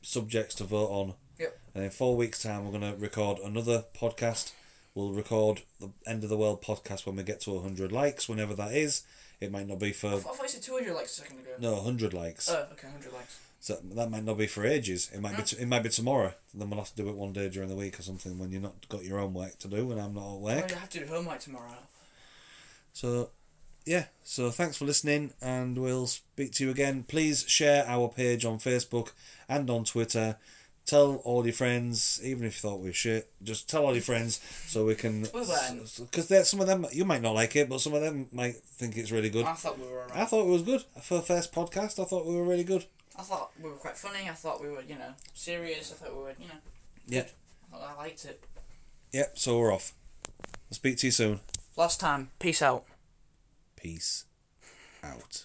subjects to vote on. Yep. And in four weeks' time, we're going to record another podcast. We'll record the end of the world podcast when we get to hundred likes, whenever that is. It might not be I for thought you said 200 likes a second ago. no hundred likes. Oh, okay, 100 likes. So that might not be for ages. It might be. T- it might be tomorrow. Then we'll have to do it one day during the week or something when you're not got your own work to do and I'm not at I work. have to do homework tomorrow. So, yeah. So thanks for listening, and we'll speak to you again. Please share our page on Facebook and on Twitter. Tell all your friends, even if you thought we were shit. Just tell all your friends so we can. We weren't. Because some of them you might not like it, but some of them might think it's really good. I thought we were I alright. thought it was good for the first podcast. I thought we were really good. I thought we were quite funny. I thought we were, you know, serious. I thought we were, you know, Yeah. I thought I liked it. Yep. So we're off. I'll speak to you soon. Last time, peace out. Peace out.